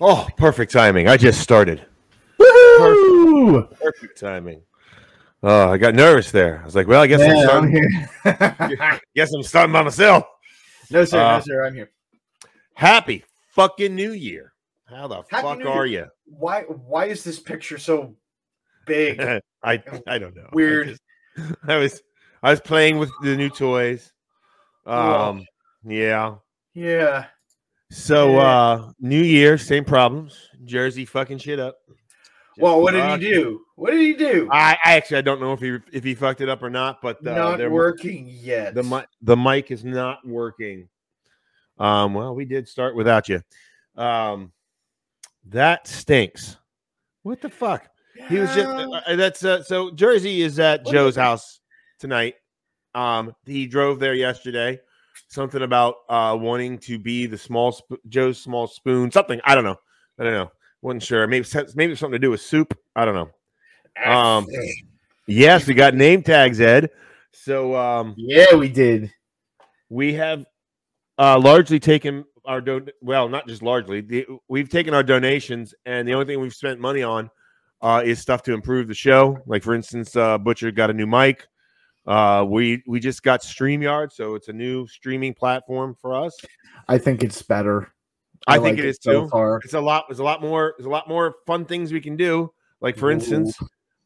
Oh, perfect timing. I just started. Woo! Perfect timing. Oh, I got nervous there. I was like, well, I guess I'm Yeah, I'm starting. here. guess I'm starting by myself. no sir, Uh, no sir, I'm here. Happy fucking New Year. How the Happy fuck New are Year. Why why is this picture so big? you? I I don't know. I Weird. just- I, was I was playing with the new toys. Wow. Um, yeah. yeah. So Yeah. uh New Year, same problems. Jersey fucking shit up. Well, what did fuck. he do? What did he do? I, I actually I don't know if he if he fucked it up or not, but uh, Not there- working yet. the mic the mic is not working. Um, well, we did start without you. Um, that stinks. What the fuck? He was just Yeah. uh, uh, that's uh, so Jersey is at Um, What Joe's is it? house tonight. Um, he drove there yesterday. Something about uh wanting to be the small sp- Joe's small spoon. Something I don't know. I don't know. wasn't sure. Maybe maybe it's something to do with soup. I don't know. um, Yes, we got name tags, Ed. So um, yeah, we did. we have uh, largely taken our don- well not just largely the, we've taken our donations and the only thing we've spent money on uh, is stuff to improve the show like for instance uh, butcher got a new mic uh, we we just got streamyard so it's a new streaming platform for us I think it's better. i, think it is too far. it's a lot there's a lot more there's a lot more fun things we can do like for Ooh. instance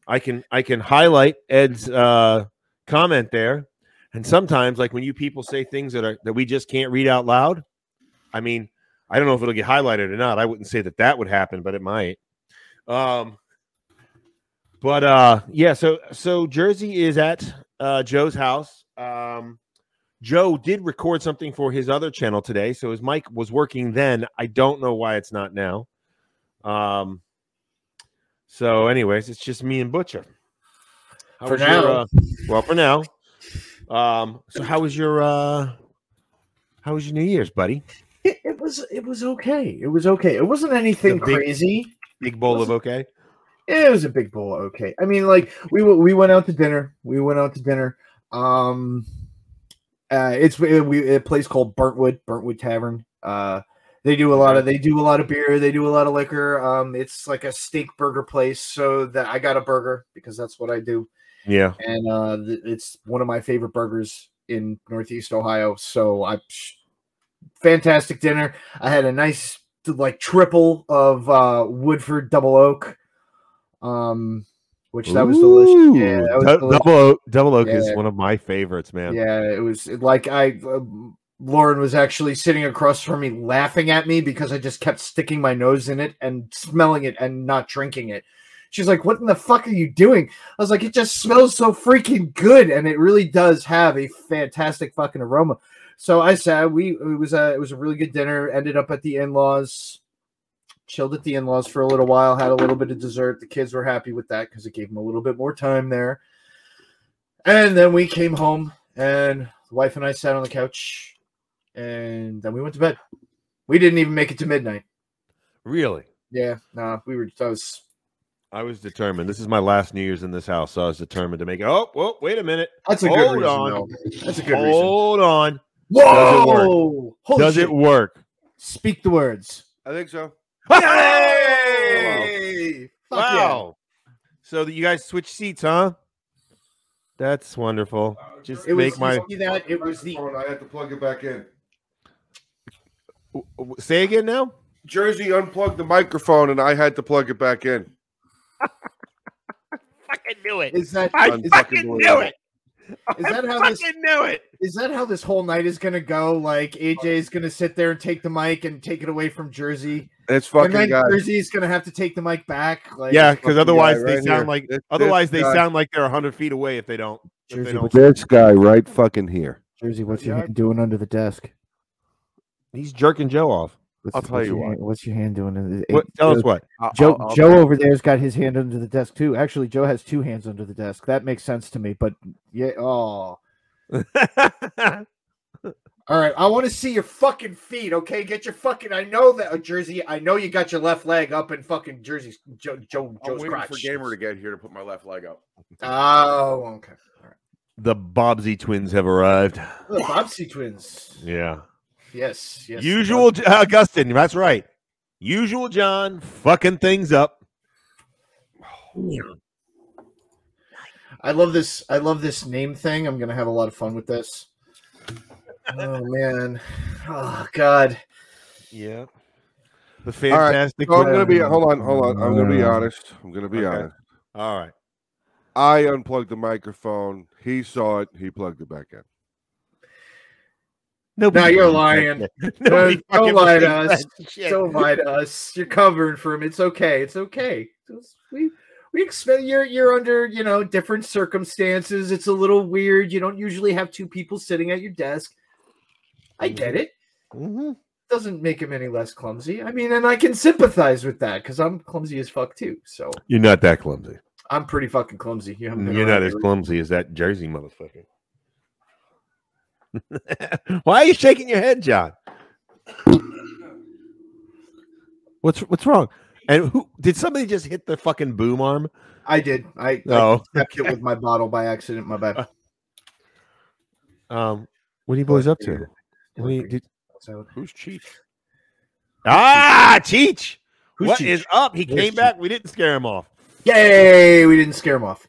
i can i can highlight ed's uh comment there and sometimes like when you people say things that are that we just can't read out loud i mean i don't know if it'll get highlighted or not i wouldn't say that that would happen but it might um but uh yeah so so jersey is at uh joe's house um Joe did record something for his other channel today, so his mic was working then. I don't know why it's not now. Um. So, anyways, it's just me and Butcher. How For was your, now. uh, well, for now. Um. So, how was your uh? How was your New Year's, buddy? It, it was it was okay. It was okay. It wasn't anything The big- crazy. Big bowl of okay. it was a big bowl of okay i mean like we w- we went out to dinner we went out to dinner um uh it's we, we a place called burntwood burntwood tavern uh they do a lot of they do a lot of beer they do a lot of liquor um it's like a steak burger place so that i got a burger because that's what i do Yeah. and uh th- it's one of my favorite burgers in northeast ohio so i psh, fantastic dinner i had a nice like triple of uh woodford double oak um which that was delicious yeah that was Dou- delicious. Double Oak, Double Oak is Yeah. one of my favorites, man. yeah it was like i um, lauren was actually sitting across from me laughing at me because i just kept sticking my nose in it and smelling it and not drinking it she's like what in the fuck are you doing i was like it just smells so freaking good and it really does have a fantastic fucking aroma so i said we it was a it was a really good dinner ended up at the in-laws chilled at the in-laws for a little while had a little bit of dessert the kids were happy with that because it gave them a little bit more time there and then we came home and the wife and i sat on the couch and then we went to bed we didn't even make it to midnight Really. yeah nah, we were i was I was determined. This is my last New Year's in this house, so I was determined to make it. Oh, whoa, wait a minute. that's a good Hold reason on. though. that's a good reason Hold on. whoa work? Holy Does shit. it work? speak the words I think so. Yay! Fuck yeah. Wow. So that you guys switch seats, huh? That's wonderful. Just It make was my you see that it was the Microphone, I had to plug it back in. w- w- say again now. Jersey unplugged the microphone and I had to plug it back in. Fucking knew it. is that I is, fucking knew it. is that how this knew it. is that how this whole night is gonna go? Like AJ is gonna sit there and take the mic and take it away from Jersey, and It's fucking then guy. Jersey is gonna have to take the mic back. Like Yeah, because Fucking otherwise guy they right sound here. like This- this otherwise they guy. sound like they're hundred feet away if they don't. If they Jersey, don't. what This guy right fucking here. Jersey, what's your hand doing under the desk? He's jerking Joe off. What's, I'll tell what's you your what. what's your hand doing? What, tell us what. Uh, Joe Joe over there's got his hand under the desk too. Actually, Joe has two hands under the desk. That makes sense to me. But yeah, oh, all right. I want to see your fucking feet. Okay, get your fucking. I know that uh, Jersey. I know you got your left leg up in fucking Jersey's Joe Joe I'm Joe's waiting crotch. for Gamer to get here to put my left leg up. Oh, okay. the Bobsey twins have arrived. The Bobsey twins. Yeah. Yes, yes. the Usual J- Augustine. That's right. Usual John fucking things up. I love this. I love this name thing. I'm gonna have a lot of fun with this. Oh man. Oh god. Yeah. The All right, fantastic. So I'm gonna be um, hold on, hold on. I'm gonna be uh, honest. I'm gonna be okay. honest. All right. I unplugged the microphone. He saw it. He plugged it back in. Nobody No, you're believes that lying. shit. Nobody Don't, don't fucking lie to believes us. that shit. Don't lie to us. You're covering for him. It's okay. It's okay. It's- We we expect you're you're under you know different circumstances. It's a little weird. You don't usually have two people sitting at your desk. I get it. Mhm. Doesn't make him any less clumsy. I mean, and I can sympathize with that because I'm clumsy as fuck too. So You're not that clumsy. I'm pretty fucking clumsy. You haven't been Mm, You're around not as me. clumsy as that Jersey motherfucker. Why are you shaking your head, John? What's what's wrong? And who did somebody just hit the fucking boom arm? I did. I, I No. kept it with my bottle by accident. My Uh, bad. Um, what Oh, are you boys up to? What are you, did, So- Who's Chief? ah, Cheech. Who's What is Cheech? up? He Where's came Cheech? back. We didn't scare him off. Yay! We didn't scare him off.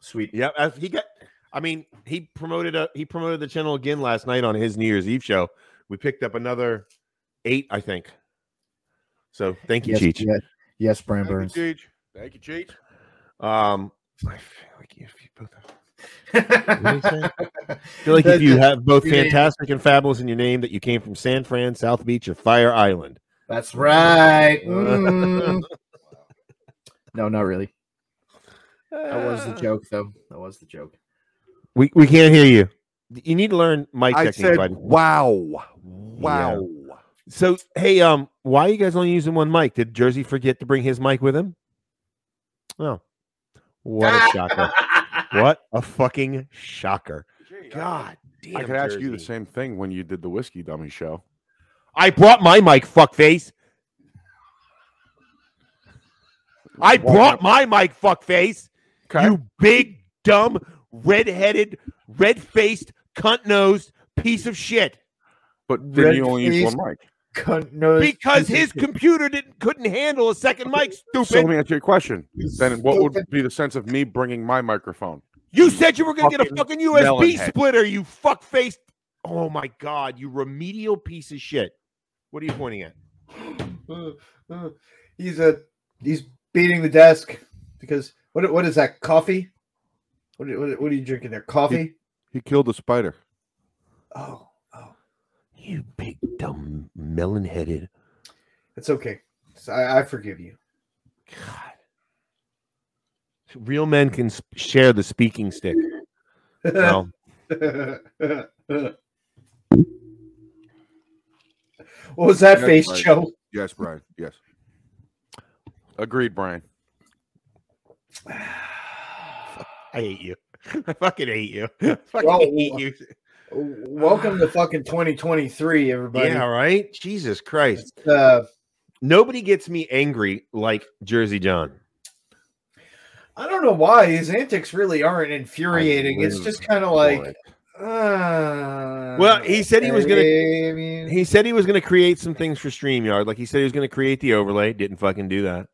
Sweet. Yeah, as he got. I mean, he promoted a he promoted the channel again last night on his New Year's Eve show. We picked up another eight, I think. So thank you, Yes, Cheech. yes, yes, Brian Thank you, Burns. Cheech. Thank you, Cheech. Um, I feel like if you both, What did he I I feel like if you have both your name- fantastic and fabulous in your name, that you came from San Fran, South Beach, or Fire Island. That's right. Mm. no, not really. That was the joke, though. That was the joke. Uh, We we can't hear you. You need to learn mic I technique, said, buddy. wow, wow. So hey, um, why are you guys only using one mic? Did Jersey forget to bring his mic with him? Oh, what a shocker! What a fucking shocker! God damn! I could ask you the Jersey. same thing when you did the whiskey dummy show. I brought my mic, fuckface. Why I brought my mic, fuckface. Okay. You big, dumb, red-headed, red-faced, cunt-nosed piece of shit. But then you only use Red-faced one mic. Cunt knows Because his computer didn't couldn't handle a second mic, So let stupid. me answer your question. Then what would Stupid. be the sense of me bringing my microphone? You said you were gonna get a fucking fucking USB melon head. splitter, you fuck-faced. Oh my god, you remedial piece of shit. What are you pointing at? Uh, he's a he's beating the desk because what what is that coffee? What what, what are you drinking there? Coffee? He killed a spider. Oh, oh, You big dumb melon-headed. it's okay. I, I forgive you. God. Real men can sp- share the speaking stick. No. what was that That's face, right. Joe? Yes, Brian. Yes. Agreed, Brian. I hate you. I fucking hate you. I fucking Well, hate you. Welcome to fucking 2023, everybody. Yeah, right? Jesus Christ. Uh, Nobody gets me angry like Jersey John. I don't know why his antics really aren't infuriating. It's really just kind of like, uh, Well, he said he was gonna- I mean, He said he was going to create some things for StreamYard. Like he said he was going to create the overlay. Didn't fucking do that.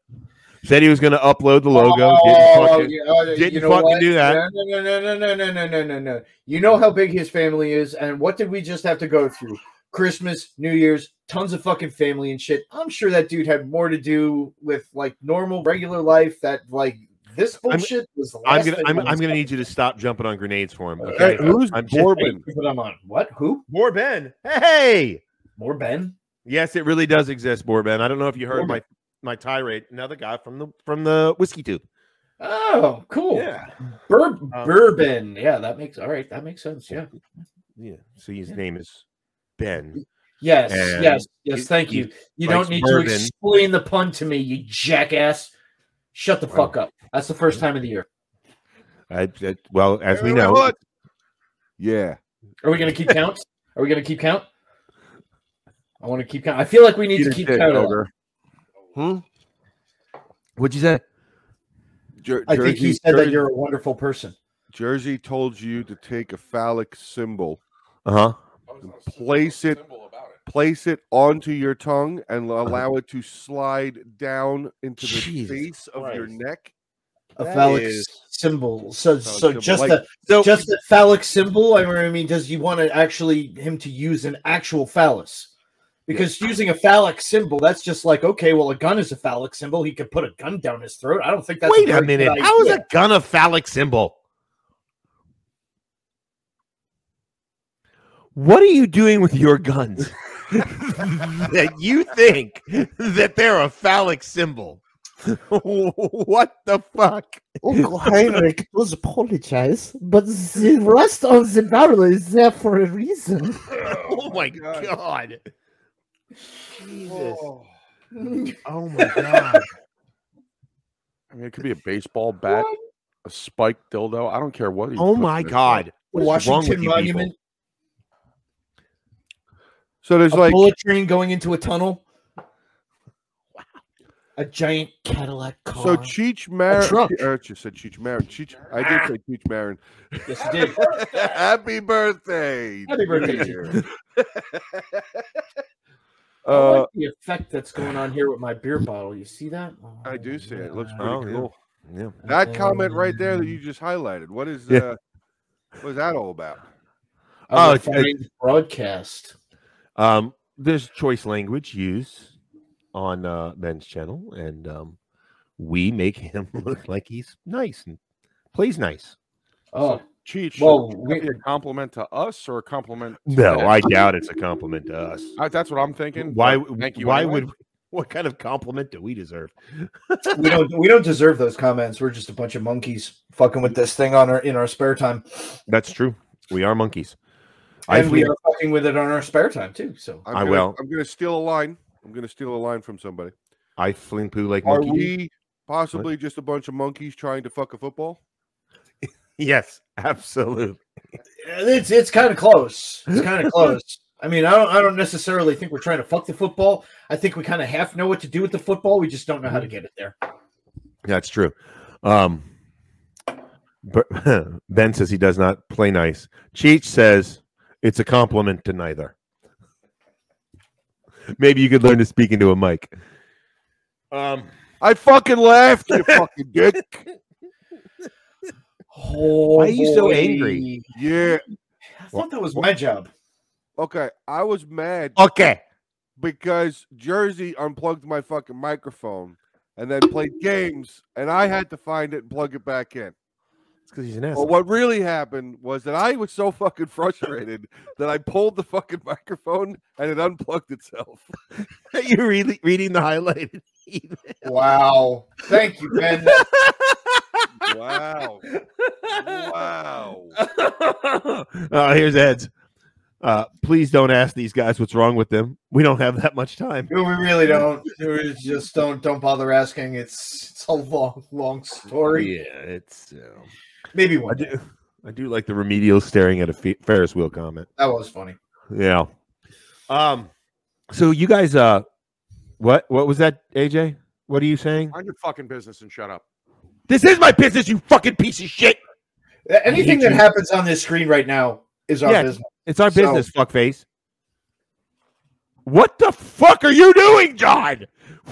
Said he was going to upload the logo. didn't Oh, fucking. yeah, oh, didn't you know fucking what? do that. No, no, no, no, no, no, no, no, no, no. You know how big his family is, and what did we just have to go through? Christmas, New Year's, tons of fucking family and shit. I'm sure that dude had more to do with like normal, regular life that like this I'm- bullshit was the I'm last gonna thing I'm, on I'm his gonna need you to stop jumping on grenades for him. Okay. Okay. Hey, who's I'm just- Corbin? mind. What I'm on. What? Who? More Ben. Hey. More Ben? Yes, it really does exist, Borben. I don't know if you heard Borben. my my tirade. Another guy from the from the whiskey tube. Oh, cool. Bur- Um, Bourbon. Yeah, that makes all right. That makes sense. Yeah. yeah. So his name is Ben. Yes. And yes. Yes. he- Thank he you. You likes don't need bourbon. to explain the pun to me, you jackass. Shut the fuck up. That's the first time of the year. I, I- well, as we Hey, know, look. Yeah. Are we going to keep count? Are we going to keep count? I want to keep count. I feel like we need to keep Dick, count. of ogre. what'd you say? Jer- that. I think he Jersey- said that Jer- you're a wonderful person. Jersey told you to take a phallic symbol Uh huh. Place it- Symbol about it. place it onto your tongue and allow it to slide down into the Uh-huh. Jesus base of your Christ. neck. a That phallic is- symbol. So, Phallic so symbol. just Like- the So just the phallic symbol. I mean, I mean, does you want to actually him to use an actual phallus? Because using a phallic symbol, that's just like okay, well, a gun is a phallic symbol. He could put a gun down his throat. I don't think that's wait a very good minute. How is idea. a gun a phallic symbol? What are you doing with your guns that you think that they're a phallic symbol? what the fuck? Uncle Heinrich does apologize, but the rest of the barrel is there for a reason. Oh, my god. Jesus. Oh my god. I mean, it could be a baseball bat, a spiked dildo. I don't care what. he oh puts my in his god. The What is wrong with Washington you people? Monument, So there's a like bullet train going into a tunnel, a giant Cadillac car. so Cheech Marin. truck. I just said Cheech Marin. Cheech. I did say Cheech Marin. yes, you did. Happy birthday! Happy birthday, dear. I uh, like the effect that's going on here with my beer bottle. You see that? Uh, I do see it. It looks pretty Oh, yeah. cool. Yeah. That comment right there that you just highlighted. What is Yeah. uh, what is that all about? Oh, Oh, it's- it's- broadcast. Um, there's choice language used on uh, Ben's channel, and um, we make him look like he's nice and plays nice. Oh, Cheech, Well, well, that be we- a compliment to us or a compliment? to No, them? I doubt it's a compliment to us. I- that's what I'm thinking. Why? but Thank you. why anyway. would? What kind of compliment do we deserve? we don't we don't deserve those comments. We're just a bunch of monkeys fucking with this thing on our in our spare time, That's true. We are monkeys. I and we feel- are fucking with it on our spare time too. So I'm I gonna, will. I'm going to steal a line. I'm going to steal a line from somebody. I fling poo like Are monkey. we possibly just a bunch of monkeys trying to fuck a football? Yes, absolutely. it's it's kind of close. It's kind of close. I mean, I don't I don't necessarily think we're trying to fuck the football. I think we kind of half know what to do with the football. We just don't know how to get it there. That's true. Um, Ber- ben says he does not play nice. Cheech says it's a compliment to neither. Maybe you could learn to speak into a mic. Um, I fucking laughed, you fucking dick. Oh, Why are you so angry? Yeah. I thought that was my job. Okay. I was mad okay. because Jersey unplugged my fucking microphone and then played games, and I had to find it and plug it back in. It's because he's an ass. Well, what really happened was that I was so fucking frustrated that I pulled the fucking microphone and it unplugged itself. You're really reading the highlighted. Wow. Thank you, Ben. Wow. wow. oh, here's Ed's. Uh, please don't ask these guys what's wrong with them. We don't have that much time. No, we really don't. We just don't don't bother asking. It's it's a long long story. it's. uh, Maybe I one. day. do. I do like the remedial staring at a fe- Ferris wheel comment. That was funny. Yeah. Um. So you guys, uh, what what was that, AJ? What are you saying? Mind your fucking business and shut up. This is my business, you fucking piece of shit. A- Anything hate that you. happens on this screen right now is our Yeah. business. It's our So- business, fuckface. What the fuck are you doing, John?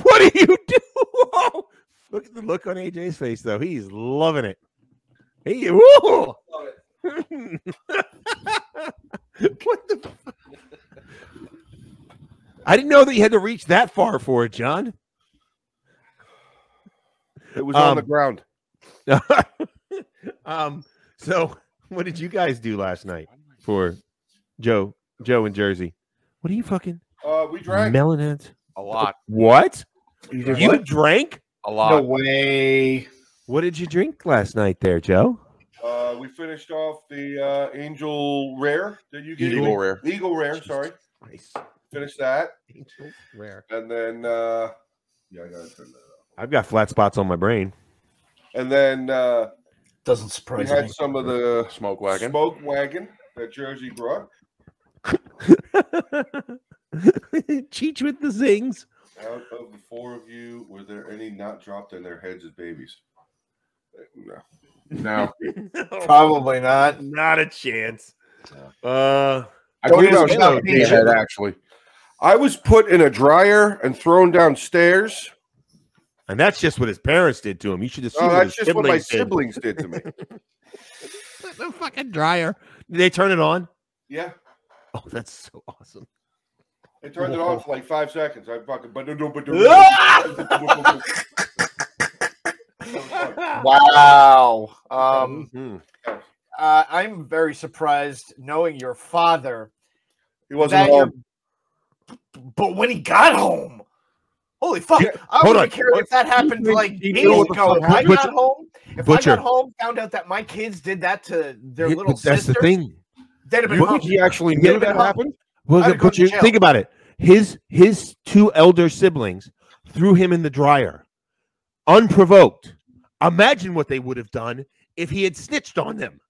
What are you doing? look at the look on AJ's face, though. He's loving it. He, woo! what the? I didn't know that you had to reach that far for it, John. It was Um, on the ground. um. So, what did you guys do last night for Joe, Joe in Jersey? What are you fucking Uh, we drank. melon heads? A lot. What? You You drank? A no lot. way. What did you drink last night there, Joe? Uh, we finished off the uh, Angel Rare that you gave Eagle me. rare. Eagle Rare, sorry. Nice. Finished that. Rare. And then, uh, yeah, I gotta turn that off. I've got flat spots on my brain. And then uh, Doesn't we surprise me. had some of the Smoke wagon. smoke wagon that Jersey brought. Cheech with the zings. Out of the four of you, were there any not dropped on their heads as babies? No. No. Oh, Probably not. Not a chance. Uh, I believe even I was stop shot in me. the head, actually. I was put in a dryer and thrown downstairs. And that's just what his parents did to him. You should have seen Oh, what that's his just what my siblings did. siblings did to me. The fucking dryer. Did they turn it on? Yeah. Oh, that's so awesome. They turned it on for like five seconds. I fucking but no but Wow. Um, Mhm. uh, I'm very surprised knowing your father. He wasn't that home. your- But when he got home, holy fuck! Yeah, I hold wouldn't on. care if that happened like he days knew what the ago. fuck If I happened. got home, if I Butcher. got home, found out that my kids did that to their Yeah, little but that's sister, the thing. they'd have been You hung. think he actually Yeah, knew that but- happened? Well, I'd the- have gone but to you jail. think about it. His his two elder siblings threw him in the dryer, unprovoked. Imagine what they would have done if he had snitched on them.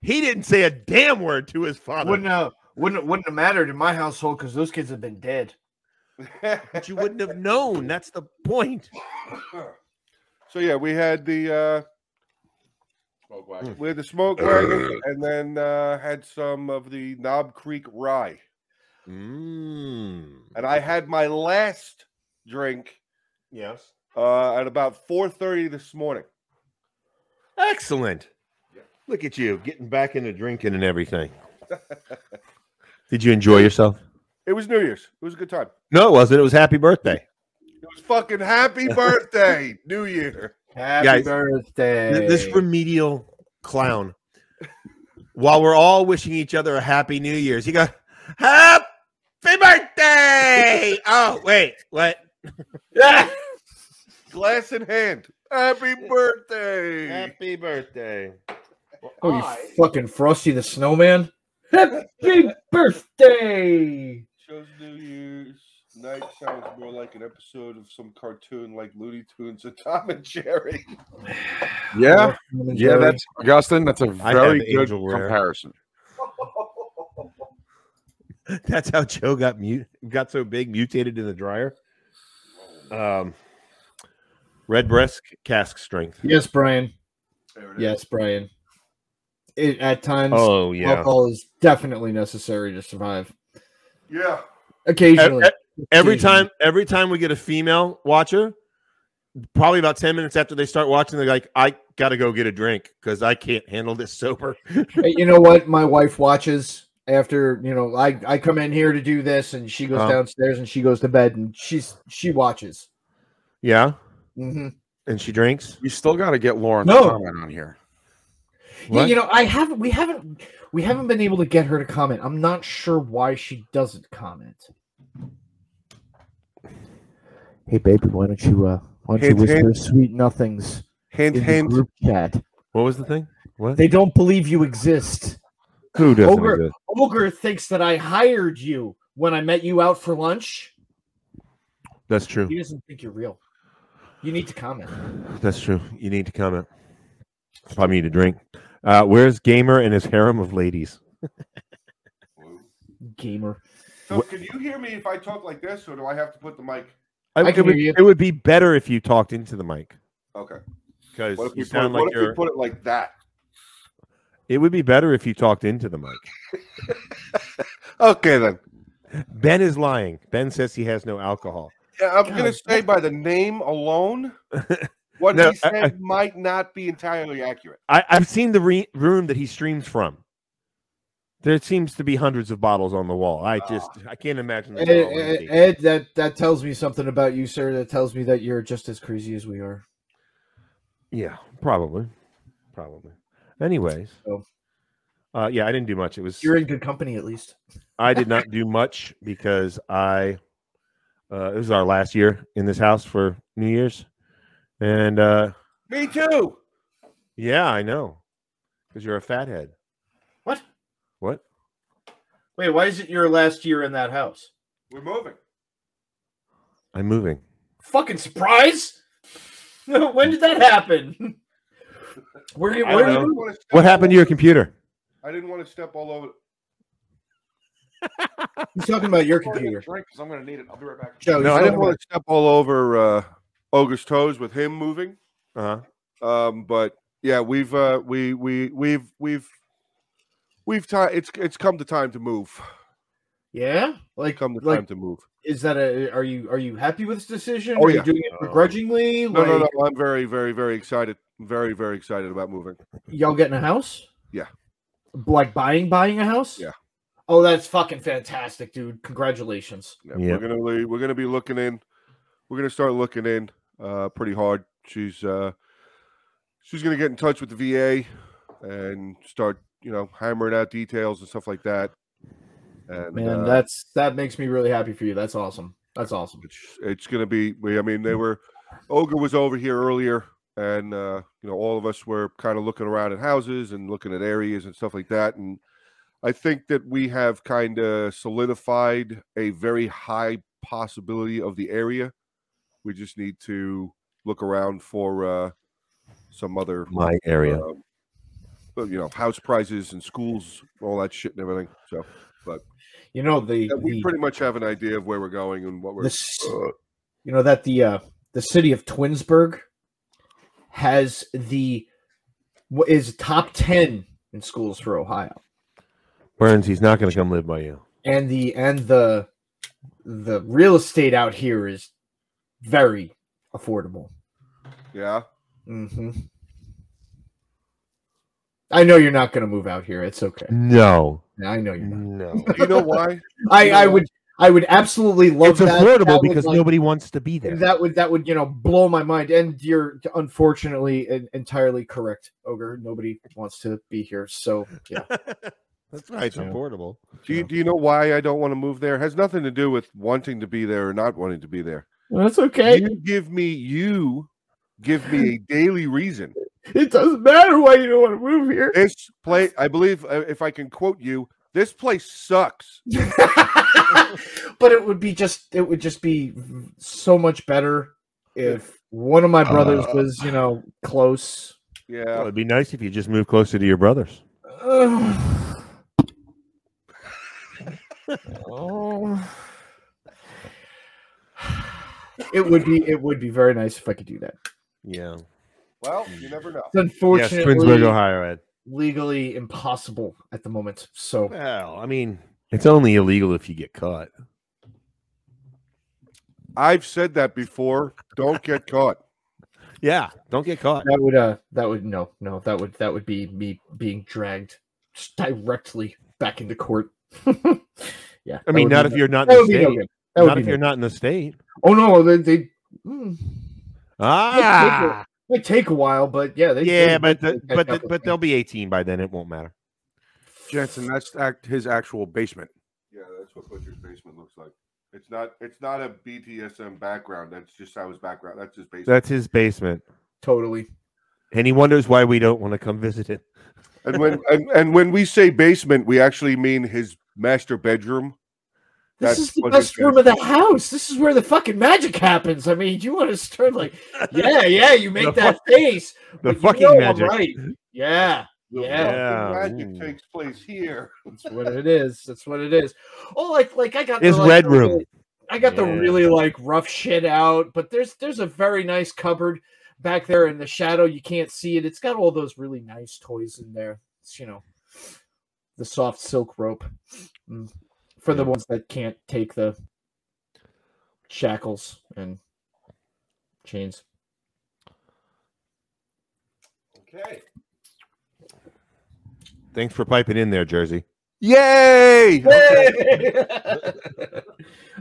He didn't say a damn word to his father. Wouldn't have wouldn't wouldn't have mattered in my household because those kids have been dead. but you wouldn't have known. That's the point. so yeah, we had the uh we had the smoke wagon and then uh had some of the Knob Creek rye. Mm. And I had my last drink Yes. uh at about 4:30 this morning. Excellent. Look at you getting back into drinking and everything. Did you enjoy yourself? It was New Year's. It was a good time. No, it wasn't. It was happy birthday. It was fucking happy birthday, New Year. Happy Guys, birthday! Th- This remedial clown. While we're all wishing each other a happy New Year's, you go, Happy birthday! oh, wait, what? Glass in hand. Happy birthday. birthday. oh, you I- fucking Frosty the Snowman! Happy birthday! Shows New Year's night sounds more like an episode of some cartoon like Looney Tunes or Tom and Jerry. Yeah, yeah. Jerry. That's Augustin. That's a I have very good angel rare. comparison. That's how Joe got mute got so big, mutated in the dryer. Um, red breast cask strength. yes, Brian. There it is. Yes, Brian. It, at times, Oh yeah. alcohol is definitely necessary to survive. Yeah. Occasionally, E- Every Occasionally. time, every time we get a female watcher, probably about ten minutes after they start watching, they're like, "I gotta go get a drink because I can't handle this sober." Hey, you know what? My wife watches after you know. I I come in here to do this, and she goes Uh-huh. downstairs and she goes to bed, and she's she watches. Yeah, hmm and she drinks. We still got to get Lauren No. to comment on here. Yeah, What? you know, I haven't. We haven't. We haven't been able to get her to comment. I'm not sure why she doesn't comment. Hey, baby, why don't you, uh, why don't Hey, you hey. whisper sweet nothings Hint, in the hint. group chat? What was the thing? What? They don't believe you exist. Who doesn't Over- exist? Ogre thinks that I hired you when I met you out for lunch. That's true. He doesn't think you're real. You need to comment. That's true. You need to comment. Probably need a drink. Uh, where's Gamer and his harem of ladies? gamer. So can you hear me if I talk like this or do I have to put the mic? I it, can would, hear you. it would be better if you talked into the mic Okay. because What if, you we put, it- sound what like if we you're. put it like that? It would be better if you talked into the mic. Okay then. Ben is lying. Ben says he has no alcohol. Yeah, I'm gonna God. say by the name alone, what No, he I- said might not be entirely accurate. I, I've seen the re- room that he streams from. There seems to be hundreds of bottles on the wall. I just I can't imagine. Ed, they're all empty. Ed- Ed, that that tells me something about you, sir. That tells me that you're just as crazy as we are. Yeah, probably, probably. Anyways, So- uh, yeah, I didn't do much. It was You're in good company, at least. I did not do much because I uh, it was our last year in this house for New Year's, and uh, Me too. yeah, I know because you're a fathead. What? What? Wait, why is it your last year in that house? We're moving. I'm moving. Fucking surprise! when did that happen? Where, I where don't you- know. wanna step What happened to all- your computer? I didn't want to step all over. He's talking about your Pour me a computer. drink, 'cause I'm gonna need it. I'll be right back. Joe, he's No, I talking didn't want about- to step all over uh, Ogre's toes with him moving. Uh Uh-huh. huh. Um, but yeah, we've uh, we we we've we've we've time. It's it's come to time to move. Yeah, like Come the like time to move. is that a are you are you happy with this decision? Oh, are yeah. you doing it begrudgingly? No, like no, no. I'm very, very, very excited. Very, very excited about moving. y'all getting a house? Yeah. Like buying buying a house? Yeah. Oh, that's fucking fantastic, dude. Congratulations. Yeah, Yeah. We're gonna li- we're gonna be looking in. We're gonna start looking in uh, pretty hard. She's uh, she's gonna get in touch with the VA and start you know hammering out details and stuff like that. And Man, uh, that's that makes me really happy for you. That's awesome. That's awesome. it's, it's gonna be. we- I mean, they were. Olga was over here earlier, and uh, you know, all of us were kind of looking around at houses and looking at areas and stuff like that. And I think that we have kind of solidified a very high possibility of the area. We just need to look around for uh, some other, My area. Uh-huh. um, well, you know, house prizes and schools, all that shit and everything. So You know the, yeah, we the, pretty uh, much have an idea of where we're going and what we're. the s- you know that the uh the city of Twinsburg has the what is top 10 in schools for Ohio. Burns, he's not going to come live by you. And the and the the real estate out here is very affordable. yeah. Mm-hmm. I know you're not going to move out here. It's okay. No, I know you're not. no. You know why? I, I would I would absolutely It's love that. affordable That would, because like, nobody wants to be there. that would that would you know blow my mind. And you're unfortunately en- entirely correct, Ogre. Nobody wants to be here. So yeah, That's right. It's Yeah. affordable. Do Yeah. you, do you know why I don't want to move there? It has nothing to do with wanting to be there or not wanting to be there. that's okay. You give me you give me a daily reason. It doesn't matter why you don't want to move here. This place, I believe, uh, if I can quote you, this place sucks. but it would be just it would just be v- so much better if one of my brothers Uh. was you know close Well, Yeah, it'd be nice if you just moved closer to your brothers. oh. Um, it would be it would be very nice if i could do that Yeah. well, you never know. it's Yes, Twinsburg, unfortunately Ohio, Ed. legally impossible at the moment so Well, I mean, it's only illegal if you get caught. I've said that before. Don't get caught. Yeah, don't get caught. that would uh that would no no that would that would be me being dragged just directly back into court yeah I mean, not if you're not that in the would be no state. good. That would Not be if no you're good. not in the state. oh no they, they mm, Ah, It take a while, but yeah, they yeah, they- but they the, catch but up the, with but me. they'll be 18 by then. It won't matter. Jensen, that's act his actual basement. Yeah, that's what Butcher's basement looks like. It's not. It's not a BTSM background. That's just how his background. That's his basement. That's his basement, totally. and he wonders why we don't want to come visit him. and when and, and when we say basement, we actually mean his master bedroom. This That's is the what best it is. room of the house. This is where the fucking magic happens. I mean, you want to start like, yeah, yeah, you make The that face. The but you fucking know I'm magic. right. Yeah, The Yeah. fucking magic Ooh. takes place here. that's what it is. That's what it is. Oh, like like I got His like, red the room. really- I got the Yeah. really like rough shit out, but there's there's a very nice cupboard back there in the shadow. You can't see it. It's got all those really nice toys in there. It's you know the soft silk rope Mm. for the ones that can't take the shackles and chains. Okay. Thanks for piping in there, Jersey. Yay!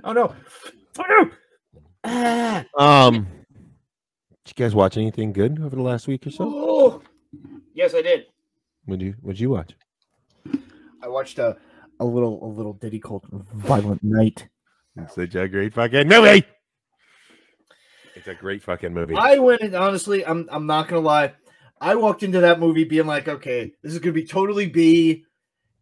oh no! Oh, no! Ah. Um, did you guys watch anything good over the last week or so? Oh. Yes, I did. Would you Would you watch? I watched a, a little a little ditty called Violent Night. It's such a great fucking movie. It's a great fucking movie. I went in honestly, I'm I'm not gonna lie. I walked into that movie being like, okay, this is gonna be totally B.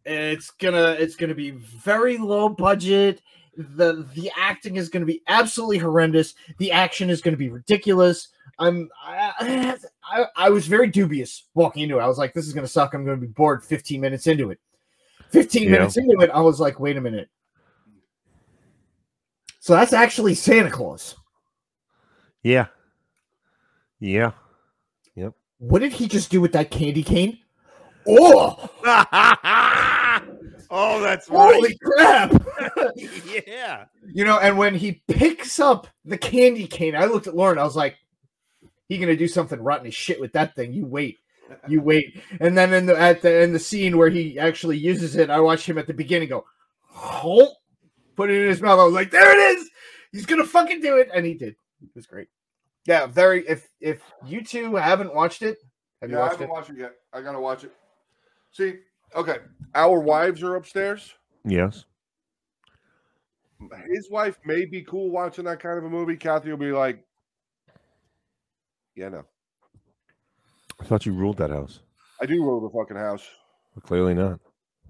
It's gonna it's gonna be very low budget. The the acting is gonna be absolutely horrendous. The action is gonna be ridiculous. I'm I, I, I was very dubious walking into it. I was like, this is gonna suck. I'm gonna be bored 15 minutes into it. 15 Yeah. minutes into it, I was like, wait a minute. So that's actually Santa Claus. Yeah. Yeah. What did he just do with that candy cane? Oh, oh, Oh, that's Holy crap! yeah. You know, and when he picks up the candy cane, I looked at Lauren. I was like, "He gonna do something rotten as shit with that thing." You wait, you wait. And then in the at the in the scene where he actually uses it, I watched him at the beginning go, "Hulp," put it in his mouth. I was like, "There it is. He's gonna fucking do it," and he did. It was great. Yeah, very. If if you two haven't watched it, have you yeah, I watched haven't it? watched it yet. I gotta watch it. See, okay, our wives are upstairs. Yes. His wife may be cool watching that kind of a movie. Kathy will be like, "Yeah, no, I thought you ruled that house. I do rule the fucking house. Well, clearly not.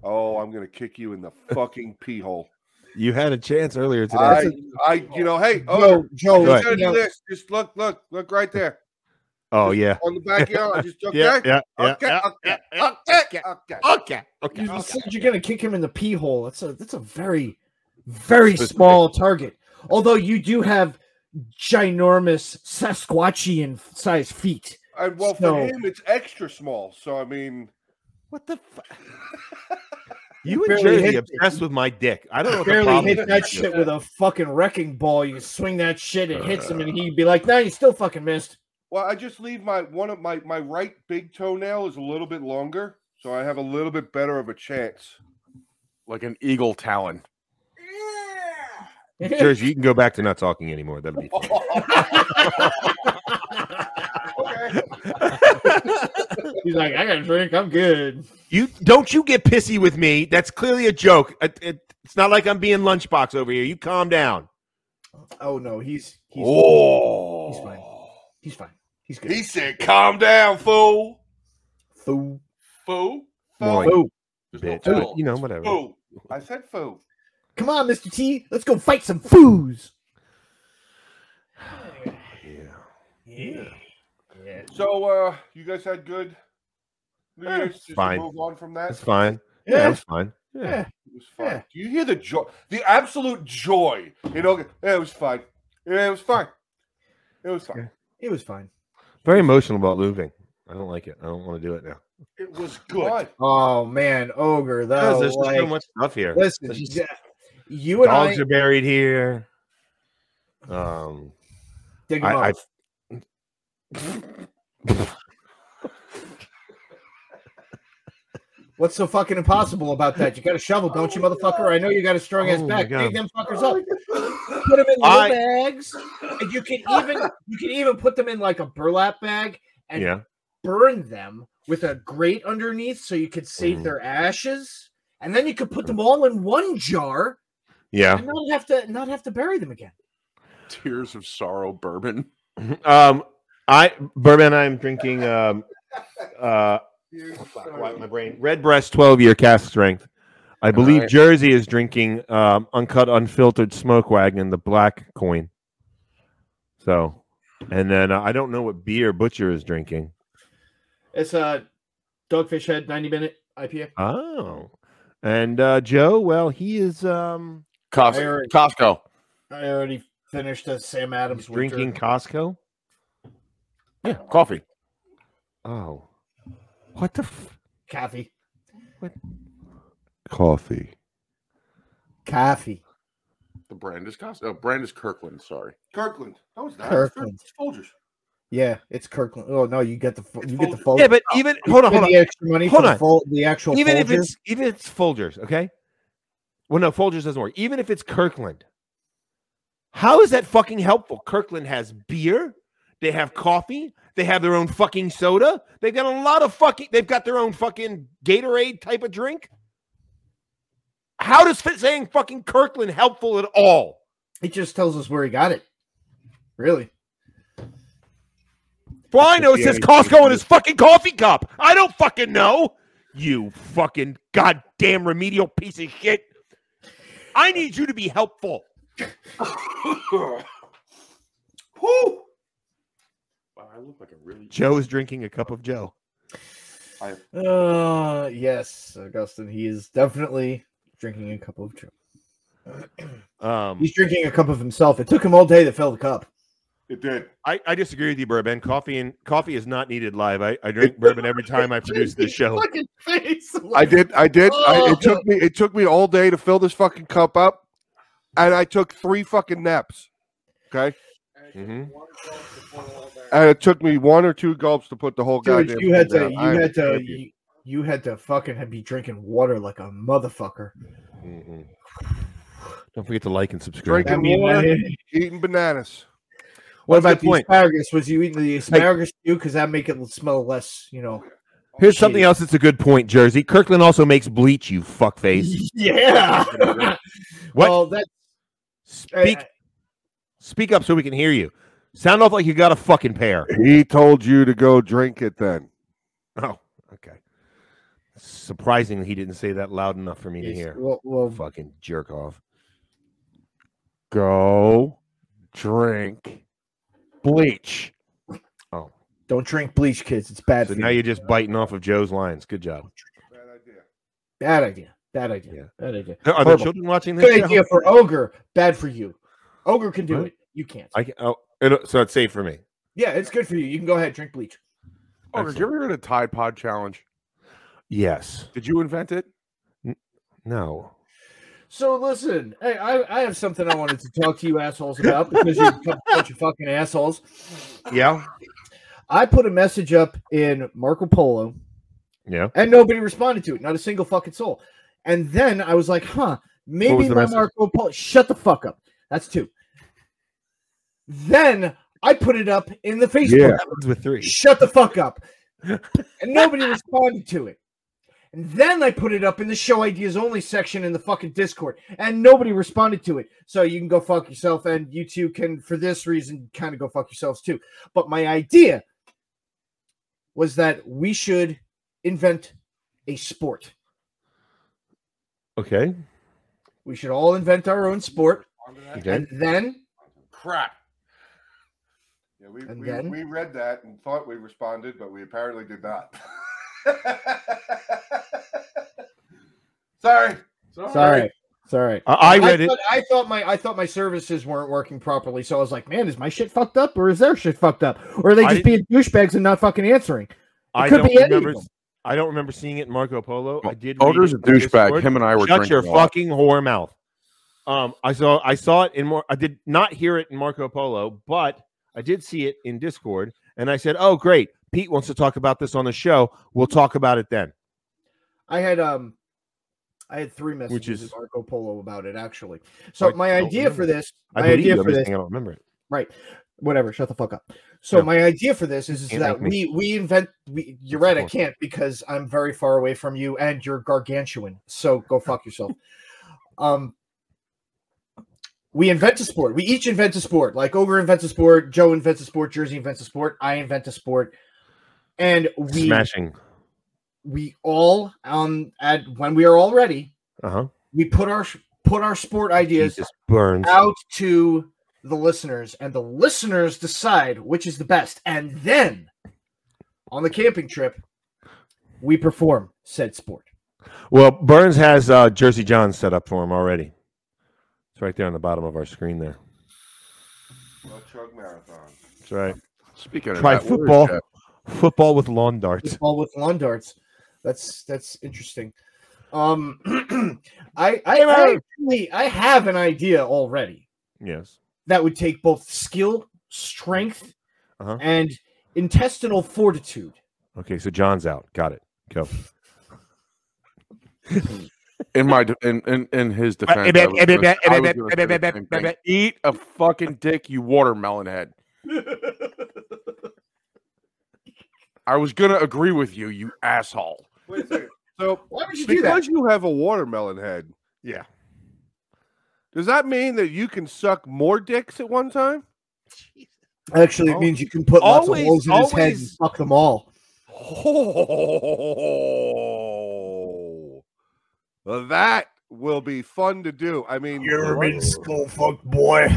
Oh, I'm gonna kick you in the fucking pee hole. You had a chance earlier today. I, I, you know, hey, oh, Joe, Joe, Go you ahead. gotta you know- do this. Just look, look, look right there oh yeah. on the backyard. Just okay, Yeah, yeah, yeah, okay, yeah, okay, yeah, okay, okay. Okay. You Okay. just said you're gonna kick him in the pee hole. That's a that's a very, very small target. Although you do have ginormous Sasquatchian size feet. And well, for So- him, it's extra small. So I mean, What the fuck? You and barely hit Jersey it. obsessed with my dick. I don't know. What the Barely problem hit is that with you. shit with a fucking wrecking ball. You swing that shit, it hits him, Uh. and he'd be like, "No, you still fucking missed." Well, I just leave my one of my my right big toenail is a little bit longer, so I have a little bit better of a chance. like an eagle talon. Jersey, you can go back to not talking anymore. That'll be. fine. Oh, Okay. He's like, "I got a drink. I'm good." You don't you get pissy with me? That's clearly a joke. It- it- it's not like I'm being lunchbox over here. You calm down. Oh no, he's he's oh, he's fine. he's fine. He's good. He said, "Calm down, fool, Foo. fool, Well, fool, Foo. There's no Bitch. but, fool. you know, whatever. fool." I said, "Fool." Come on, Mister T. Let's go fight some foos. Yeah. Yeah. Yeah. So, uh, you guys had good. New Eh, Yeah, Year's, it's just to fine. Move on from that. That's fine. Yeah, Yeah. that's fine. Yeah. It was fine. Yeah. Do you hear the joy, the absolute joy? You know, yeah, it was fine. Yeah, it was fine. It was fine. It was fine. Very emotional about moving. I don't like it. I don't want to do it now. It was good. Oh man, ogre though. there's just like, so much stuff here. listen, There's just- yeah, you and I Dogs are buried here. Um, dig 'em I, up. I What's so fucking impossible about that? You got a shovel, don't you, motherfucker? I know you got a strong ass Oh, my back. Dig God. them fuckers up. Put them in little I- bags. And you can even you can even put them in like a burlap bag and yeah, burn them with a grate underneath so you could save Mhm. their ashes. And then you could put them all in one jar yeah. and not have to not have to bury them again. Tears of sorrow bourbon. Um, I Bourbon. I'm drinking. Um, uh, Here's the fuck, story. why my brain red breast 12 year cast strength. I believe right. Jersey is drinking um, uncut, unfiltered smoke wagon, the black coin. So, and then uh, I don't know what beer Butcher is drinking. It's a dogfish head 90 minute IPA. Oh, and uh, Joe, well, he is um, Cos- I already- Costco. I already finished the Sam Adams he's drinking Costco. Yeah, coffee. Oh, what the f- coffee. coffee? Coffee. The brand is Costco. Oh, brand is Kirkland. Sorry. Kirkland. No, it's not. Kirkland. It's Folgers. Yeah, it's Kirkland. Oh no, you get the fo- It's you get the Folgers. Folgers. Yeah, but Oh, even hold on, Spend hold on. the extra money Hold for on. The, fol- the actual even if Folgers? it's even if it's Folgers, okay? Well, no, Folgers doesn't work. Even if it's Kirkland, how is that fucking helpful? Kirkland has beer, they have coffee, they have their own fucking soda, they've got a lot of fucking, they've got their own fucking Gatorade type of drink. How does fit saying fucking Kirkland helpful at all? it just tells us where he got it. Really? For all I know, it says Costco in his fucking coffee cup. I don't fucking know. You fucking goddamn remedial piece of shit. I need you to be helpful. Whew. Wow, I look like a really. Joe is drinking a cup of Joe. Uh yes, Augustine. He is definitely drinking a cup of Joe. Um, He's drinking a cup of himself. It took him all day to fill the cup. It did. I, I disagree with you, bourbon. Coffee and coffee is not needed live. I, I drink bourbon every time I produce this show. Fucking face. I did. I did. I, Oh. it took me. It took me all day to fill this fucking cup up, and I took three fucking naps. Okay, Mhm. and Uh, it took me one or two gulps to put the whole guy. Dude, goddamn. you had to. thing down. You I- had to. You, you had to fucking be drinking water like a motherfucker. Mhm. Don't forget to like and subscribe. Drink I Drinking mean, water? I- eating bananas. what That's a about good the point. asparagus? Was you eating the asparagus too? Because that make it smell less. You know. Here's something shitty. else that's a good point, Jersey. Kirkland also makes bleach. You fuckface. Yeah. What? Well, that eh, Speak speak up so we can hear you. Sound off like you got a fucking pair. He told you to go drink it. Then Oh, okay. Surprisingly, he didn't say that loud enough for me to Yes, hear. Well, well Fucking jerk off. Go drink bleach. don't drink bleach, kids. It's bad So for now you. you're just biting off of Joe's lines. Good job. Bad idea. Bad idea. Yeah. Bad idea. Are there Horrible. children watching this? Good show? idea for ogre. Bad for you. Ogre can do What? it. You can't. I can, oh, it, so it's safe for me. yeah, it's good for you. You can go ahead drink bleach. Oh, did you ever hear of the Tide Pod Challenge? Yes. Did you invent it? No. So listen, I, I, I have something I wanted to talk to you assholes about because you're a bunch of fucking assholes. Yeah. I put a message up in Marco Polo Yeah. and nobody responded to it. Not a single fucking soul. And then I was like, huh, maybe was the my message? Marco Polo. Shut the fuck up. That's two. Then I put it up in the Facebook. Yeah. With three. Shut the fuck up. And nobody responded to it. And then I put it up in the show ideas only section in the fucking Discord, and nobody responded to it. So you can go fuck yourself, and you two can, for this reason, kind of go fuck yourselves too. But my idea was that we should invent a sport. Okay. We should all invent our own sport, Okay. and then Crap. Yeah, we, And we, then? we read that and thought we responded, but we apparently did not. Sorry. sorry, sorry. I, I read I it. thought, I thought my I thought my services weren't working properly, so I was like, "Man, is my shit fucked up, or is their shit fucked up, or are they I just being douchebags and not fucking answering?" I could don't be Oh, any of remember. them. I don't remember seeing it in Marco Polo. I did. read Ogre's a it in the douchebag. Discord. Him and I were Shut drinking a your lot. fucking whore mouth. Um, I saw I saw it in more. I did not hear it in Marco Polo, but I did see it in Discord, and I said, "Oh, great! Pete wants to talk about this on the show. We'll talk about it then." I had um, I had three messages Which is- with Marco Polo about it actually. So I my don't idea remember. for this, I my believe you. idea I'm for just this, saying I don't remember it. whatever, shut the fuck up. So No. my idea for this is, is Can't that make we we invent. We, you're right, I Sport. can't because I'm very far away from you, and you're gargantuan. So go fuck yourself. um, we invent a sport. We each invent a sport. Like Ogre invents a sport, Joe invents a sport, Jersey invents a sport, I invent a sport, and we Smashing. we all um at when we are all ready, Uh huh. we put our put our sport ideas Jesus burns. out to the listeners, and the listeners decide which is the best. And then on the camping trip, we perform said sport. Well, Burns has uh, Jersey John set up for him already. It's right there on the bottom of our screen. There. Well, chug marathon. That's right. Speaking of Try that, where is football. Jeff? Football with lawn darts. Football with lawn darts. That's that's interesting. Um, I I, I actually I have an idea already Yes. that would take both skill, strength, Uh-huh. and intestinal fortitude. Okay. So John's out. Got it. Go. In my de- in in, in his defense, I was gonna- I was gonna say the same thing. eat a fucking dick, you watermelon head. I was gonna agree with you, you asshole. Wait a second. So Why would you do that? because you have a watermelon head, Yeah. does that mean that you can suck more dicks at one time? Actually, it means you can put lots Always- of holes in his head and always- fuck them all. Oh, that will be fun to do. I mean, skull fuck boy.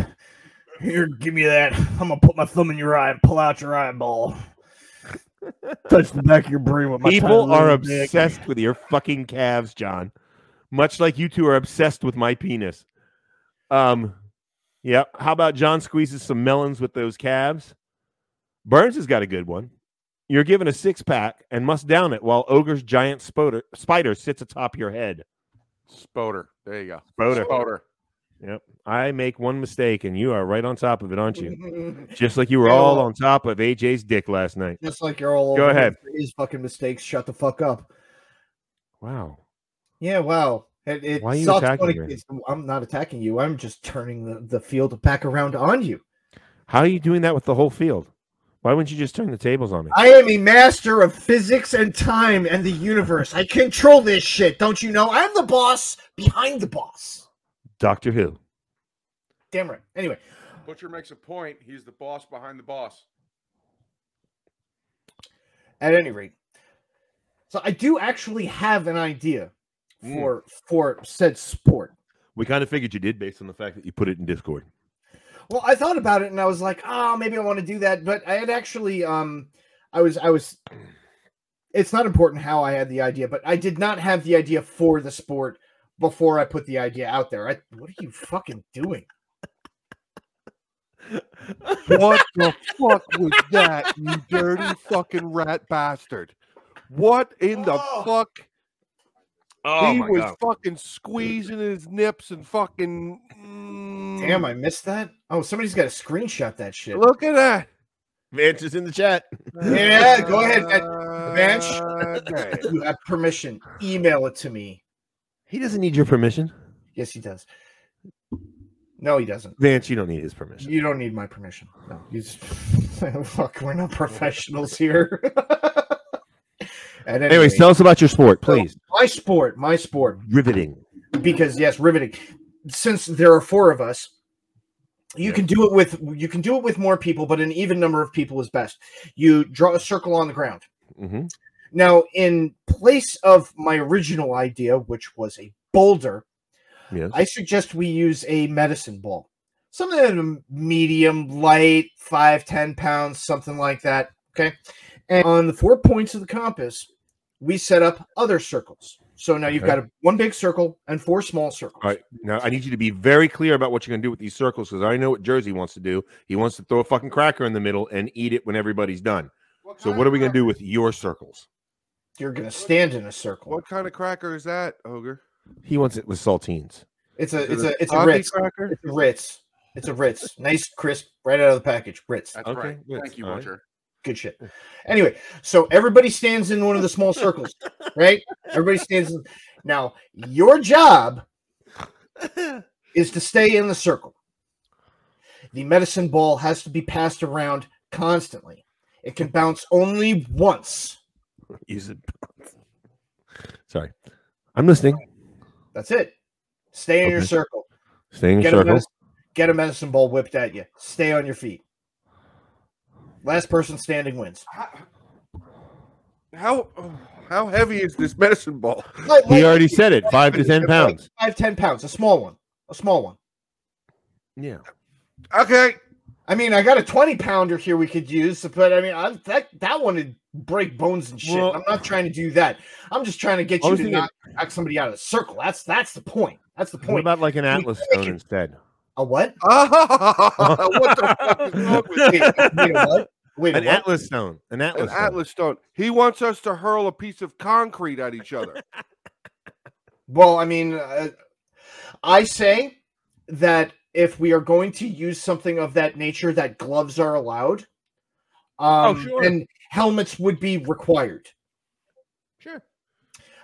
Here, give me that. I'm gonna put my thumb in your eye and pull out your eyeball. Touch the back of your brain with People are obsessed with your fucking calves, John. Much like you two are obsessed with my penis. Um, Yep. How about John squeezes some melons with those calves? Burns has got a good one. You're given a six pack and must down it while Ogre's giant spoder, spider sits atop your head. Spoder. There you go. Spoder. Spoder. Yep. I make one mistake and you are right on top of it, aren't you? Just like you were all on top of AJ's dick last night. Just like you're all Go over ahead. His fucking mistakes. Shut the fuck up. Wow. Yeah, wow. It, it Why are you sucks attacking when it me? gets- I'm not attacking you. I'm just turning the, the field back around on you. How are you doing that with the whole field? Why wouldn't you just turn the tables on me? I am a master of physics and time and the universe. I control this shit. Don't you know? I'm the boss behind the boss. Doctor Who. Damn right. Anyway, Butcher makes a point. He's the boss behind the boss. at any rate, so I do actually have an idea Mm. for for said sport. We kind of figured you did based on the fact that you put it in Discord. Well, I thought about it and I was like, oh, maybe I want to do that. But I had actually, um, I was, I was, it's not important how I had the idea, but I did not have the idea for the sport before I put the idea out there. I, what are you fucking doing? What the fuck was that, you dirty fucking rat bastard? What in the Oh. fuck? Oh he my was god. fucking squeezing his nips and fucking. Mm, Damn, I missed that. Oh, somebody's got to screenshot that shit. Look at that. Vance is in the chat. Yeah, go ahead, Vance. Uh, damn. You have permission. Email it to me. He doesn't need your permission. Yes, he does. No, he doesn't. Vance, you don't need his permission. You don't need my permission. No, you just, fuck. We're not professionals here. At any Anyways, rate. tell us about your sport, please. my sport, my sport, Riveting. because yes, riveting. Since there are four of us, you can do it with you can do it with more people, but an even number of people is best. You draw a circle on the ground. hmm Now, in place of my original idea, which was a boulder, Yes. I suggest we use a medicine ball, something that a medium, light, five, ten pounds, something like that. Okay. And on the four points of the compass, we set up other circles. So now you've Okay. got a, one big circle and four small circles. All right. Now I need you to be very clear about what you're going to do with these circles because I know what Jersey wants to do. He wants to throw a fucking cracker in the middle and eat it when everybody's done. So kind what are of we going to cracker- do with your circles? You're going to stand in a circle. What kind of cracker is that, Ogre? He wants it with saltines. It's a it's Is it a it's a Coffee Ritz. cracker? It's a Ritz. It's a Ritz. Nice, crisp, right out of the package. Ritz. That's Okay, right. yes, Thank you, all right. Butcher. good shit. Anyway, so everybody stands in one of the small circles, right? Everybody stands. In... Now, your job is to stay in the circle. The medicine ball has to be passed around constantly. It can bounce only once. Use it. Sorry, I'm listening. That's it. Stay in your Okay. circle. Stay in your Get a, circle. medicine, get a medicine ball whipped at you. Stay on your feet. Last person standing wins. How how heavy is this medicine ball? Like- He like- already said it. Five to ten like pounds. Five, ten pounds. A small one. A small one. Yeah. Okay, I mean, I got a 20 pounder here we could use, but I mean, I, that that one would break bones and shit. Well- I'm not trying to do that. I'm just trying to get I you was to thinking- knock, knock somebody out of the circle. That's that's the point. That's the What point. about like an we atlas take stone it. instead? a what? Ah, what the fuck is Wait, wrong with me? wait, a what? Wait, a An what? atlas stone. An An atlas. stone. Atlas stone. He wants us to hurl a piece of concrete at each other. Well, I mean, uh, I say that if we are going to use something of that nature, that gloves are allowed. Um, sure. And helmets would be required. Sure.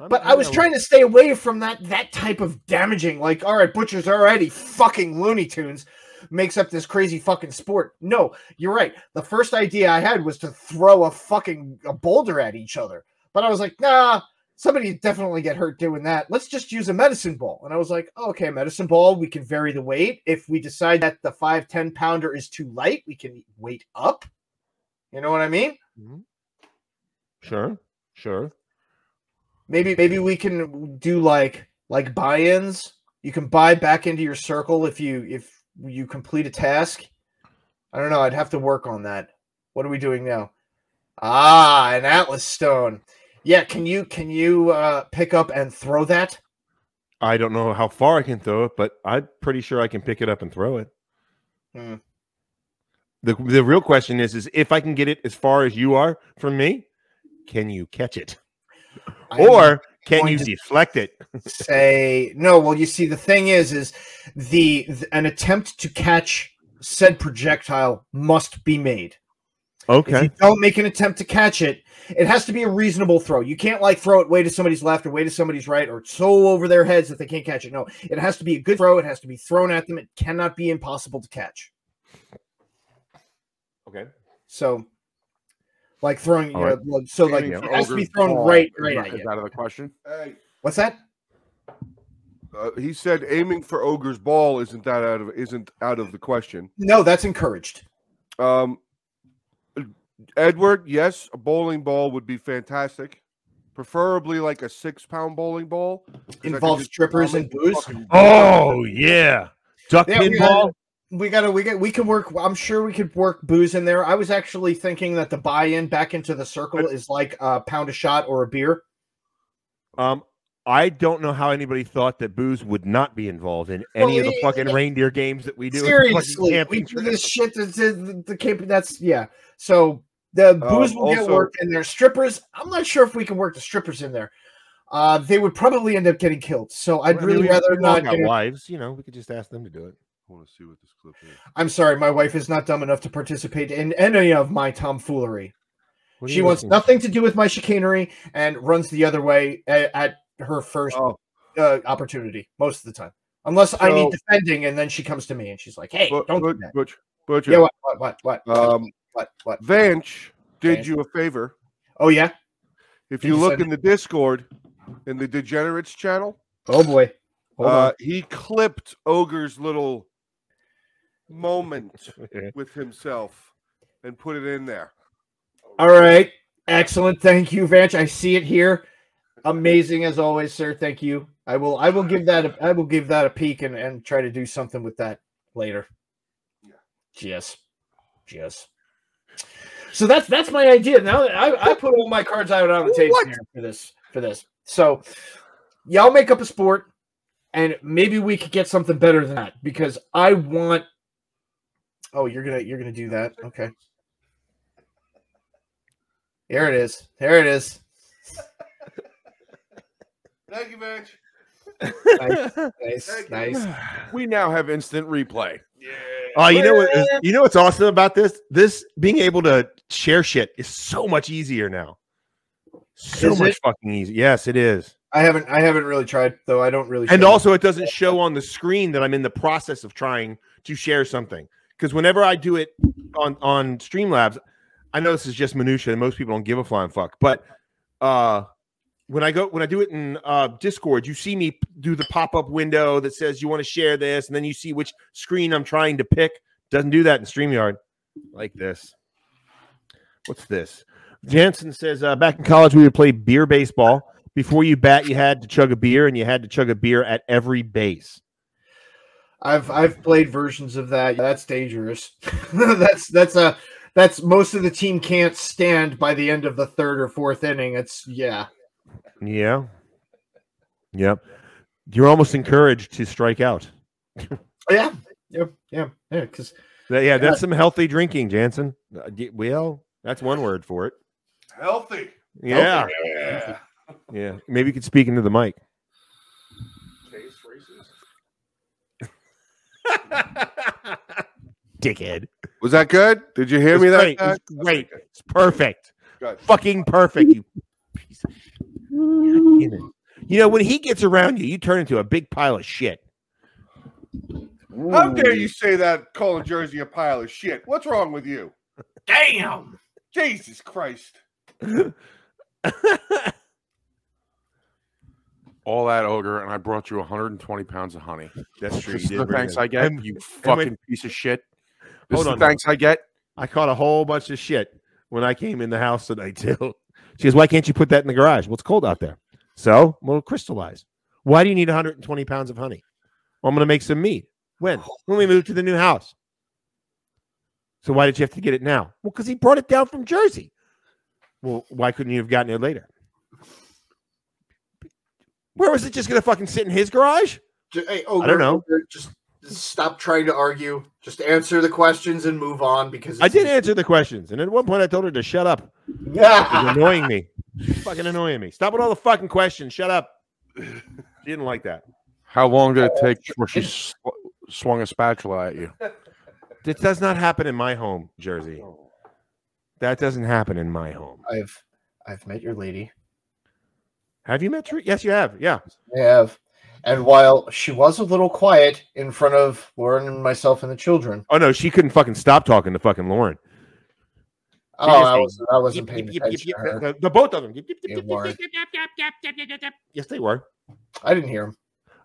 I'm- But I'm I was gonna- trying to stay away from that that type of damaging. Like, all right, Butcher's already fucking Looney Tunes makes up this crazy fucking sport. No, you're right. The first idea I had was to throw a fucking a boulder at each other. But I was like, nah, somebody would definitely get hurt doing that. Let's just use a medicine ball. And I was like, oh, okay, medicine ball, we can vary the weight. If we decide that the 5, 10 pounder is too light, we can weight up. You know what I mean? Sure. Sure. maybe maybe we can do like like buy-ins you can buy back into your circle if you if you complete a task i don't know i'd have to work on that what are we doing now ah an atlas stone yeah can you can you uh pick up and throw that I don't know how far I can throw it, but I'm pretty sure I can pick it up and throw it. Hmm. The the real question is is if I can get it as far as you are from me, can you catch it? I'm Or can going you to- deflect it? say no. Well, you see, the thing is, is the th- an attempt to catch said projectile must be made. If Okay. you don't make an attempt to catch it, it has to be a reasonable throw. You can't like throw it way to somebody's left or way to somebody's right or so over their heads that they can't catch it. No, it has to be a good throw. It has to be thrown at them. It cannot be impossible to catch. Okay. So, like throwing, All you know, like- so like Aiming it for has to be Ogre's thrown ball right, is right not- at is you. out of the question. Hey, What's that? uh, he said aiming for ogre's ball isn't that out of isn't out of the question. No, that's encouraged. Um, Edward, yes, a bowling ball would be fantastic. Preferably like a six pound bowling ball. 'cause I could Involves just strippers pound and the booze. fucking- Oh yeah. Duck Yeah, we pinball. We gotta, we get, we can work. I'm sure we could work booze in there. I was actually thinking that the buy-in back into the circle is like a pound a shot or a beer. Um, I don't know how anybody thought that booze would not be involved in Well, any of the it- fucking reindeer games that we do. at the fucking Seriously, we camping do trip. this shit. That's the, the camp. That's yeah. So Uh, the booze will get also- worked in there. Strippers. I'm not sure if we can work the strippers in there. Uh, they would probably end up getting killed. So I'd I mean, really we- rather we've all not. got get it. wives, you know, we could just ask them to do it. I want to see what this clip is. I'm sorry, my wife is not dumb enough to participate in any of my tomfoolery. What do She you wants think? nothing to do with my chicanery and runs the other way a- at her first Oh, uh, opportunity most of the time. Unless I need So- defending, and then she comes to me and she's like, "Hey, but, don't but, do that." Butch, Butcher, Yeah, what, what, what, what, what, um, what, what? Vanch did Vanch. you a favor. Oh yeah, If Did you you look send- in the Discord, in the Degenerates channel, oh boy. Hold on. uh, he clipped Ogre's little moment with himself and put it in there. All right, excellent. Thank you, Vanch. I see it here. Amazing as always, sir. Thank you. I will. I will give that. A, I will give that a peek and and try to do something with that later. Yes, yes. So that's that's my idea. Now that I, I put all my cards out on the table What? here for this for this. So y'all make up a sport, and maybe we could get something better than that because I want. Oh, you're gonna you're gonna do that? Okay. Here it is. Here it is. Thank you, Vanch. Nice, Thank you. nice. We now have instant replay. Oh, you know what? is- You know what's awesome about this? This being able to share shit is so much easier now. So Is much it? fucking easy. Yes, it is. I haven't I haven't really tried though. I don't really. And care. also, it doesn't show on the screen that I'm in the process of trying to share something. Because whenever I do it on on Streamlabs, I know this is just minutia, and most people don't give a flying fuck. But uh, when I go when I do it in uh, Discord, you see me p- do the pop up window that says you want to share this, and then you see which screen I'm trying to pick. Doesn't do that in Streamyard. Like this. What's this? Jansen says uh, back in college we would play beer baseball before you bat, you had to chug a beer, and you had to chug a beer at every base. I've I've played versions of that. That's dangerous. that's that's a that's most of the team can't stand by the end of the third or fourth inning. It's yeah. Yeah. Yep. You're almost encouraged to strike out. Yeah. Yep. Yeah. Yeah. Because That- yeah, that's some healthy drinking, Jansen. Uh, d- well, that's one word for it. Healthy. Yeah. Yeah. Yeah. Maybe you could speak into the mic. Dickhead. Was that good? Did you hear It's me that great. time? It's great. It's perfect. Good. Fucking perfect. You piece of shit. You know, when he gets around you, you turn into a big pile of shit. How dare you say that, calling Jersey a pile of shit? What's wrong with you? damn. Jesus Christ. All that ogre, and I brought you 120 pounds of honey. That's This is the thanks I get. you went- fucking piece of shit. This is Hold on, the though. thanks I get. I caught a whole bunch of shit when I came in the house tonight too. She goes, "Why can't you put that in the garage? Well, it's cold out there, so we'll crystallize. Why do you need 120 pounds of honey? Well, I'm going to make some mead. When? When we move to the new house. So why did you have to get it now? Well, because he brought it down from Jersey. Well, why couldn't you have gotten it later? Where was it just going to fucking sit in his garage? Hey, oh, I don't know. Just stop trying to argue. Just answer the questions and move on because I did answer the questions, and at one point I told her to shut up. It was Yeah. annoying me. She's fucking annoying me. Stop with all the fucking questions. Shut up. She didn't like that. How long did it take before she sw- swung a spatula at you? This does not happen in my home, Jersey. That doesn't happen in my home. I've I've met your lady. Have you met Tr- Yes, you have. Yeah. I have. And while she was a little quiet in front of Lauren and myself and the children, Oh no, she couldn't fucking stop talking to fucking Lauren. oh, I Seriously. wasn't, I wasn't Yip, paying yip, yip, attention yip, to her. The, the both of them. Yip, yip, yip, They yip, weren't. yip, yip, yip, yip, yip, yip, yip, yip, yip. Yes, they were. I didn't hear him.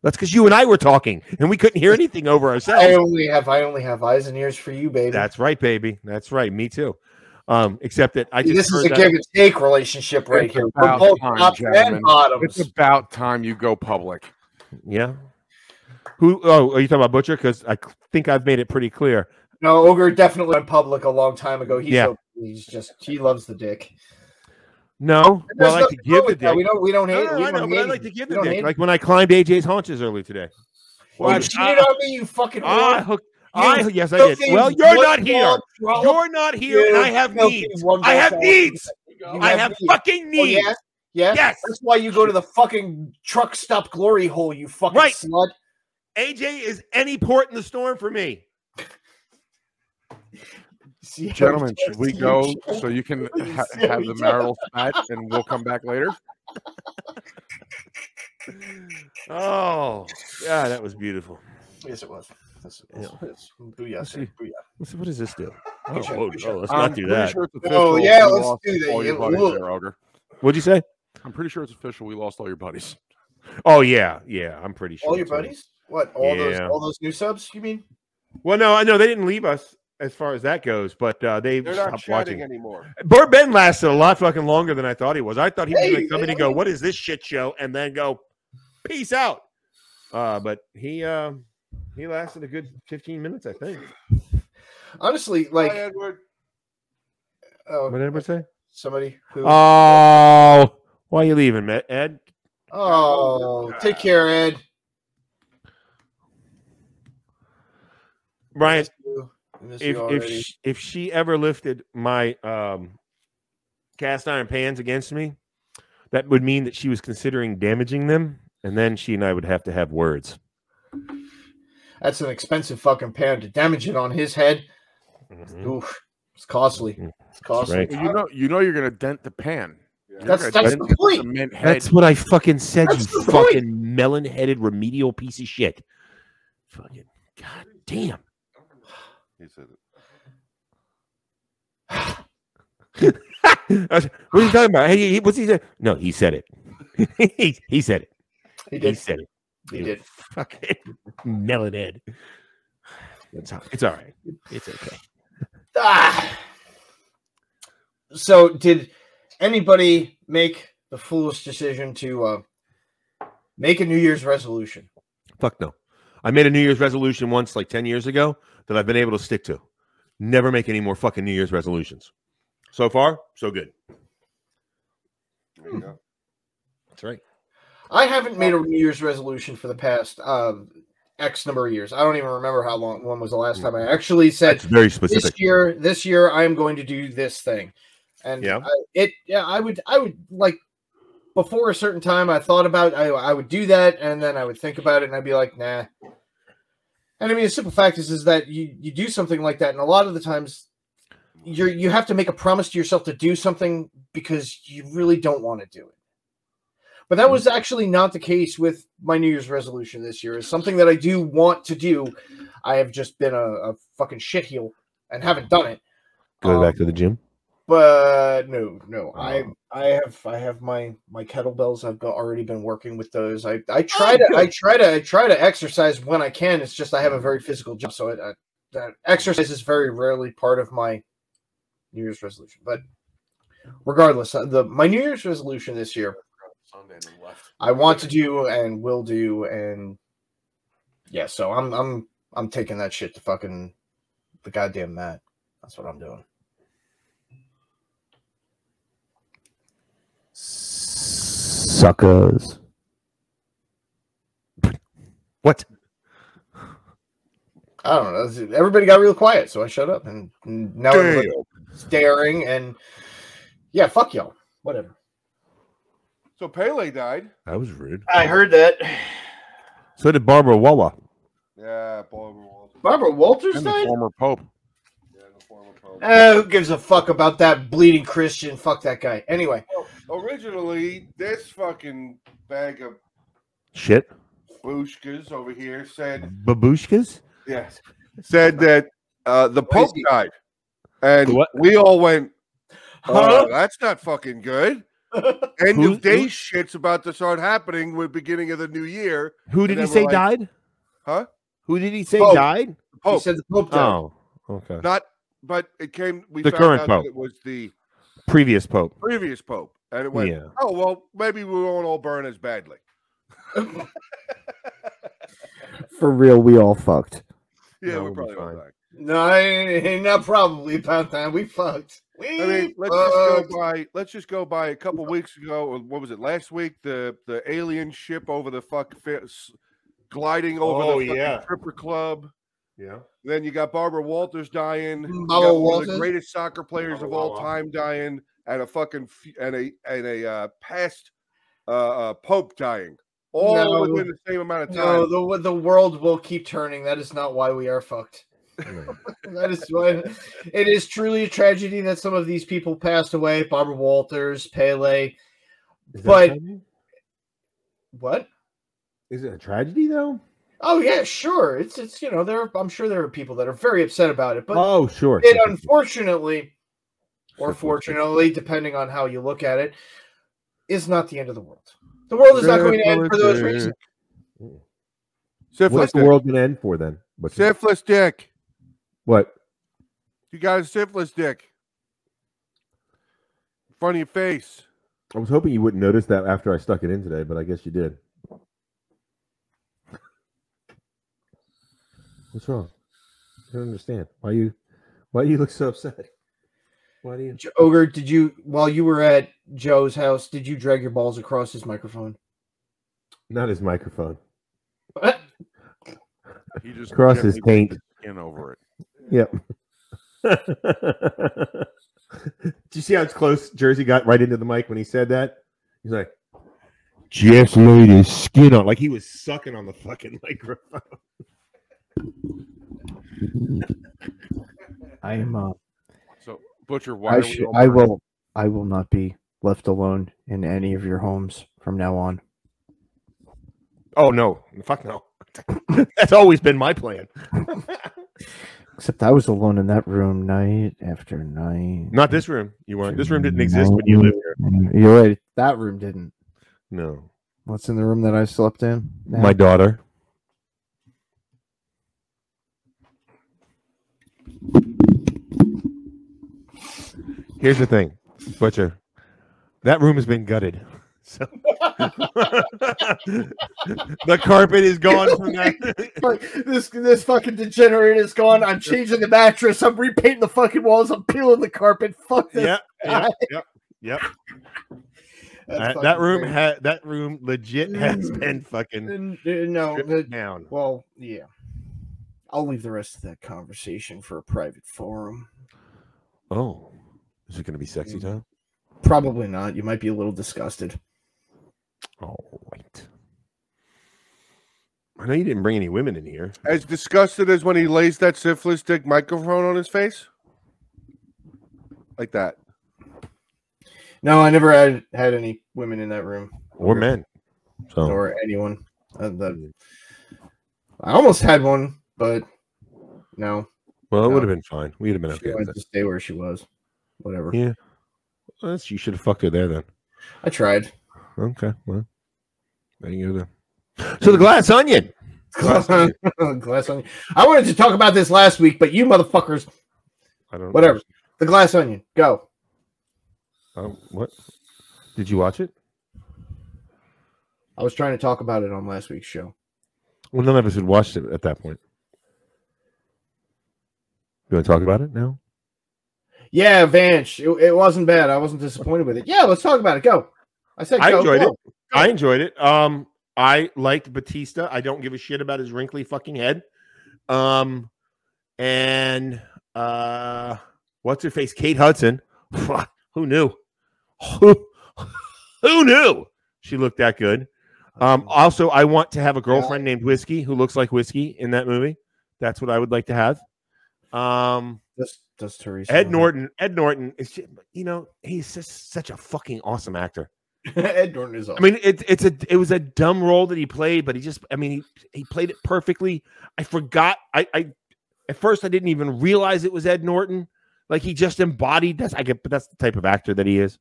That's because you and I were talking, and we couldn't hear anything over I ourselves. only have I only have eyes and ears for you, baby. That's right, baby. That's right. Me too. Um, except that I just this is heard a that- give and take relationship right It's here. We're about both time, top gentlemen. and bottoms. It's about time you go public. Yeah. Who? Oh, are you talking about Butcher? Because I c- think I've made it pretty clear. No, Ogre definitely went public a long time ago. He's, Yeah. so- he's just he loves the dick. No, well, I like to There's nothing wrong give the with that. We dick. don't we don't No, hate. no, we I know, don't but I hate like him. to give the We don't hate dick. him. Like when I climbed AJ's haunches earlier today. Well, you Well, ah. cheated on me, you fucking. I, I, whore. hooked- You I, yes, I did. filthy Well, you're not one-drop here. drunk. You're not here, and You I have filthy needs. one-drop I have drunk. needs. You I have needs. fucking Oh, needs. yeah? yeah, Yes. That's why you go to the fucking truck stop glory hole. You fucking Right. slut. AJ is any port in the storm for me. See how Gentlemen, should we sexy go you are? so you can Are you ha- have the serious? marital spat and we'll come back later? Oh, yeah, that was beautiful. Yes, it was. Yes, it was. Yeah. Yes. Booyah, Let's sir. see. Booyah. Let's see, what does this do? Oh, Good shot, whoa, good oh, shot. let's I'm not do pretty that. sure it's Oh, official. yeah, We let's lost do that. All your Yeah, buddies look. there, Ogre. What'd you say? I'm pretty sure it's official. We lost all your buddies. Oh yeah, yeah. I'm pretty sure. All your that's what it- buddies? What? All those? Yeah. All those new subs? You mean? Well, no, I know they didn't leave us as far as that goes, but uh, they They're not stopped chatting watching. anymore. Bur Ben lasted a lot fucking longer than I thought he was. I thought he was going Hey, to come in and go, "What is this shit show?" and then go, "Peace out." Uh, but he um, he lasted a good 15 minutes, I think. Honestly, Hi, like Edward. oh, What did I say? somebody Uh, who. Oh, why are you leaving, Ma- Ed? oh, take care, Ed. Brian, Miss you. I miss you if if already. she, if she ever lifted my um cast iron pans against me, that would mean that she was considering damaging them, and then she and I would have to have words. That's an expensive fucking pan to damage it on his head. Oof, it's costly. Mhm. It's costly. Well, Mm-hmm. right. you know, you know, you're gonna dent the pan. Yeah. You're That's gonna that's dent the the point. mint head. That's what I fucking said, That's you the point. fucking melon headed remedial piece of shit. Fucking god damn. He said it. I was- what are you talking about? Hey, he- what's he say? No, he said it. he, he said it. He He did. said it. He You did. Fucking melon head. It's all, it's all right. It's okay. Ah. So, did anybody make the foolish decision to uh, make a New Year's resolution? Fuck no. I made a New Year's resolution once, like 10 years ago, that I've been able to stick to. Never make any more fucking New Year's resolutions. So far, so good. There you go. That's right. I haven't made a New Year's resolution for the past um, X number of years. I don't even remember how long. When was the last time I actually said That's very this specific. year? This year, I am going to do this thing. And Yeah. I, it, yeah, I would, I would like before a certain time. I thought about I, I would do that, and then I would think about it, and I'd be like, nah. And I mean, the simple fact is, is that you you do something like that, and a lot of the times, you're you have to make a promise to yourself to do something because you really don't want to do it. But Hmm. that was actually not the case with my New Year's resolution this year. It's something that I do want to do. I have just been a, a fucking shitheel and haven't done it. Go Um, back to the gym. but no, no, I I have I have my my kettlebells. I've got, already been working with those. I I try to I try to I try to exercise when I can. It's just I have a very physical job, so it, I, that exercise is very rarely part of my New Year's resolution. But regardless, uh, the my New Year's resolution this year, Sunday and then left. I want to do and will do and yeah. So I'm I'm I'm taking that shit to fucking the goddamn mat. That's what I'm doing. Suckers. What? I don't know. Everybody got real quiet, so I shut up, and and now everybody's staring. And yeah, fuck y'all. Whatever. So Pele died. That was rude. I heard that. So did Barbara Walla. Yeah, Barbara Walters. Barbara Walters And the died. former Pope. Yeah, the former Pope. Eh, who gives a fuck about that bleeding Christian? Fuck that guy. Anyway, Originally, this fucking bag of Shit. bushkas over here said, Babushkas? yes, said that uh, the Pope Crazy. died. And What? we all went, Huh? oh, that's not fucking good. End Who- of day who- shit's about to start happening with beginning of the new year. Who did And he then say we're like- died? Huh? Who did he say Pope. died? he Pope. said the Pope died. Oh, okay. Not, but it came. We The found current out that pope. It was the Previous Pope. previous pope, and it went. Yeah. Oh well, maybe we won't all burn as badly. For real, we all fucked. Yeah, No, we're we'll be probably all fine. back. No, ain't- ain't not probably about that. We fucked. We I mean, let's just fucked. go by. Let's just go by a couple weeks ago, or what was it last week? The the alien ship over the fuck fa- s- gliding over Oh, the fucking yeah. stripper club. Yeah. Then you got Barbara Walters dying. you Mm, got Barbara one of the Walters. greatest soccer players of Barbara all Walters. time dying, and a fucking f- and a and a uh, past uh, uh, pope dying, all No. within the same amount of time. No, the the world will keep turning. That is not why we are fucked. That is why it is truly a tragedy that some of these people passed away. Barbara Walters, Pele. Is that But- a tragedy? What? is it a tragedy though? Oh yeah, sure. It's it's you know there. Are, I'm sure there are people that are very upset about it, but oh, sure. it sure, sure, sure. unfortunately, or Sure, sure, sure. fortunately, depending on how you look at it, is not the end of the world. The world is not going to end for those reasons. syphilis, What's the dick. world gonna end for then? What's that? syphilis dick. What? You got a syphilis dick in front of your face. I was hoping you wouldn't notice that after I stuck it in today, but I guess you did. What's wrong? I don't understand. Why you why you look so upset? Why do you J- Ogre, did you while you were at Joe's house, did you drag your balls across his microphone? not his microphone. He just Cross his gently taint. put his Skin over it. Do you see how it's close Jersey got right into the mic when he said that? He's like, Jeff laid his skin on. Like he was sucking on the fucking microphone. I am. Uh, So Butcher, why I, are sh- we all I burning? will. I will not be left alone in any of your homes from now on. Oh, no. Fuck no. That's always been my plan. Except I was alone in that room night after night. Not this room. You weren't. This room didn't exist when you lived here. You're right. That room didn't. No. What's in the room that I slept in? Nah. My daughter. Here's the thing, Butcher. That room has been gutted. So the carpet is gone from that. Fuck, this this fucking degenerate is gone. I'm changing the mattress. I'm repainting the fucking walls. I'm peeling the carpet. Fuck this. yep, yep, yep, yep. That, that That's fucking room crazy. had that room legit has been fucking N- n- no. stripped the- down. well, yeah. I'll leave the rest of that conversation for a private forum. Oh, is it going to be sexy time? Probably not. You might be a little disgusted. All right. I know you didn't bring any women in here. As disgusted as when he lays that syphilis dick microphone on his face, like that. No, I never had had any women in that room or men. So or anyone. Uh, that- I almost had one, but no. well, it No. would have been fine. We'd have been she okay. wanted With to stay where she was. Whatever. Yeah. it. You should have fucked her there then. I tried. Okay, well, there you go then. So the glass onion. Glass onion. glass onion. I wanted to talk about this last week, but you motherfuckers, I don't. whatever. The glass onion. Go. Um, what? Did you watch it? I was trying to talk about it on last week's show. Well, none of us had watched it at that point. You want to talk about it now? Yeah, Vanch. It, it wasn't bad. I wasn't disappointed with it. Yeah, let's talk about it. Go. I said I go, enjoyed go. it. I enjoyed it. Um, I liked Batista. I don't give a shit about his wrinkly fucking head. Um, and uh, what's her face? Kate Hudson. Who knew? Who, who knew she looked that good? Um, Uh-huh. also, I want to have a girlfriend named Whiskey who looks like Whiskey in that movie. That's what I would like to have. Um, Does does Teresa Ed Norton. Ed Norton is, ju- you know, he's just such a fucking awesome actor. Ed Norton is. I mean, it, it's a it was a dumb role that he played, but he just, I mean, he, he played it perfectly. I forgot. I, I at first I didn't even realize it was Ed Norton. Like he just embodied. That's I get, but that's the type of actor that he is.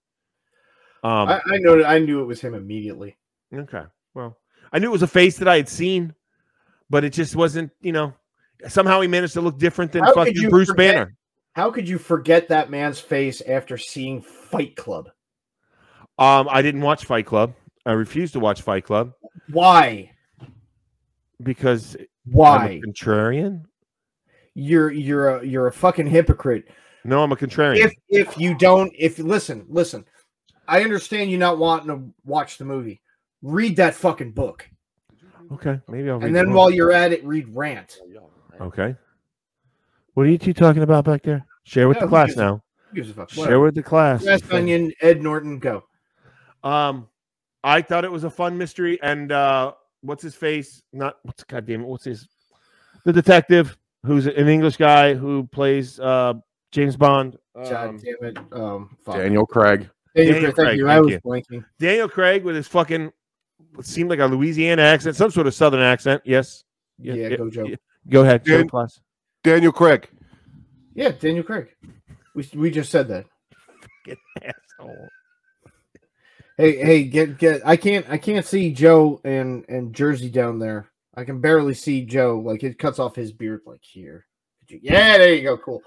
Um, I, I know. I knew it was him immediately. Okay. Well, I knew it was a face that I had seen, but it just wasn't, you know, somehow he managed to look different than How could fucking you Bruce forget- Banner. How could you forget that man's face after seeing Fight Club? Um, I didn't watch Fight Club. I refused to watch Fight Club Why? because Why? I'm a contrarian. You're you're a you're a fucking hypocrite. No, I'm a contrarian. if if you don't if listen listen i understand you not wanting to watch the movie read that fucking book okay, maybe I'll. read and then the while you're at it read rant book. okay, what are you two talking about back there? Share with Yeah, the who class gives a- now. Who gives a fuck Share Whatever. with the class. Glass onion ed norton go Um, I thought it was a fun mystery, and uh, what's his face? Not what's goddamn it? What's his? The detective, who's an English guy who plays uh, James Bond. god Um, damn it um fuck. Daniel Craig. Daniel Daniel Craig, Craig, thank you thank i was you. blanking Daniel Craig with his fucking what seemed like a Louisiana accent, some sort of Southern accent. Yes. yeah, Yeah, yeah, go joe yeah. Go ahead. Dan- show the class. Daniel Craig. yeah daniel craig we, we just said that Asshole. hey hey get get i can't i can't see joe and and jersey down there i can barely see joe like it cuts off his beard like here yeah there you go cool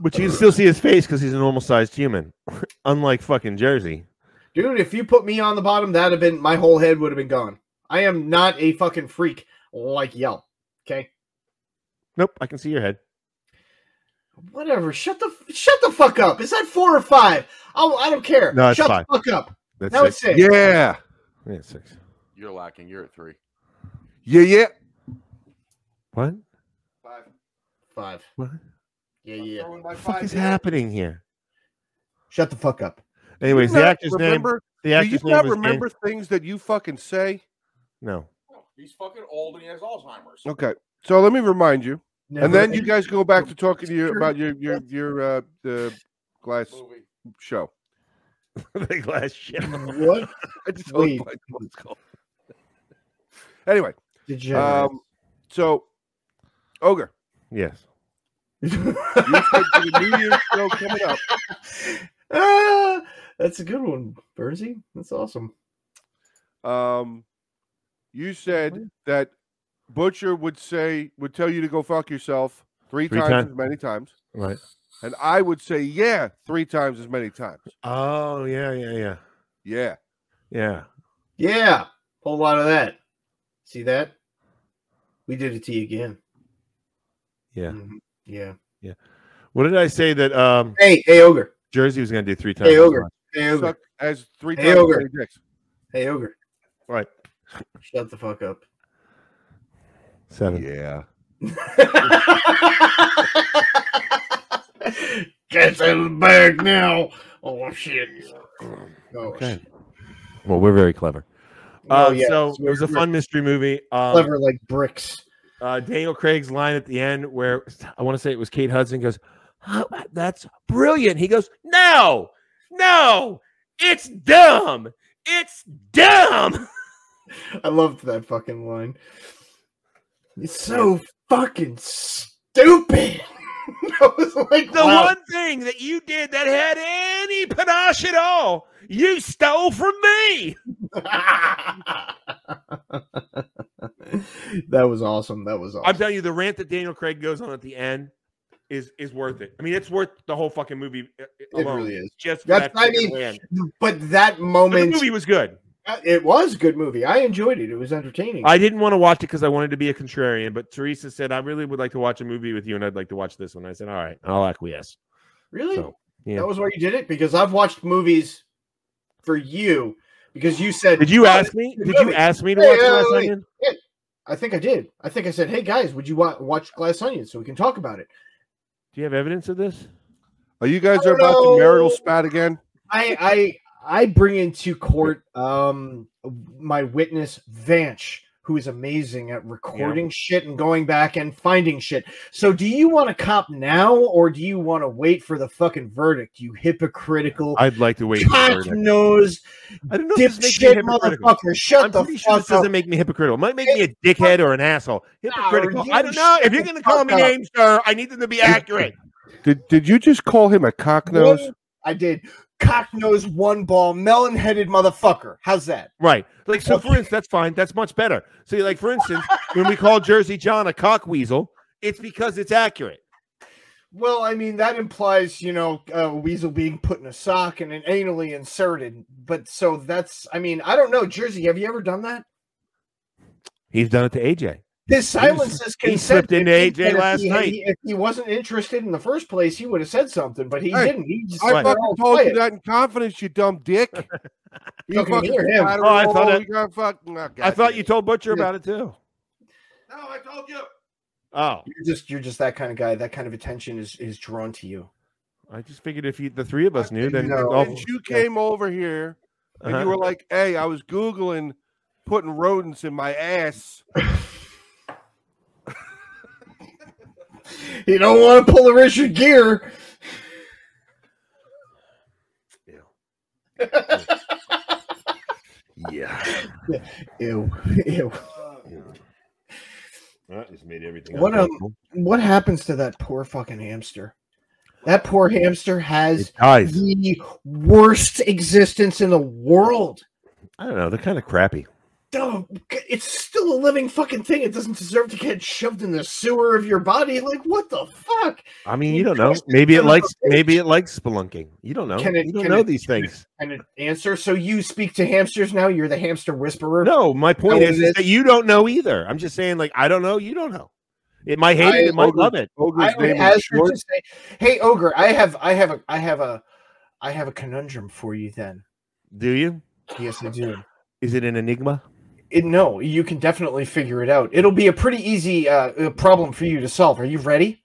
But you can still see his face because he's a normal sized human, unlike fucking Jersey. Dude, if you put me on the bottom, that'd have been my whole head would have been gone. I am not a fucking freak like Yelp. Okay. Nope, I can see your head. Whatever. Shut the shut the fuck up. Is that four or five? Oh, I don't care. No, it's shut five. the fuck up. That's Now it's six. six. Yeah. Yeah, it's six. You're lacking. You're at three. Yeah, yeah. What? Five. Five. What? Yeah, yeah. the fuck is happening here? Shut the fuck up. Anyways, Do you the not actor's remember, name. The Do you actor's not name was remember things that you fucking say? No. He's fucking old and he has Alzheimer's. Okay. So let me remind you, and Never- then you guys go back to talking to you Sure. about your your your uh, the glass Movie. show. the glass shit. what I just Wait. don't like what it's called. Oh, Anyway, did you? um, so ogre, Yes. you said for the New Year's show coming up. ah, that's a good one, Bernsey. That's awesome. Um, you said that Butcher would say would tell you to go fuck yourself three, Three times times. as many times, Right. and I would say yeah three times as many times. Oh yeah, yeah, yeah, Yeah, yeah. Yeah. Whole lot of that. See that? We did it to you again. Yeah. Mhm. Yeah. What did I say that um Hey, hey, Ogre. Jersey was gonna do three times? as Ogre. much? Hey, Ogre. Suck as three Hey, times ogre. as many dicks. Hey, Ogre. Right. Shut the fuck up. Seven. Yeah, Cat's out of the bag now. Oh, shit. Oh, Okay. shit. Well, we're very clever. Oh, uh, yeah. So it We're- was a we're fun mystery movie. Um, Clever like bricks. uh, Daniel Craig's line at the end, where I want to say it was Kate Hudson, goes, "Oh, "That's brilliant." He goes, "No, no, it's dumb, it's dumb." I loved that fucking line. It's so fucking stupid. I was like, The wow. one thing that you did that had any panache at all, you stole from me. that was awesome. That was I'm awesome. telling you, the rant that Daniel Craig goes on at the end is is worth it. I mean, it's worth the whole fucking movie uh, It alone. really is. Just for That's- that I freaking mean, rant. But that But the moment, movie was good. it was a good movie. I enjoyed it. It was entertaining. I didn't want to watch it because I wanted to be a contrarian, but Teresa said I really would like to watch a movie with you, and I'd like to watch this one. I said, all right, I'll acquiesce. really? so, yeah. That was why you did it? Because I've watched movies for you because you said, Did you "Oh, ask me? a Did you movie." ask me to Hey, watch hey, Glass wait. Onion? I think I did. I think I said, hey guys, would you wa- watch Glass Onion so we can talk about it? Do you have evidence of this? Are you guys are about No. to marital spat again? I I I bring into court um my witness Vanch, who is amazing at recording shit and going back and finding shit. So do you want a cop now or do you want to wait for the fucking verdict? You hypocritical I'd like to wait. for the cock verdict. nosed I don't know if this makes me dipshit hypocritical. motherfucker. Shut I'm the pretty sure this fuck up. doesn't make me hypocritical. It might make me a dickhead or an asshole. Hypocritical. you I don't know. If you're shut going to the call fuck me up. names, sir, I need them to be accurate. Did did you just call him a cocknose? One- I did. Cock nosed one ball, melon headed motherfucker. How's that? Right. Like, so for instance, that's fine. That's much better. See, like, for instance, when we call Jersey John a cockweasel, it's because it's accurate. Well, I mean that implies you know a weasel being put in a sock and an anally inserted. But so that's I mean I don't know Jersey. Have you ever done that? He's done it to AJ. His silence is he consent. slipped into AJ It means that if last he- night. he- if he wasn't interested in the first place, he would have said something, but he Hey, didn't. He just I Right. fucking I'll told play you it. that in confidence, you dumb dick. You Fucking hear him. flatterer. Oh, I thought it- you got fucking- oh, I thought goddamn. you told Butcher Yeah. about it too. No, I told you. Oh, You're just you're just that kind of guy. That kind of attention is is drawn to you. I just figured if you, the three of us knew, then No. Oh, all- Since you came over here and Uh-huh. you were like, "Hey, I was googling putting rodents in my ass." You don't want to pull a Richard Gear. yeah, Ew, ew. that just made everything. One of 'em- uncomfortable. What happens to that poor fucking hamster? That poor hamster has It dies. the worst existence in the world. I don't know. They're kind of crappy. Dumb. It's still a living fucking thing. It doesn't deserve to get shoved in the sewer of your body. Like, what the fuck? I mean, you you don't know. just Maybe it don't know. likes. Maybe it likes spelunking. You don't know. Can it- you don't can know it- these can it- things. And an answer. So you speak to hamsters now? You're the hamster whisperer? No, my point No, is, it is is. that you don't know either. I'm just saying, like, I don't know. You don't know. It might hate it. I- It might Ogre- love it. Ogre's I would name hazard is Short. to say, hey ogre, I have I have a I have a I have a conundrum for you then. Do you? Yes, I do. Is it an enigma? It, no, you can definitely figure it out. It'll be a pretty easy uh, uh, problem for you to solve. Are you ready?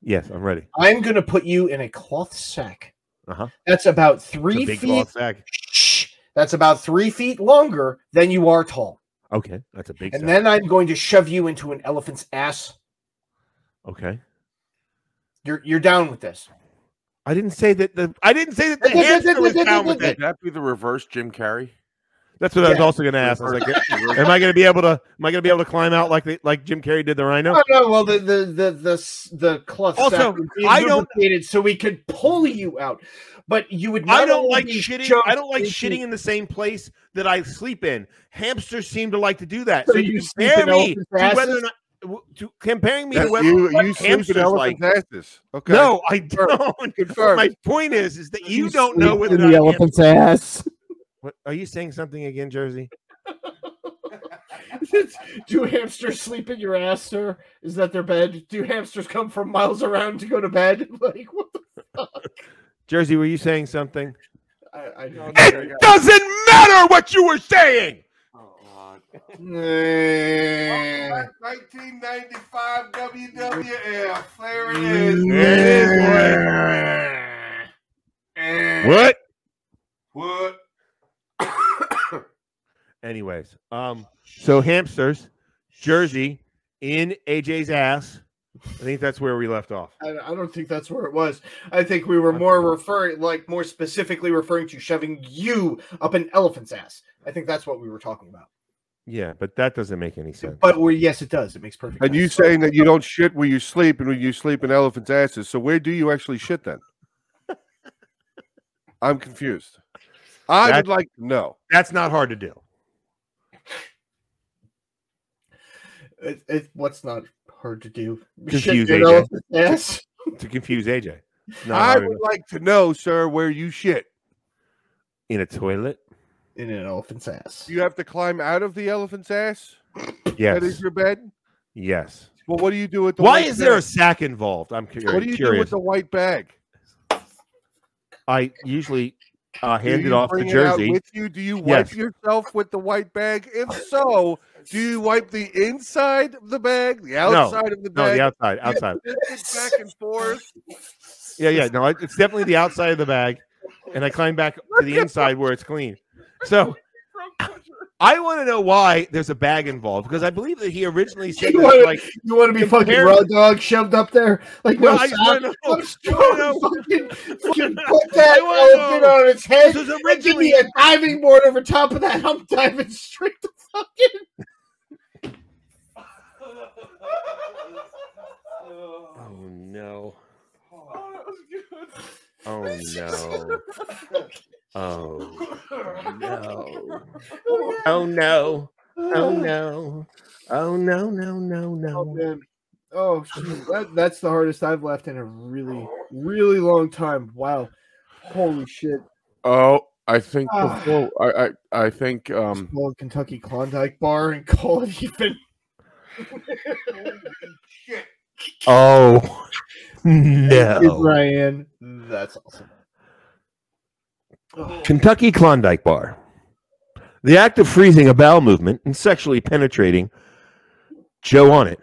Yes, I'm ready. I'm going to put you in a cloth sack. Uh-huh. That's about It's a three big feet. cloth sack. Shh. That's about three feet longer than you are tall. Okay, that's a big. And sack. then I'm going to shove you into an elephant's ass. okay, You're you're down with this. I didn't say that. The I didn't say that the hamster was down with it. Would that be the reverse Jim Carrey? That's what I was Yeah. also going to ask. I was like, am I going to be able to? Am I going to be able to climb out like the, like Jim Carrey did the rhino? Oh, no, well the the the the, s- the cloth Also, sack would be I don't- lubricated so we could pull you out. But you would not I don't only like be shitting. shoved I don't like into- shitting in the same place that I sleep in. Hamsters seem to like to do that. So So, you you sleep compare in me to elephants' whether asses? or not w- to comparing me That- to whether. you what you sleep hamsters in like. elephant asses. Okay. No, I Confirmed. don't. Confirmed. My point is, is that you, You don't sleep know whether in or the not elephant's ass. What, are you saying something again, Jersey? Do hamsters sleep in your ass, sir? Is that their bed? Do hamsters come from miles around to go to bed? Like what? The, Jersey, were you saying something? I, I don't know. It doesn't matter what you were saying. Nah. 1995 WWF. There What? What? Anyways, um, so hamsters, Jersey in AJ's ass. I think that's where we left off. I, I don't think that's where it was. I think we were more referring, like more specifically referring to shoving you up an elephant's ass. I think that's what we were talking about. Yeah, but that doesn't make any sense. But we yes, it does. It makes perfect. And you sense. saying that you don't shit where you sleep and when you sleep in elephants' asses. So where do you actually shit then? I'm confused. I That- would like to know. That's not hard to do. it, it, what's not hard to do? Just Shit use in AJ. elephant's ass. To confuse AJ, It's not I hard would enough. like to know, sir, where you shit. in a toilet. in an elephant's ass. Do you have to climb out of the elephant's ass? Yes, That is your bed. yes. Well, what do you do with the? Why white is there a bag? sack involved? I'm curious. What do you do with curious. the white bag? I usually uh, Do handed you off the bring it out jersey. with you? Do you wipe Yes. yourself with the white bag? If so, do you wipe the inside of the bag, the outside of the No, bag? the outside, outside. It's back and forth. Yeah, yeah. No, I- it's definitely the outside of the bag, and I climb back to the inside where it's clean. So I want to know why there's a bag involved because I believe that he originally said You that, wanna- like You want to be fucking Compared- raw dog shoved up there? Like, no, No, I sock? don't know. I'm I don't fucking, fucking put that I wanna elephant know. on its this head. was And give originally me a diving board over top of that. I'm diving straight to fucking. Oh no. Oh no. Oh no. Oh no. Oh no. Oh no no no Oh no. man. Oh, shoot. That, that's the hardest I've left in a really, really long time. Wow. Holy shit. Oh, I think Ah. before I, I I think um Small Kentucky Klondike bar and call it even. Oh no. Ryan. That's awesome. Oh, Kentucky Klondike Bar. The act of freezing a bowel movement and sexually penetrating Joe on it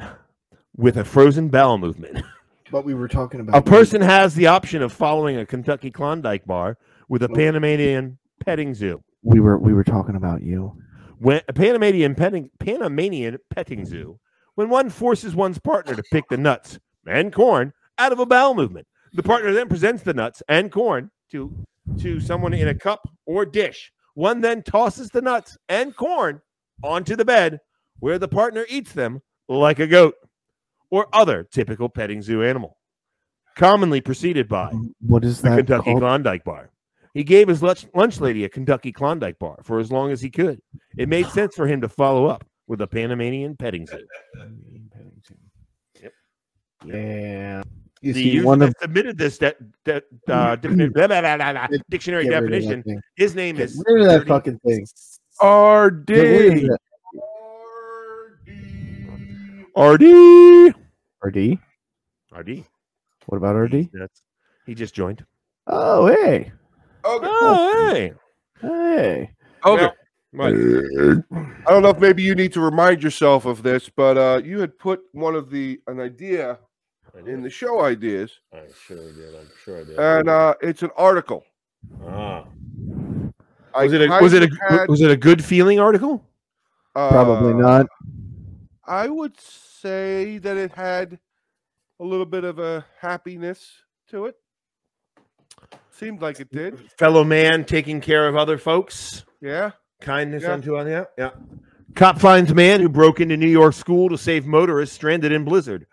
with a frozen bowel movement. What we were talking about. A person has the option of following a Kentucky Klondike bar with a Panamanian petting zoo. We were we were talking about you. When a Panamanian petting Panamanian petting zoo, when one forces one's partner to pick the nuts and corn out of a bowel movement, the partner then presents the nuts and corn to to someone in a cup or dish. One then tosses the nuts and corn onto the bed, where the partner eats them like a goat or other typical petting zoo animal, commonly preceded by What is the that? Kentucky called? Klondike bar. He gave his lunch, lunch lady a Kentucky Klondike bar for as long as he could. It made sense for him to follow up with a Panamanian petting zoo. Yeah. You The see, user one that of submitted this de- de- uh, defini- blah, blah, blah, blah, blah, dictionary get rid of that definition. thing. His name Get is rid of that Dirty- fucking thing. Get rid of RD RD. that. RD? RD. What about RD? That's, he just joined. Oh, hey. Oh, hey. Hey. Okay. Mike. I don't know if maybe you need to remind yourself of this, but uh, you had put one of the an idea in the show ideas, I sure did. I'm sure I did. and uh, it's an article. Ah. I was, it a, kind was, it of a, had, was it a good feeling article? Probably uh, not. I would say that it had a little bit of a happiness to it. Seemed like it did. Fellow man taking care of other folks. Yeah. Kindness Yeah. unto yeah, yeah. Cop finds man who broke into New York school to save motorist stranded in blizzard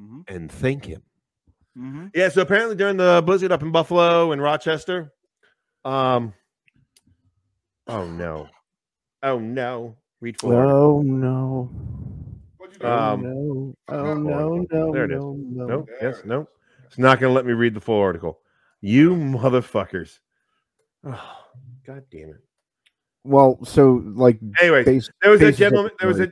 Mm-hmm. and thank him. Mm-hmm. Yeah, so apparently during the blizzard up in Buffalo and Rochester, um, oh no, oh no, read forward. Oh, no. What'd you do? Oh, Um, no. Oh, forward. no, no, There it is. no, no. no, there yes, it no, it's not going to let me read the full article. You motherfuckers! Oh, God damn it. Well, so, like, Anyway, base, there was a Faces of gentleman. There was a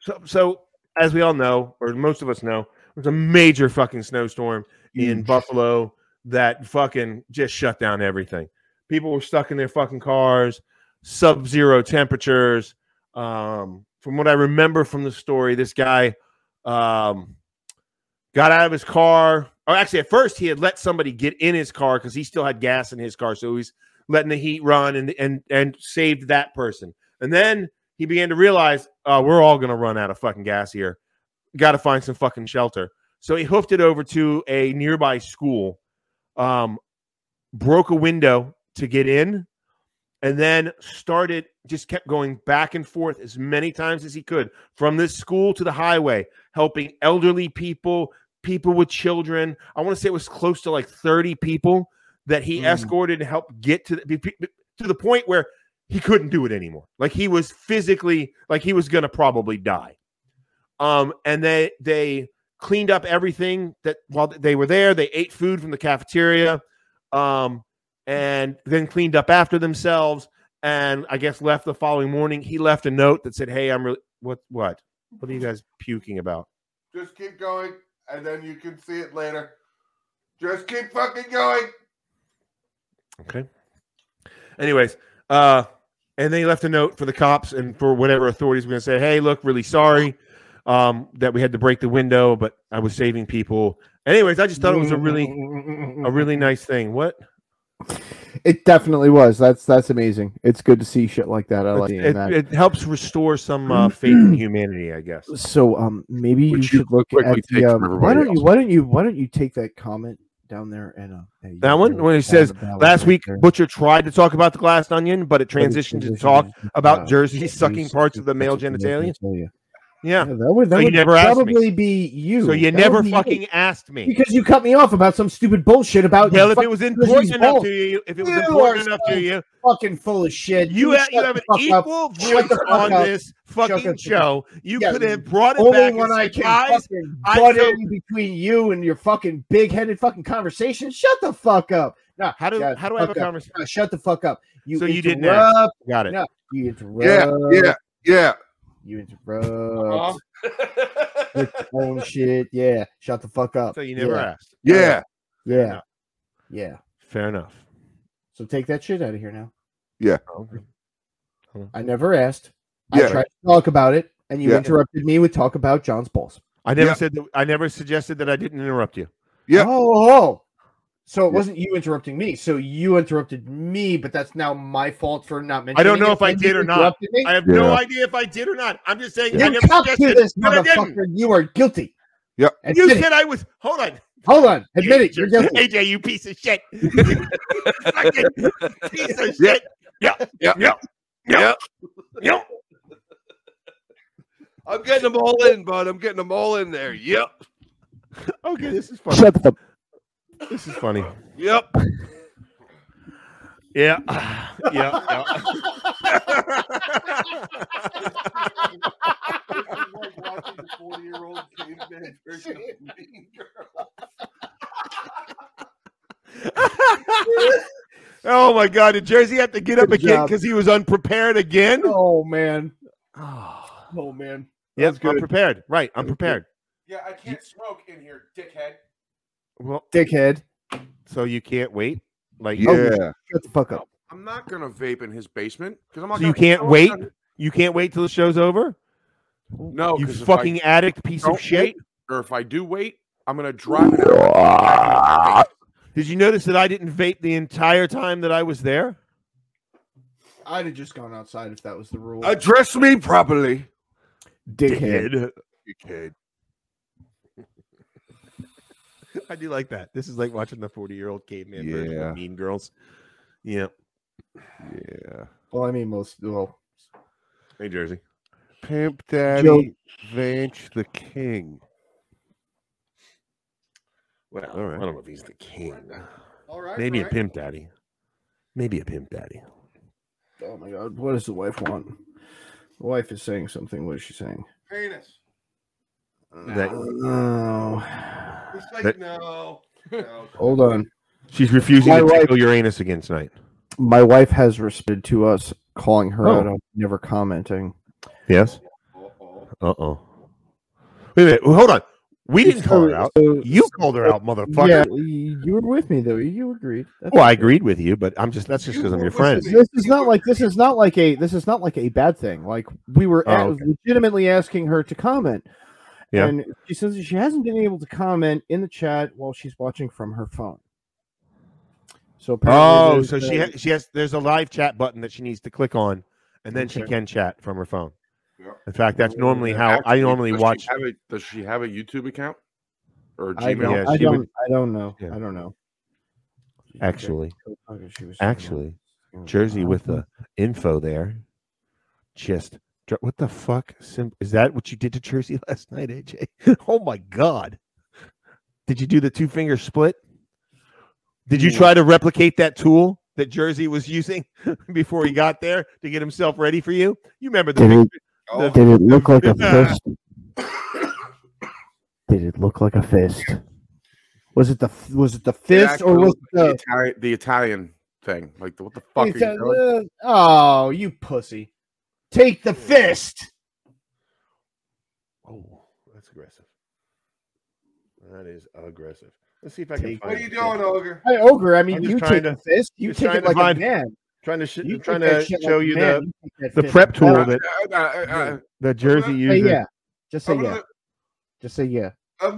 so, so as we all know, or most of us know, there was a major fucking snowstorm in Buffalo that fucking just shut down everything. People were stuck in their fucking cars, sub-zero temperatures. Um, from what I remember from the story, this guy um, got out of his car. Or actually, at first he had let somebody get in his car because he still had gas in his car, so he's letting the heat run and and and saved that person. And then he began to realize uh, we're all going to run out of fucking gas here. Got to find some fucking shelter. So he hoofed it over to a nearby school, um, broke a window to get in, and then started just kept going back and forth as many times as he could from this school to the highway, helping elderly people, people with children. I want to say it was close to like 30 people that he Mm. escorted to help get to the, to the point where he couldn't do it anymore. Like he was physically like he was gonna probably die. Um, and they they cleaned up everything that while they were there. They ate food from the cafeteria, um, and then cleaned up after themselves. And I guess left the following morning. He left a note that said, "Hey, I'm really what what what are you guys puking about?" Just keep going, and then you can see it later. Just keep fucking going. Okay. Anyways, uh, and they left a note for the cops and for whatever authorities were going to say, hey, look, really sorry um, that we had to break the window, but I was saving people. Anyways, I just thought it was a really, a really nice thing. What? It definitely was. That's that's amazing. It's good to see shit like that. I like It, seeing it, that. it helps restore some uh, faith in humanity, I guess. so um maybe you Which you should look at quickly take the from um, why everybody don't you else. why don't you why don't you take that comment down there and uh, and you That one? can When he add says, the ballot Last right week, there." Butcher tried to talk about the glass onion, but it But it transitioned to transitioned talk into about that. Jersey sucking uh, Jersey parts of the sucking male parts of the genitalia. genitalia. Yeah. Yeah, that would that you would never asked me. probably be you. So you That would never be you. fucking asked me. because you cut me off about some stupid bullshit about Well, if fucking, it was Jersey's important enough balls. to you, if it was You important are enough to so you, fucking full of shit. you ha- you have an shut the fuck equal up. Shut voice the fuck on up. this the fucking fuck show. You Yeah, could have brought it Only back when I and said, can guys, fucking I butt feel- in between you and your fucking big-headed fucking conversation. Shut the fuck up. No, how do shut how do I the have a fuck up. conversation? No, shut the fuck up. You So you didn't ask. interrupt. Got it. No. You interrupt. Yeah, uh, yeah, yeah. You Uh-huh. interrupt. With your own shit. Yeah. Shut the fuck up. So you never Yeah. asked. Yeah. Yeah. No. Yeah. Fair enough. So take that shit out of here now. Okay. I never asked. I Yeah. tried to talk about it, and you Yeah. interrupted me with talk about John's balls. I never Yeah. said that. I never suggested that I didn't interrupt you. Yeah. Oh, oh. so it Yeah. wasn't you interrupting me. So you interrupted me, but that's now my fault for not mentioning. I don't know it if I when you did or not. interrupted me. I have Yeah. no idea if I did or not. I'm just saying I You never cop to suggested. this but I didn't. motherfucker. You are guilty. Yeah. You Admit it. said I was. Hold on. Hold on. Admit it. You're guilty. AJ, you piece of shit. Fucking piece of shit. Yeah. Yeah. Yeah. Yeah. Yeah. I'm getting them all in, bud. I'm getting them all in there. Yep. Okay, this is funny. Shut the This is funny. Yep. Yeah. Yeah. yeah. oh my God! Did Jersey have to get up Good again job. because he was unprepared again? Oh man. Oh man. Yes, I'm prepared. Right, I'm prepared. Yeah, I can't smoke in here, dickhead. Well, Dickhead. so you can't wait. Like Yeah. Shut the fuck up. I'm not gonna vape in his basement because I'm not. So you gonna- can't I'm not wait? gonna- you can't wait till the show's over. No, You 'cause if I fucking addict piece don't of shit. wait, or if I do wait, I'm gonna drive it out. Did you notice that I didn't vape the entire time that I was there? I'd have just gone outside if that was the rule. Address me properly. Dickhead. You kid. I do like that. This is like watching the 40 year old caveman version Yeah. of Mean Girls. Yeah. Yeah. well, I mean, most well, Hey, Jersey. Pimp Daddy Joe- Vance the King. Well, All right. I don't know if he's the king. all right. Maybe a pimp daddy. Maybe a pimp daddy. Oh my god, what does the wife want? The wife is saying something. What is she saying? Penis. That- Oh. He's like, That- no. no. Hold on. She's refusing My to wife- tickle your anus again tonight. My wife has responded to us calling her Oh. out on never commenting. Yes. Uh oh. Wait a minute. Well, hold on. We didn't call her out. So- You called her out, motherfucker. yeah, you you were with me though. You agreed. That's Well, I agreed with you, but I'm just that's just You because I'm were your with friend. me. this is not like this is not like a this is not like a bad thing. Like we were Oh, at- okay. legitimately asking her to comment. Yeah. And she says that she hasn't been able to comment in the chat while she's watching from her phone. So apparently Oh, there's so she a- ha- she has there's a live chat button that she needs to click on, and then she Okay. can chat from her phone. Yeah. In fact, that's normally how I normally does watch. She have a, does she have a YouTube account or a I Gmail? don't, Yeah, I, she would- don't I don't know. Yeah. I don't know. Actually, Okay, she was- actually, Uh-huh. Jersey with the info there. Just dr- what the fuck? Sim- Is that what you did to Jersey last night, AJ? Oh my god! Did you do the two finger split? Did you try to replicate that tool that Jersey was using before he got there to get himself ready for you? You remember the Did picture it- Did it look like a fist? Did it look like a fist? Was it the was it the It fist or actually was looked it the? like the, Italian, the Italian thing? Like what the fuck are you It's a- doing? oh, you pussy! Take the fist. Oh, that's aggressive. That is aggressive. Let's see if I Take- can. What are find you it. doing, Ogre? Hey, ogre. I mean, I'm just you trying take to- the fist. You just take trying it to like find- a man. trying to sh- You trying take that to shit like show you a man, the, you take that the shit prep like- tool that, I- I- I- I- that Jersey Say uses. Uh, yeah. Just say I'm yeah. gonna- Just say yeah. Just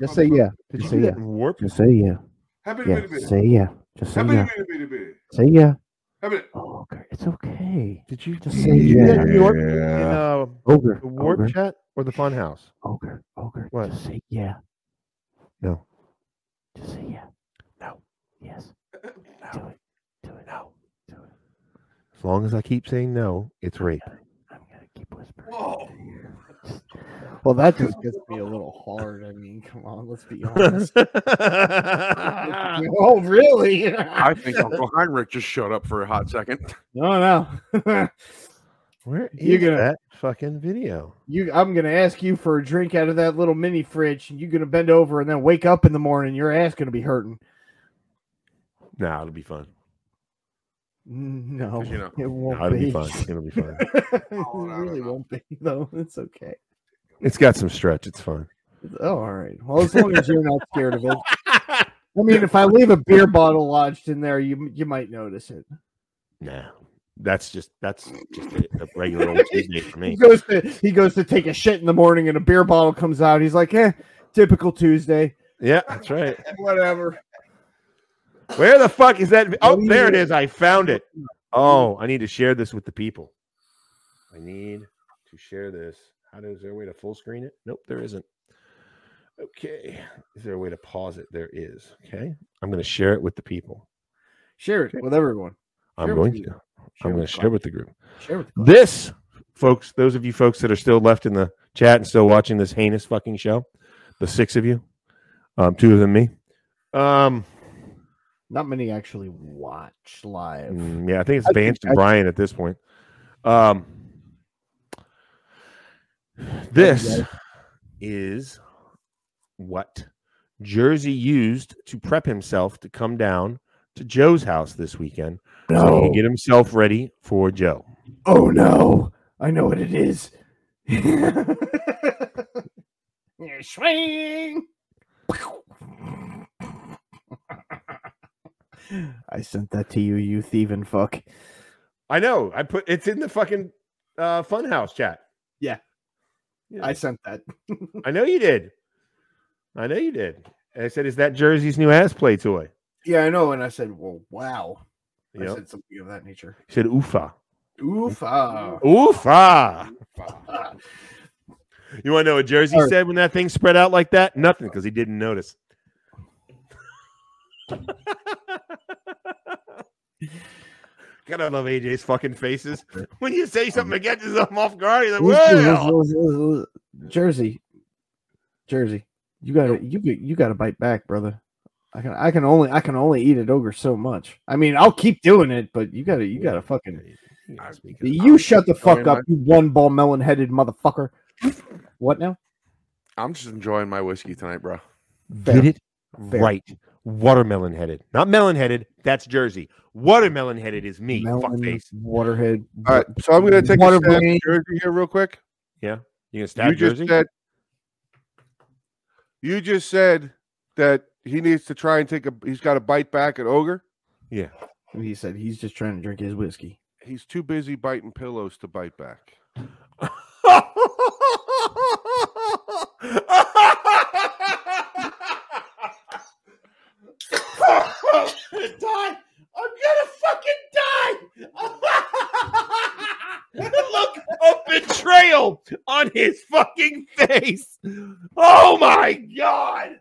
Just say yeah. Did Just you say yeah. get warped? Just say yeah. Happy to Yeah. be to Say yeah. Just say Happy yeah. to be to be. Say yeah. Happy to Oh, okay. It's okay. Did you Just did say you get yeah. warped in uh, Ogre. the warp Ogre. chat or the fun house? Ogre. Ogre. What? Just say yeah. No. Just say yeah. No. Yes. Do it. Do it. No. Do it. As long as I keep saying no, it's rape. I'm gonna keep whispering. Whoa. Well, that just gets me a little hard. I mean, come on, let's be honest. oh, really? I think Uncle Heinrich just showed up for a hot second. no, no. Where is You're gonna- that fucking video? you, I'm gonna ask you for a drink out of that little mini fridge, and you're gonna bend over and then wake up in the morning. Your ass gonna be hurting. nah, it'll be fun. Mm, No, 'Cause, you know, it won't Nah, it'll be. be fun. It'll be fun. it no, no, really no. won't be though. It's okay. It's got some stretch. It's fun. Oh, all right. Well, as long as you're not scared of it. I mean, if I leave a beer bottle lodged in there, you you might notice it. Nah, that's just that's just a, a regular old Tuesday for He me. goes to he goes to take a shit in the morning, and a beer bottle comes out. He's like, "Eh, typical Tuesday." Yeah, that's right. Whatever. Where the fuck is that? vi- Oh, What there it do you- is. I found it. Oh, I need to share this with the people. I need to share this. How does there a way to full screen it? Nope, there isn't. Okay. Is there a way to pause it? There is. Okay. I'm going to share it with the people. Share it with everyone. I'm Share with going you. to. I'm going to with share with the group. class. Share with the class. This, folks, those of you folks that are still left in the chat and still watching this heinous fucking show, the six of you, um, two of them, me. Um, Not many actually watch live. Mm, yeah, I think it's I think- Vance I- and Brian at this point. Um, this is what Jersey used to prep himself to come down to Joe's house this weekend so he No. can get himself ready for Joe. oh no! I know what it is. Swing. I sent that to you, you thieving fuck. I know. I put it's in the fucking uh, funhouse chat. Yeah. Yeah. I sent that. I know you did. I know you did. And I said, "Is that Jersey's new ass play toy?" Yeah, I know. And I said, "Well, wow." I Yep. said something of that nature. He said, "Oofa, Oof! ah. oofa." Ah. You want to know what Jersey Sorry. said when that thing spread out like that? Nothing, because he didn't notice. Gotta love AJ's fucking faces. When you say something that catches them off guard, he's like, well. Jersey, Jersey, you gotta you g- you gotta bite back, brother. I can I can only I can only eat at ogre so much. I mean, I'll keep doing it, but you gotta you gotta fucking you shut the fuck up, you one ball melon headed motherfucker. What now? I'm just enjoying my whiskey tonight, bro. Get it Fair. right. Watermelon headed. Not melon headed. That's Jersey. Watermelon headed is me. Melon, Fuckface. waterhead. All right, so I'm going to take a Water stab at brain. Jersey here real quick. You gonna stab you just Jersey? said you just said that he needs to try and take a he's got to bite back at ogre And he said he's just trying to drink his whiskey. he's too busy biting pillows to bite back look of betrayal on his fucking face. Oh my god.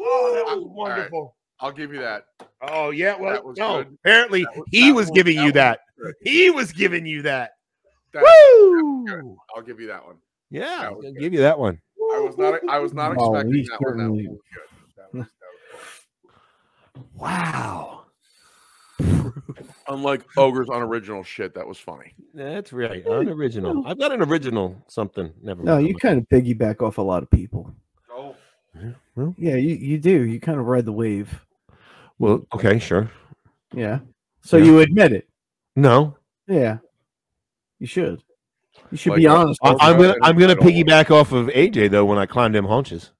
Oh, that was right. wonderful. I'll give you that. Oh yeah, well, That was no. good. Apparently, That was- he that was one- giving that you one- that. good. He was giving you that. That- Woo! I'll give you that one. Yeah, That I'll was good. give you that one. I was not. I was not Well, expecting we that one. That one certainly- was good. That was, that was Wow, good. Unlike Ogre's unoriginal shit, that was funny. that's right. Unoriginal. I've got an original something. Never. No, mind. you kind of piggyback off a lot of people. oh Yeah, you, you do. You kind of ride the wave. Well, okay, sure. Yeah. So Yeah. you admit it. No, Yeah. You should. You should Like be that. honest. I, Okay. I'm gonna I'm gonna I don't want- piggyback off of AJ though when I climb them haunches.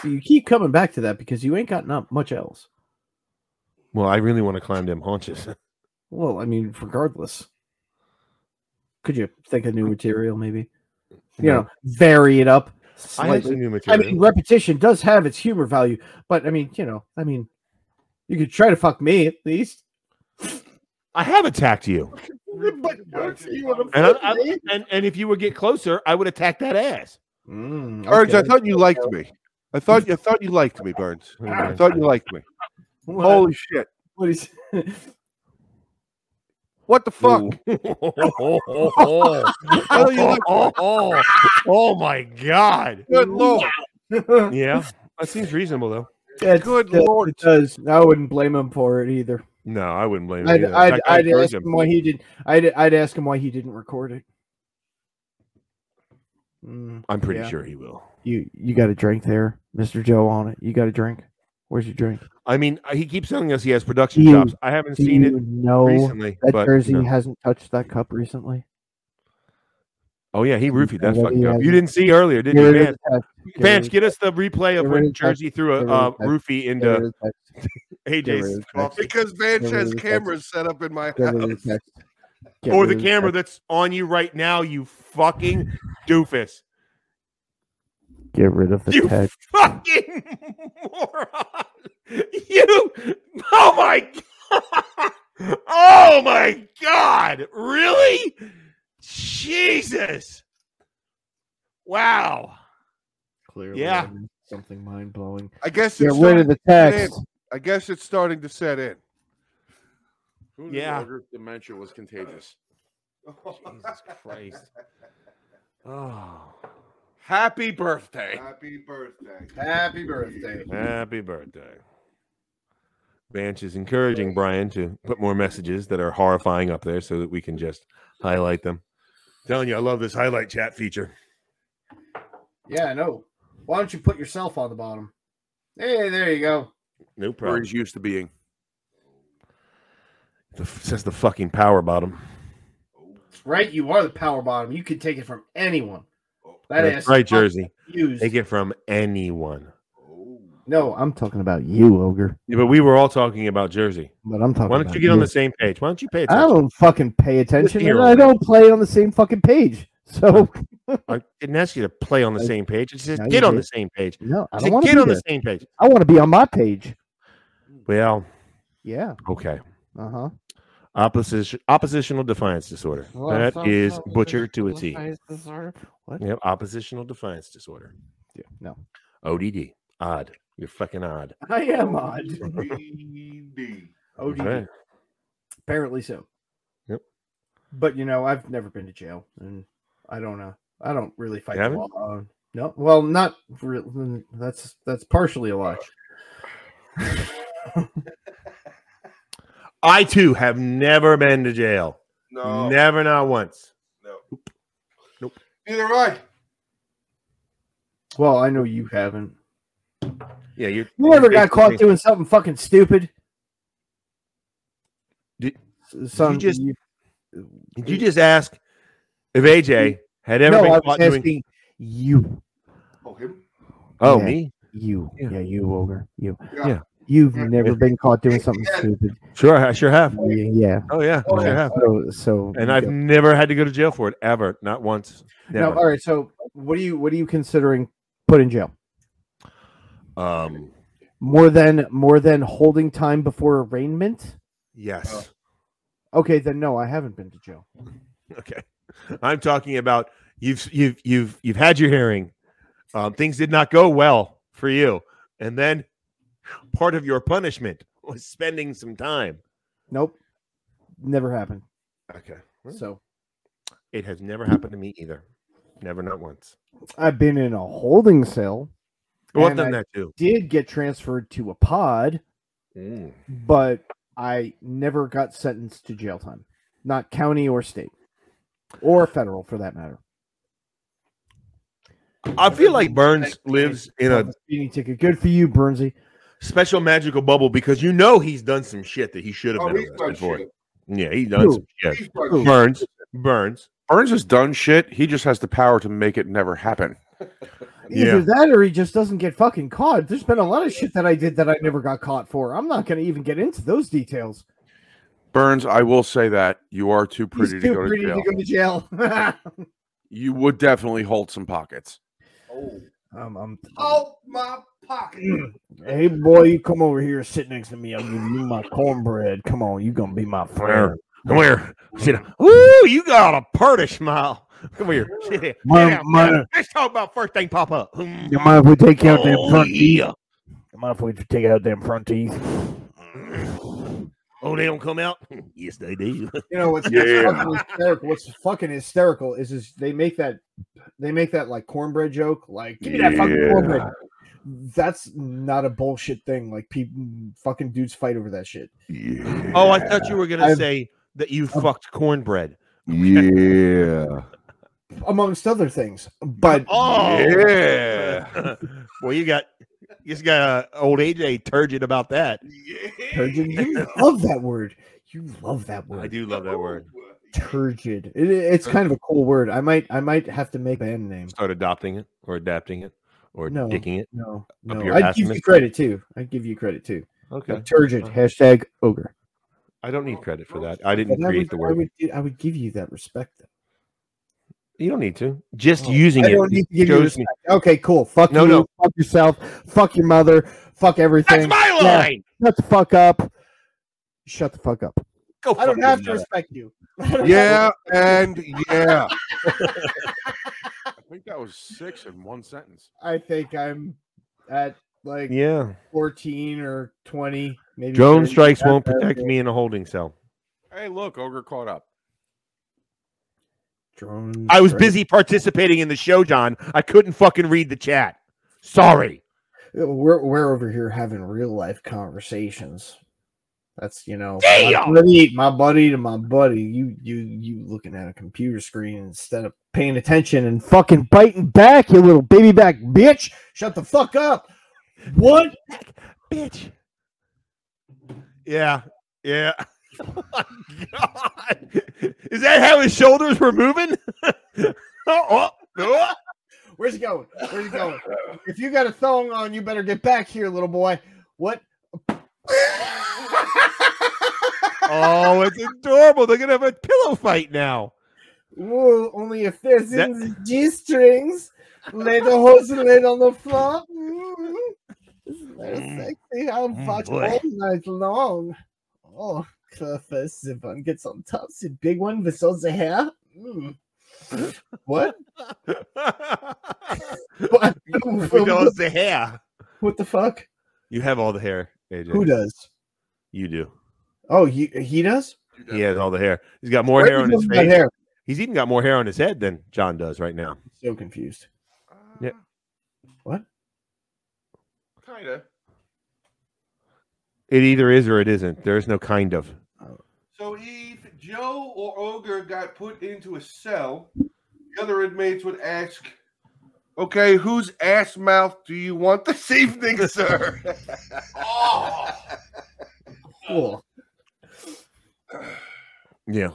See, you keep coming back to that because you ain't got not much else. Well, I really want to climb them haunches. Well, I mean, regardless. Could you think of new material, maybe? You know, vary it up. I had slightly. some new I material. mean, repetition does have its humor value, but I mean, you know, I mean, you could try to fuck me at least. I have attacked you, But and I, I- and and if you would get closer, I would attack that ass. Mm, Burns, I okay. thought you liked me. I thought I thought you liked me, Burns. I Anyway, thought you liked me. What- Holy shit! what is- What the fuck? oh, you look- oh my god! Good lord! Yeah, that seems reasonable though. That's- Good that- lord! it does. I wouldn't blame him for it either. No, I wouldn't blame I'd, you. either. I'd, That guy I'd encouraged ask him. him why he didn't. I'd, I'd ask him why he didn't record it. Mm, I'm pretty Yeah. sure he will. you you got a drink there, Mister Joe? On it. You got a drink. Where's your drink? I mean, uh, he keeps telling us he has production Do you- jobs. I haven't Do seen you it know recently, that but Jersey no. hasn't touched that cup recently? oh yeah, he roofied that Nobody fucking up. has- You didn't see earlier, did Get you, rid Vance? of the text. Get rid Vance, of- get us the replay of Get when rid of- Jersey threw a get rid uh, of- roofie get rid into of the text. Get rid AJ's of the text. because Vanch Never has really touched cameras set up in my Get rid of house. the text. Get or rid the of camera text. that's on you right now, you fucking doofus. Get rid of the You text. fucking moron. You oh my god. Oh my god. Really? Jesus. Wow. Clearly, Yeah. I missed something mind blowing. I guess Get it's rid of starting, the text. I guess it's starting to set in. Who knew Yeah. dementia was contagious. Jesus Christ. Oh. Happy birthday. Happy birthday! Happy birthday. Happy birthday. Banch is encouraging Brian to put more messages that are horrifying up there so that we can just highlight them. Telling you, I love this highlight chat feature. Yeah, I know. Why don't you put yourself on the bottom? Hey, there you go. No problem. Burns used to being. The, says the fucking power bottom. That's right. You are the power bottom. You can take it from anyone. That That's ass right, fuck Jersey. Used. Take it from anyone. No, I'm talking about you, ogre. Yeah, but we were all talking about Jersey. But I'm talking. Why don't about you get on the same page? Why don't you pay I attention? don't fucking pay attention, here, and I ogre. don't play on the same fucking page. So I, didn't ask you to play on the I- same page. It says No, you get on did. the same page. no, I It don't said want to get be on there. the same page. I want to be on my page. Well, Yeah. okay. Uh huh. Opposition, oppositional defiance disorder. Oh, That is butcher to a T. What? Yep, oppositional defiance disorder. Yeah. No. ODD. Odd. You're fucking odd. I am odd. OD, Okay. apparently so. Yep. But you know, I've never been to jail, and I don't know. I don't really fight the haven't? law. Uh, no, well, not really. That's that's partially a lie. I too have never been to jail. No, Never, not once. neither am I. Well, I know you haven't. Yeah, you're, You never got basically- caught doing something fucking stupid. Did- S- Some, just- you- Did you just ask if AJ had ever no, I been was caught doing? asking you, Oh, him. oh, Yeah. me? you, Yeah. yeah, you ogre, you, Yeah. Yeah. You've Yeah. never been caught doing something Yeah. stupid. Sure, I sure have. Yeah, yeah. Oh yeah, I sure have. So, so And I've never had to go to jail for it ever, not once. no. Never. All right. So, what are you what are you considering put in jail? Um, More than more than holding time before arraignment? yes. Okay, then no, I haven't been to jail. Okay. I'm talking about you've you've you've you've had your hearing. Um, things did not go well for you, and then part of your punishment was spending some time. Nope, never happened. Okay. So It has never happened to me either. Never, not once. I've been in a holding cell. Well, I've And done I- that too. Did get transferred to a pod, Mm. but I never got sentenced to jail time, not county or state, or federal for that matter. I feel like Burns lives in a Speeding ticket, good for you, Bernsey. special magical bubble because you know he's done some shit that he should have Oh, been he's done arrested for. shit. Yeah, he's done Who? some shit. He's done Who? shit. Burns, Burns. Burns has done shit. He just has the power to make it never happen. Yeah. Either that or he just doesn't get fucking caught. There's been a lot of shit that I did that I never got caught for. I'm not going to even get into those details. Burns, I will say that you are too pretty, He's to, too go pretty to jail. to go to jail. You would definitely hold some pockets. Oh, I'm, oh my pocket. hey boy, you come over here, sit next to me. I'll give you my cornbread. Come on, you gonna be my friend. Come here. Sit down. Ooh, you got a purty smile. Come here. Sit here. My- Sit down. my- Let's talk about first thing pop up. You mind if we take out them Oh, front yeah. teeth? You mind if we take out them front teeth? Oh, they don't come out? yes, they do. You know what's, Yeah. what's fucking hysterical? What's fucking hysterical is is they make that they make that like cornbread joke. Like, give me that fucking Yeah. cornbread. That's not a bullshit thing. Like, people fucking dudes fight over that shit. Yeah. Oh, I thought you were going to I've- say that you fucked cornbread. Yeah. amongst other things. But Oh, yeah. well, you got you just got uh, old AJ turgid about that. turgid, you love that word. You love that word. I do love that word. Turgid. It, it's kind of a cool word. I might I might have to make a band name. Start adopting it or adapting it or No. dicking it. No, Up no. your I'd give you ass, credit too. I'd give you credit too. Okay. Turgid. Hashtag ogre. I don't need credit for that. I But didn't I create would, the I word. would, gi- I would give you that respect. Though. You don't need to. Just Oh, using I it. don't need to give you shows respect. Okay, cool. Fuck No, you. no. Fuck yourself. Fuck your mother. Fuck That's everything. my Yeah. line. Shut the fuck up. Shut the fuck up. Go I don't fuck have to yourself. respect you. Yeah. And yeah. I think that was six in one sentence. I think I'm at like Yeah. 14 or 20, maybe. Drone 30. strikes won't That's protect it. me in a holding cell. Hey, look, ogre caught up. Drone I was strike. busy participating in the show, John. I couldn't fucking read the chat. Sorry. We're, we're over here having real life conversations. That's you know Damn! my buddy, my buddy to my buddy. You you you looking at a computer screen instead of paying attention and fucking biting back, you little baby back bitch. Shut the fuck up. What? Bitch. Yeah. Yeah. Oh my God. Is that how his shoulders were moving? oh, oh, oh. Where's he going? Where's he going? If you got a thong on, you better get back here, little boy. What? Oh, it's adorable. They're going to have a pillow fight now. Whoa, only if there's That- in the G strings. Lay the hose and lay it on the floor. Mm. Isn't that Mm. sexy? I'll Mm, watch boy. all night long. Oh, Cliffus, the one gets on top, the big one with all the hair. Mm. what? What? Who knows the hair? What the fuck? You have all the hair, AJ. Who does? You do. Oh, he, he does? He has all the hair. He's got more Where hair on does his that face. hair? He's even got more hair on his head than John does right now. So confused. Yep. What? Kinda. It either is or it isn't. There is no kind of. So if Joe or Ogre got put into a cell, the other inmates would ask, Okay. Whose ass mouth do you want this evening, sir? "Oh, Cool. Yeah.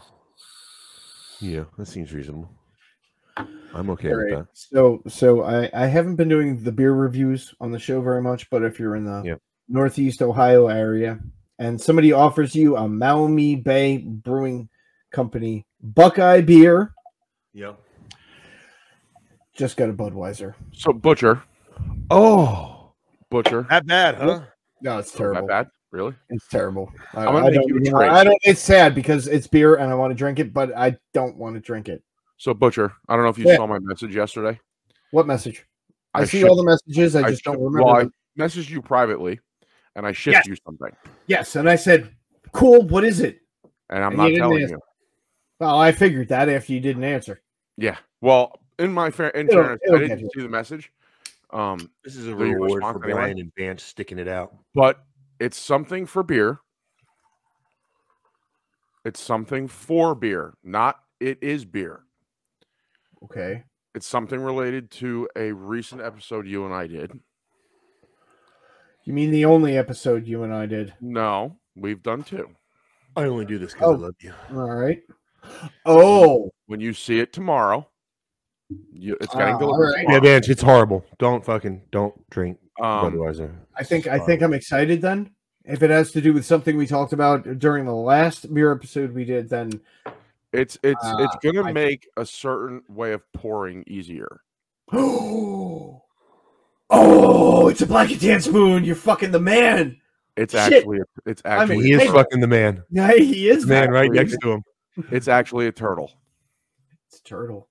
Yeah, that seems reasonable. I'm okay All with right. that. So, so I I haven't been doing the beer reviews on the show very much, but if you're in the Yeah. Northeast Ohio area and somebody offers you a Maumee Bay Brewing Company Buckeye beer, Yeah. just go to Budweiser. So butcher, Oh, butcher. that bad, huh? No, it's Not terrible. bad, really. It's terrible. I, I'm gonna I make don't, you a you know, drink. I don't. It's sad because it's beer and I want to drink it, but I don't want to drink it. So butcher, I don't know if you Yeah. saw my message yesterday. What message? I, see shipped- all the messages. I I just don't shipped- remember. well, I them. messaged you privately, and I shipped you something, Yes, and I said, "Cool. What is it?" and I'm And you not didn't telling ask. you. Well, I figured that after you didn't answer. Yeah. Well, in my fair, in It'll- fairness, it'll I get you. didn't see the message. Um, This is a Do you reward for respond to anyone? Brian and Vance sticking it out. but it's something for beer. It's something for beer, not it is beer. Okay. It's something related to a recent episode you and I did. You mean the only episode you and I did? No, we've done two. I only do this 'cause I I love you. All right. Oh, When you see it tomorrow, you, it's Ah, getting all delivered. right. Yeah, tomorrow. Vance, it's horrible. Don't fucking don't drink Um, Budweiser. I think I think I'm excited then. If it has to do with something we talked about during the last mirror episode we did, then It's it's it's Ah, gonna I- make a certain way of pouring easier. oh, oh, it's a black and tan spoon. You're fucking the man. It's Shit. actually a, it's I mean, actually He is Hey. fucking the man. Yeah, he is Man, right Exactly. next to him. it's actually a turtle. It's a turtle.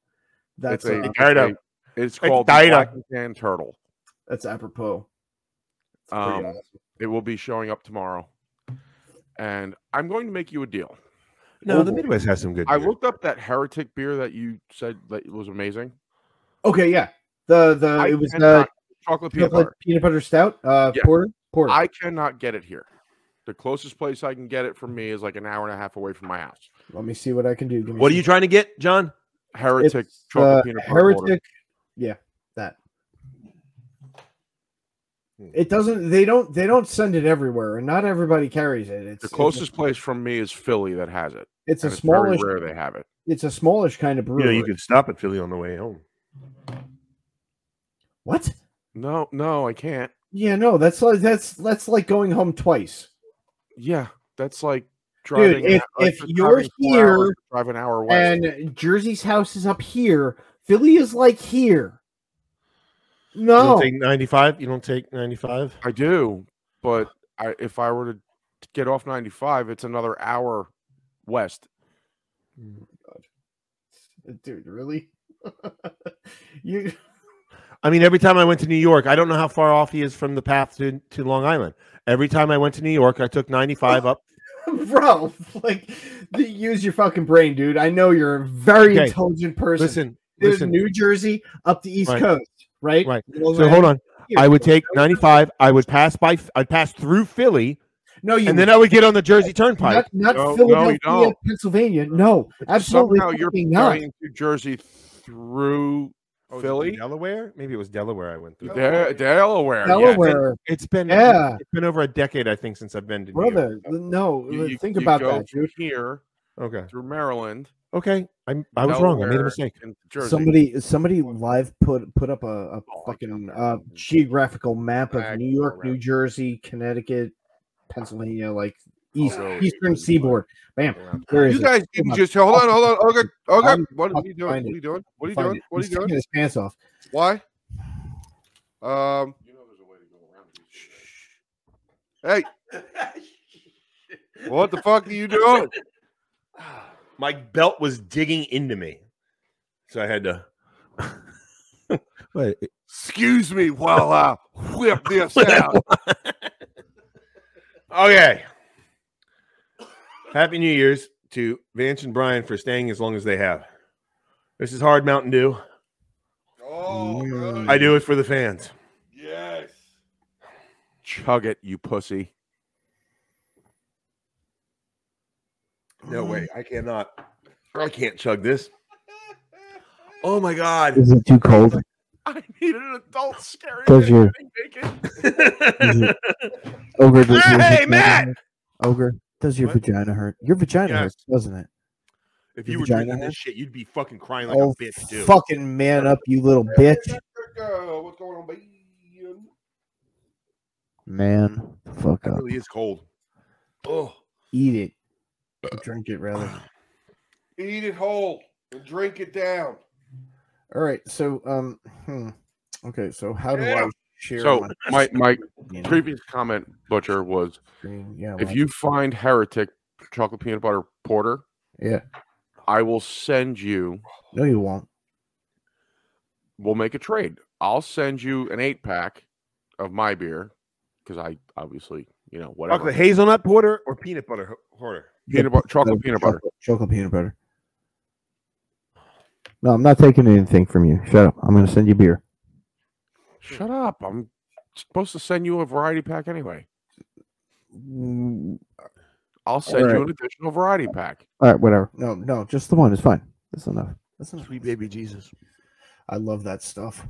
That's it's a, uh, Died up. a- it's called died the Black up. and Tan Turtle. that's apropos. It's pretty Um, awesome. It will be showing up tomorrow, and I'm going to make you a deal. No, the Oval. Midwest has some good. I beer. looked up that heretic beer that you said that was amazing. Okay, yeah. The the I Uh, it was cannot- the peanut chocolate peanut butter, butter. peanut butter stout. Uh, Yeah. porter, porter. I cannot get it here. The closest place I can get it from me is like an hour and a half away from my house. Let me see what I can do. Give me What are some- you trying to get, John? Heretic It's, chocolate uh, peanut butter. heretic? Yeah, that. It doesn't. They don't. They don't send it everywhere, and not everybody carries it. It's it's The a- closest place from me is Philly that has it. It's a, and It's, smallish. very rare they have it. It's a smallish kind of You know, brewery. you could stop at Philly on the way home. What? No, no, I can't. Yeah, no. That's like that's that's like going home twice. Yeah, that's like driving. if- like, if just you're driving four hours here to drive an hour away. And Jersey's house is up here. Philly is like here. You don't No, take ninety-five. You don't take ninety-five. I do, but I, if I were to get off 95, it's another hour west. dude, really? you I mean, every time I went to New York, I don't know how far off he is from the path to, to Long Island. Every time I went to New York, I took 95 up. bro like the, use your fucking brain dude i know you're a very Okay. intelligent person Listen, there's listen. new jersey up the east Right. coast right Right. Long so hold Island on. here. I would take 95. I would pass by. I'd pass through Philly, no you and then I would get on the Jersey Turnpike. not, not No, no, you philadelphia don't. pennsylvania no absolutely Somehow you're fucking not going to Jersey through Oh, is it Philly, Delaware. Maybe it was Delaware I went through. Da- Delaware. yeah. delaware It's been Yeah. It's been over a decade, I think, since I've been to New York. brother no You- you- think you about go that dude Here Okay. through Maryland. Okay. I I was wrong. I made a Delaware, mistake. and Jersey. Somebody, somebody live put put up a, a Oh, I fucking can't uh, imagine. geographical map I of New can't York, New imagine. Jersey, Connecticut, Pennsylvania, like east go eastern east. seaboard. Bam. Around- Where is You it? guys Come didn't on. just hold on, hold on, Ogre, Ogre. I'm- What I'll are you doing? What find are it. you doing? What are you Find doing? it. What are He's you doing? taking his pants off. Why? Um. Hey, what the fuck are you doing? My belt was digging into me, so I had to. Wait, Excuse me while I whip this out. Okay. Happy New Year's to Vance and Brian for staying as long as they have. This is hard Mountain Dew. Oh, good. I do it for the fans. Yes. Chug it, you pussy. No way. I cannot. I can't chug this. Oh my God. Is it too cold? I need an adult scary. Does your ogre? Does your Hey, vagina Matt! hurt? Ogre, does your What? vagina hurt? Your vagina Yes. hurts, doesn't it? if Your you were vagina drinking hair? this shit, you'd be fucking crying like oh, a bitch, dude. fucking man up, you little bitch! Girl, what's going on, baby? Man, the fuck It up. really is cold. Oh, Eat it. Or Drink it rather. Eat it whole and drink it down. All right. So um hmm. okay, so how do I Yeah. share So my my screen? previous comment, butcher, was Screen, Yeah, if my- you find heretic chocolate peanut butter porter, Yeah. I will send you. No you won't. We'll make a trade. I'll send you an eight pack of my beer because I obviously you know whatever chocolate hazelnut porter or peanut butter ho- porter? peanut butter, chocolate peanut butter. Chocolate, chocolate peanut butter. No, I'm not taking anything from you. Shut up. I'm going to send you beer. Shut up! I'm supposed to send you a variety pack anyway. Mm, I'll send Alright. you an additional variety pack. All right, whatever. No, no, just Just the one is fine. That's enough. That's enough. Sweet baby Jesus. I love that stuff.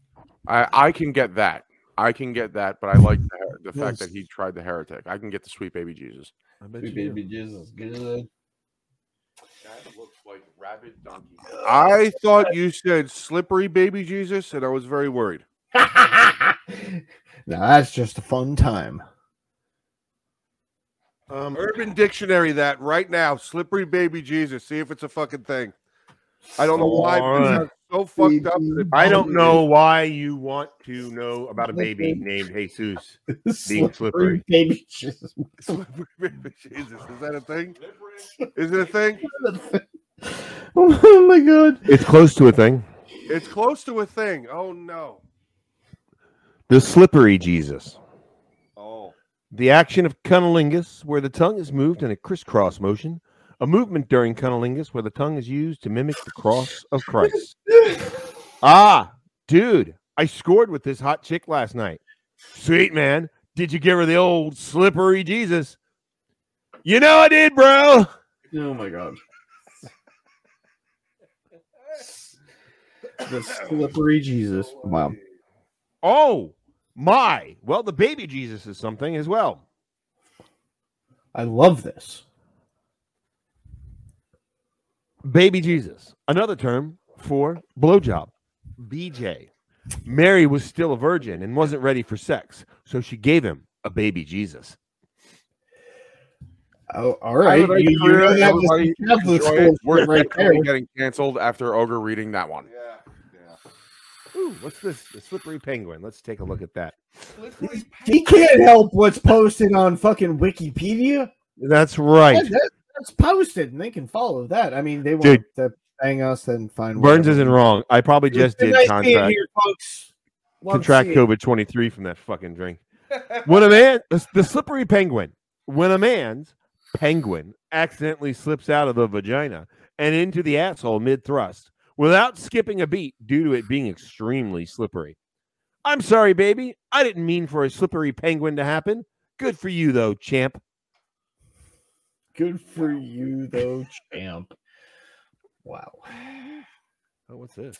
I I can get that. I can get that, but I like the, her- the fact that Yes. he tried the heretic. I can get the sweet baby Jesus. I bet you do. Jesus, good. That looks like rabid donkey. I thought you said slippery baby Jesus, and I was very worried. now that's just a fun time. Um, Urban Dictionary that right now. Slippery baby Jesus. See if it's a fucking thing. I don't know why All right. it's so fucked up. that it I don't probably know why you want to know about a baby named Jesus being slippery. Baby Jesus. is. Slippery baby Jesus. Is that a thing? Is it a thing? oh my god. It's close to a thing. It's close to a thing. Oh no. The slippery Jesus. Oh. The action of cunnilingus, where the tongue is moved in a crisscross motion, a movement during cunnilingus where the tongue is used to mimic the cross of Christ. ah, dude, I scored with this hot chick last night. Sweet man, did you give her the old slippery Jesus? You know I did, bro. Oh my god. The slippery Jesus. Wow. Oh my! Well, the baby Jesus is something as well. I love this. Baby Jesus, another term for blowjob. BJ. Mary was still a virgin and wasn't ready for sex, so she gave him a baby Jesus. Oh, all right. like You, to you really- have I would this- like you have this Enjoy whole it. We're shit right there. definitely getting canceled after Ogre reading that one. Yeah. Ooh, what's this? The slippery penguin. Let's take a look at that. Slippery He can't help what's posted on fucking Wikipedia. That's right. That- that- that's posted, and they can follow that. I mean, they want Dude. to hang us and find Burns whatever. isn't wrong. I probably It was just did nice being contract here, folks. Love contract seeing- COVID twenty three from that fucking drink. when a man, the, the slippery penguin, when a man's penguin accidentally slips out of the vagina and into the asshole mid thrust without skipping a beat due to it being extremely slippery. I'm sorry, baby. I didn't mean for a slippery penguin to happen. Good for you, though, champ. Good for you, though, champ. Wow. Oh, what's this?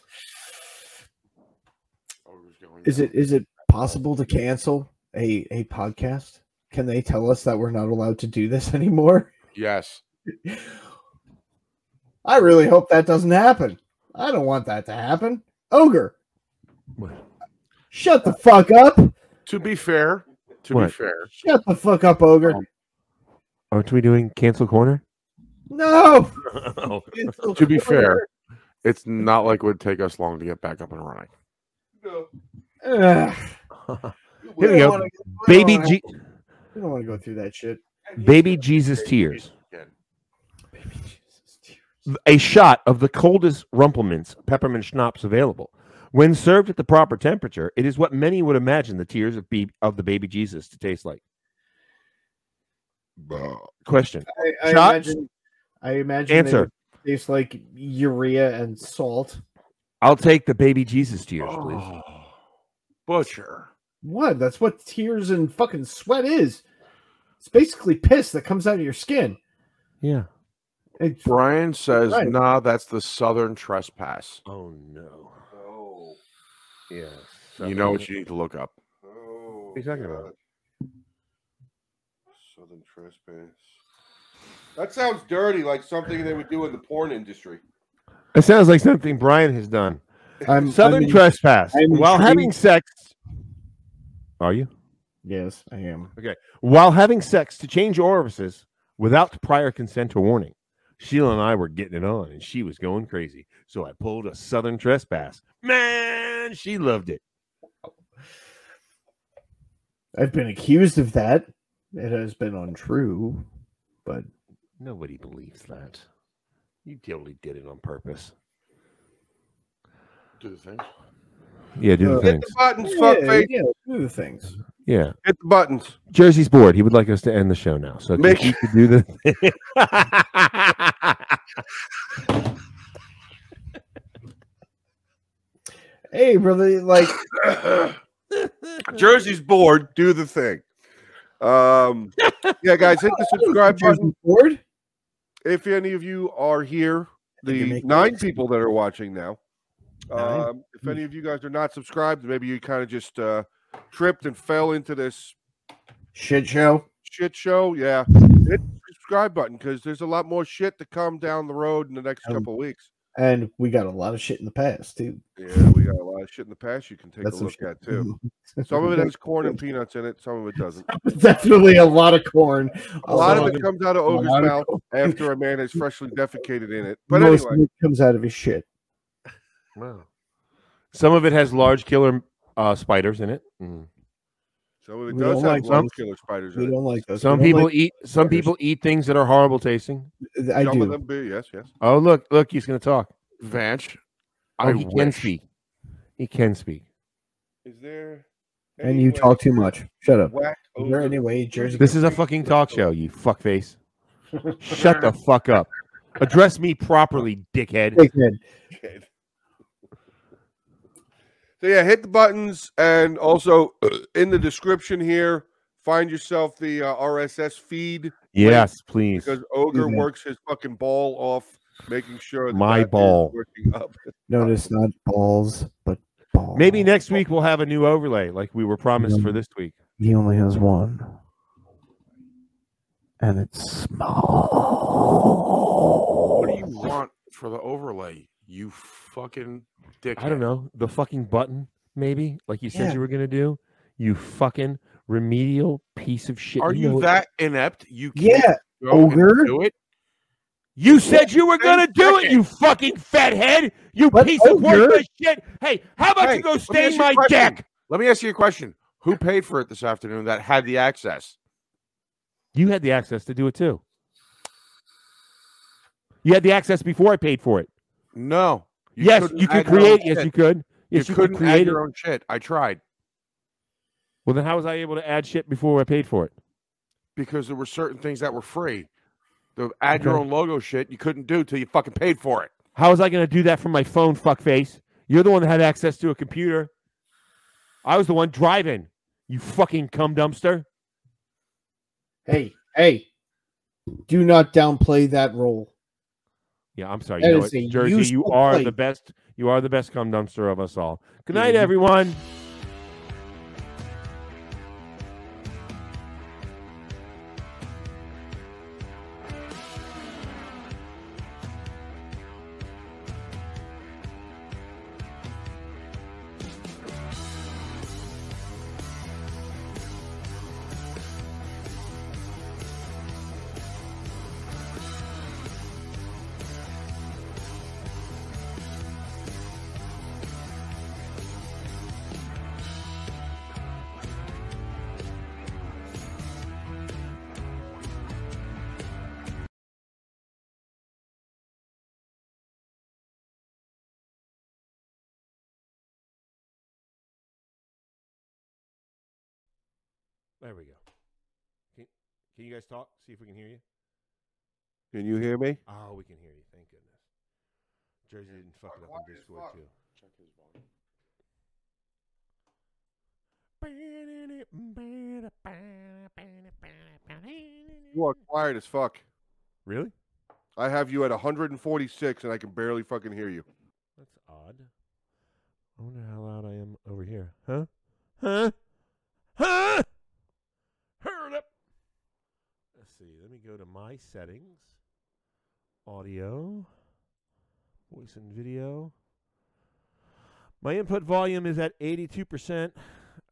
Is it is it possible to cancel a a podcast? Can they tell us that we're not allowed to do this anymore? Yes. I really hope that doesn't happen. I don't want that to happen. Ogre, shut the fuck up. To be fair, to be What? fair, Shut the fuck up, Ogre. Oh. Aren't we doing cancel corner? No. oh, to be fair, it's not like it would take us long to get back up and running. No. Ugh. Here we don't go. wanna- we don't baby, wanna- G- we don't want to go through that shit. baby Jesus tears. Baby Jesus. dear. a shot of the coldest rumplements peppermint schnapps available. When served at the proper temperature, it is what many would imagine the tears of, be- of the baby Jesus to taste like. Question. I, I Shots? imagine. I imagine. they Answer. would Taste like urea and salt. I'll take the baby Jesus tears, Oh. please. Butcher. What? That's what tears and fucking sweat is. It's basically piss that comes out of your skin. Yeah. It's Brian says, Right. nah, that's the Southern Trespass. Oh no. No. Yeah. You know what you need to look up. Oh, are you talking about? God. Southern trespass. That sounds dirty, like something they would do in the porn industry. It sounds like something Brian has done. I'm, Southern I'm- trespass. I'm While intrigued. having sex. Are you? Yes, I am. While having sex to change orifices without prior consent or warning. Sheila and I were getting it on and she was going crazy. So I pulled a southern trespass. Man, she loved it. I've been accused of that. It has been untrue, but Nobody believes that. You totally did it on purpose. Do the thing. Yeah, do the Uh, things. Buttons, fuck yeah, face. yeah, do the things. Yeah. Hit the buttons. Jersey's bored. He would like us to end the show now. So if Make- you could do the Hey, brother, like Jersey's bored. Do the thing. Um, yeah, guys, hit the subscribe button. Jersey board. if any of you are here, think you're the making nine it. people that are watching now, Nine? um, if any of you guys are not subscribed, maybe you kind of just uh, tripped and fell into this Shit show. shit show. Yeah, hit the subscribe button because there's a lot more shit to come down the road in the next Um, couple weeks. and we got a lot of shit in the past too. Yeah, we got a lot of shit in the past you can take That's a some look shit. Mm-hmm. at too. Some of it has corn and peanuts in it. Some of it doesn't. Definitely a lot of corn. A lot of it comes out of a ogre's lot of mouth corn. after a man has freshly defecated in it. But Most of anyway, it comes out of his shit. Wow. Some of it has large killer uh, spiders in it. Mm. some of it we does don't have like lung some- killer spiders We in it. don't like those. Some We people don't eat. Some people eat things that are horrible tasting. like- I some do. of them do. Yes, yes. Oh look, look, he's gonna talk. Vanch, Oh, I he can wish. speak. He can speak. Is there? And you talk too much. Shut up. Whack Is there any ogre. way Jersey? This is a fucking talk show, you fuckface. Shut the fuck up. Address me properly, dickhead. Dickhead. Okay. So yeah, hit the buttons and also in the description here, find yourself the uh, RSS feed Yes, please. because ogre that. works his fucking ball off, making sure that My that is ball. working up. Notice not balls, but balls. Maybe next week we'll have a new overlay like we were promised for this week. He only has one. And it's small. What do you want for the overlay? You fucking dick. I don't know. The fucking button, maybe, like you said Yeah. you were going to do. You fucking remedial piece of shit. Are know you it. that inept? You can't Yeah. go and ogre. do it. You said you were going to do it, second. you fucking fathead. You But piece of ogre- worthless shit. Hey, how about Hey, you go let me ask stain you a my question. deck? Let me ask you a question. Who paid for it this afternoon that had the access? You had the access to do it too. You had the access before I paid for it. No. yes, couldn't you could add your own create. Yes, shit. you could. Yes, you, you, could couldn't add create it. your own shit. I tried Well, then how was I able to add shit before I paid for it? because there were certain things that were free. The add your own logo shit you couldn't do till you fucking paid for it. How was I going to do that from my phone, fuckface? You're the one that had access to a computer. I was the one driving. You fucking cum dumpster. Hey, hey. Do not downplay that role. Yeah, I'm sorry. That You know is what? a Jersey, you useful are the plate. best. You are the best cum dumpster of us all. Good night, everyone. There we go. Can, can you guys talk? See if we can hear you. Can you hear me? Oh, we can hear you. Thank goodness. Jersey didn't fuck it up on Discord too. You are quiet as fuck. Really? I have you at 146 and I can barely fucking hear you. That's odd. I wonder how loud I am over here. Huh? Huh? Huh? Heard up. Let's see. Let me go to my settings. Audio. Voice and video. My input volume is at 82%.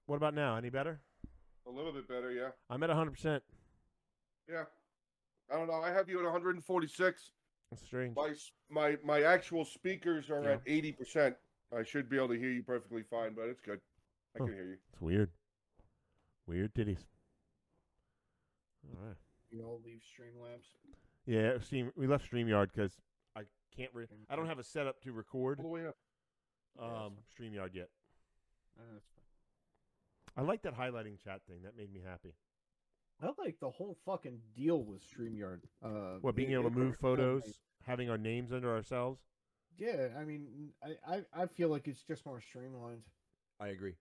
What about now? Any better? A little bit better, yeah. I'm at 100%. Yeah. I don't know. I have you at 146. That's strange. My s- my my actual speakers are Yeah. at 80%. I should be able to hear you perfectly fine, but it's good. I Huh. can hear you. It's weird. Weird titties. All right. You all leave Streamlabs. Yeah, stream, we left StreamYard because I can't. Re- I don't have a setup to record All the way up. um, StreamYard yet. Uh, that's fine. I like that highlighting chat thing. That made me happy. I like the whole fucking deal with StreamYard. Uh, What being it- able to it move worked out photos, nice. having our names under ourselves. Yeah, I mean, I, I, I feel like it's just more streamlined. I agree.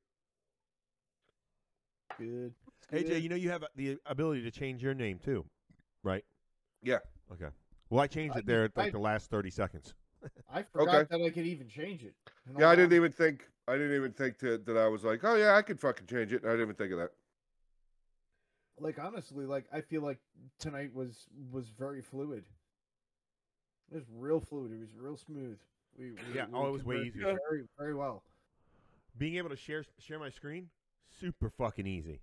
Good. AJ, you know you have the ability to change your name too, right? Yeah. Okay. Well, I changed I it there at did- like Uh, I- the last thirty seconds. I forgot that I could even change it. in Yeah, all I didn't honesty. even think I didn't even think to, that I was like, "Oh yeah, I could fucking change it." I didn't even think of that. like honestly like i feel like tonight was was very fluid It was real fluid. It was real smooth. We, we Yeah, we oh, it was way converged easier. Very, very well. Being able to share share my screen, super fucking easy.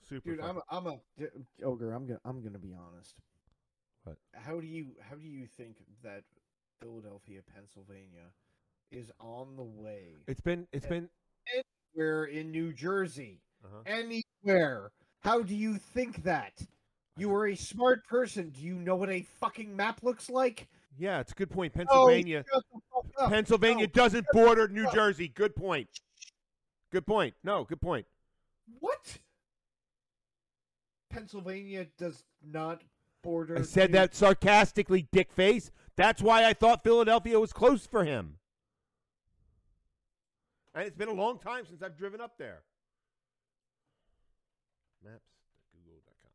Super. Dude, fucking- I'm a, I'm a D- Ogre, I'm gonna I'm gonna be honest. What? How do you how do you think that Philadelphia, Pennsylvania, is on the way? it's been it's been We're in New Jersey, Uh-huh. anywhere. How do you think that? You are a smart person. Do you know what a fucking map looks like? yeah, it's a good point. No, Pennsylvania, shut the fuck up. Pennsylvania No. doesn't border New Jersey. Good point. Good point. No, good point. What? Pennsylvania does not border. I said New- that sarcastically, dick face. That's why I thought Philadelphia was close for him. And it's been a long time since I've driven up there. Maps.google.com.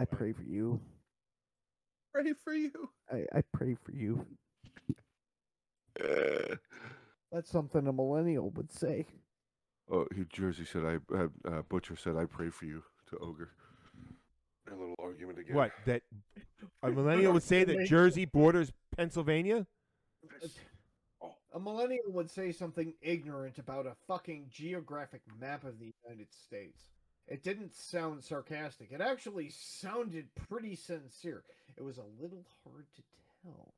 I pray for you. Ready for you. I, I pray for you. Uh, That's something a millennial would say. oh, New Jersey said I uh, uh, Butcher said I pray for you to Ogre. A little argument again. What? That a millennial would say that Jersey borders Pennsylvania? Oh. A millennial would say something ignorant about a fucking geographic map of the United States. It didn't sound sarcastic. It actually sounded pretty sincere. It was a little hard to tell.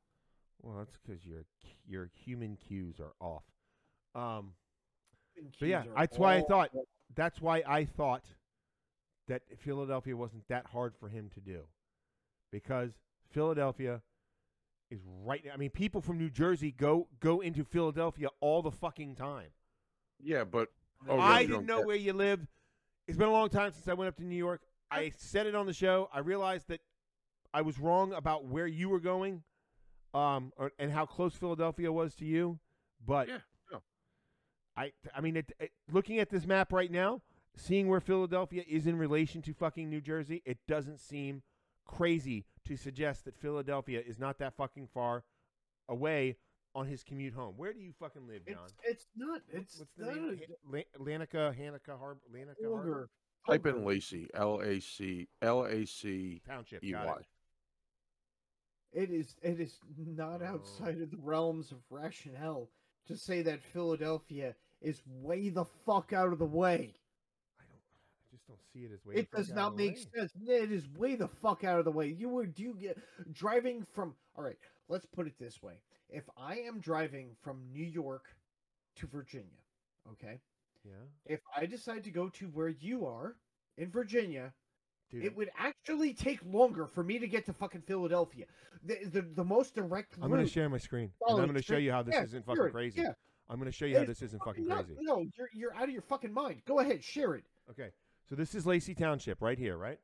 Well, that's because your your human cues are off. Um, but Cues yeah, are that's why I all- thought that's why I thought that Philadelphia wasn't that hard for him to do because Philadelphia is right. I mean, people from New Jersey go go into Philadelphia all the fucking time. Oh, Yeah, but oh, Ogre, I you didn't don't know get- where you lived. It's been a long time since I went up to New York. I said it on the show. I realized that I was wrong about where you were going, um, or, and how close Philadelphia was to you. But Yeah, no. I, I mean, it, it, looking at this map right now, seeing where Philadelphia is in relation to fucking New Jersey, it doesn't seem crazy to suggest that Philadelphia is not that fucking far away on his commute home. Where do you fucking live, John? It's, it's not. It's What's the not name? a Ha- La- Lanica, Hanica Harbor, Lanica Harbor ogre. Type in Lacey. L A C L A C Township. E Got Y. it. It is. It is not Oh. outside of the realms of rationale to say that Philadelphia is way the fuck out of the way. I don't. I just don't see it as way. It the does fuck out of not the make way. sense. It is way the fuck out of the way. You would you get driving from all right, let's put it this way. If I am driving from New York to Virginia, okay? Yeah, If I decide to go to where you are in Virginia, dude. it would actually take longer for me to get to fucking Philadelphia. The the, the most direct I'm going to route- share my screen, Oh, and I'm going to it's show you how this yeah, isn't fucking sure, crazy. yeah. I'm going to show you how It this isn't fucking no, crazy. No, you're you're out of your fucking mind. Go ahead, share it. Okay, so this is Lacey Township right here, right?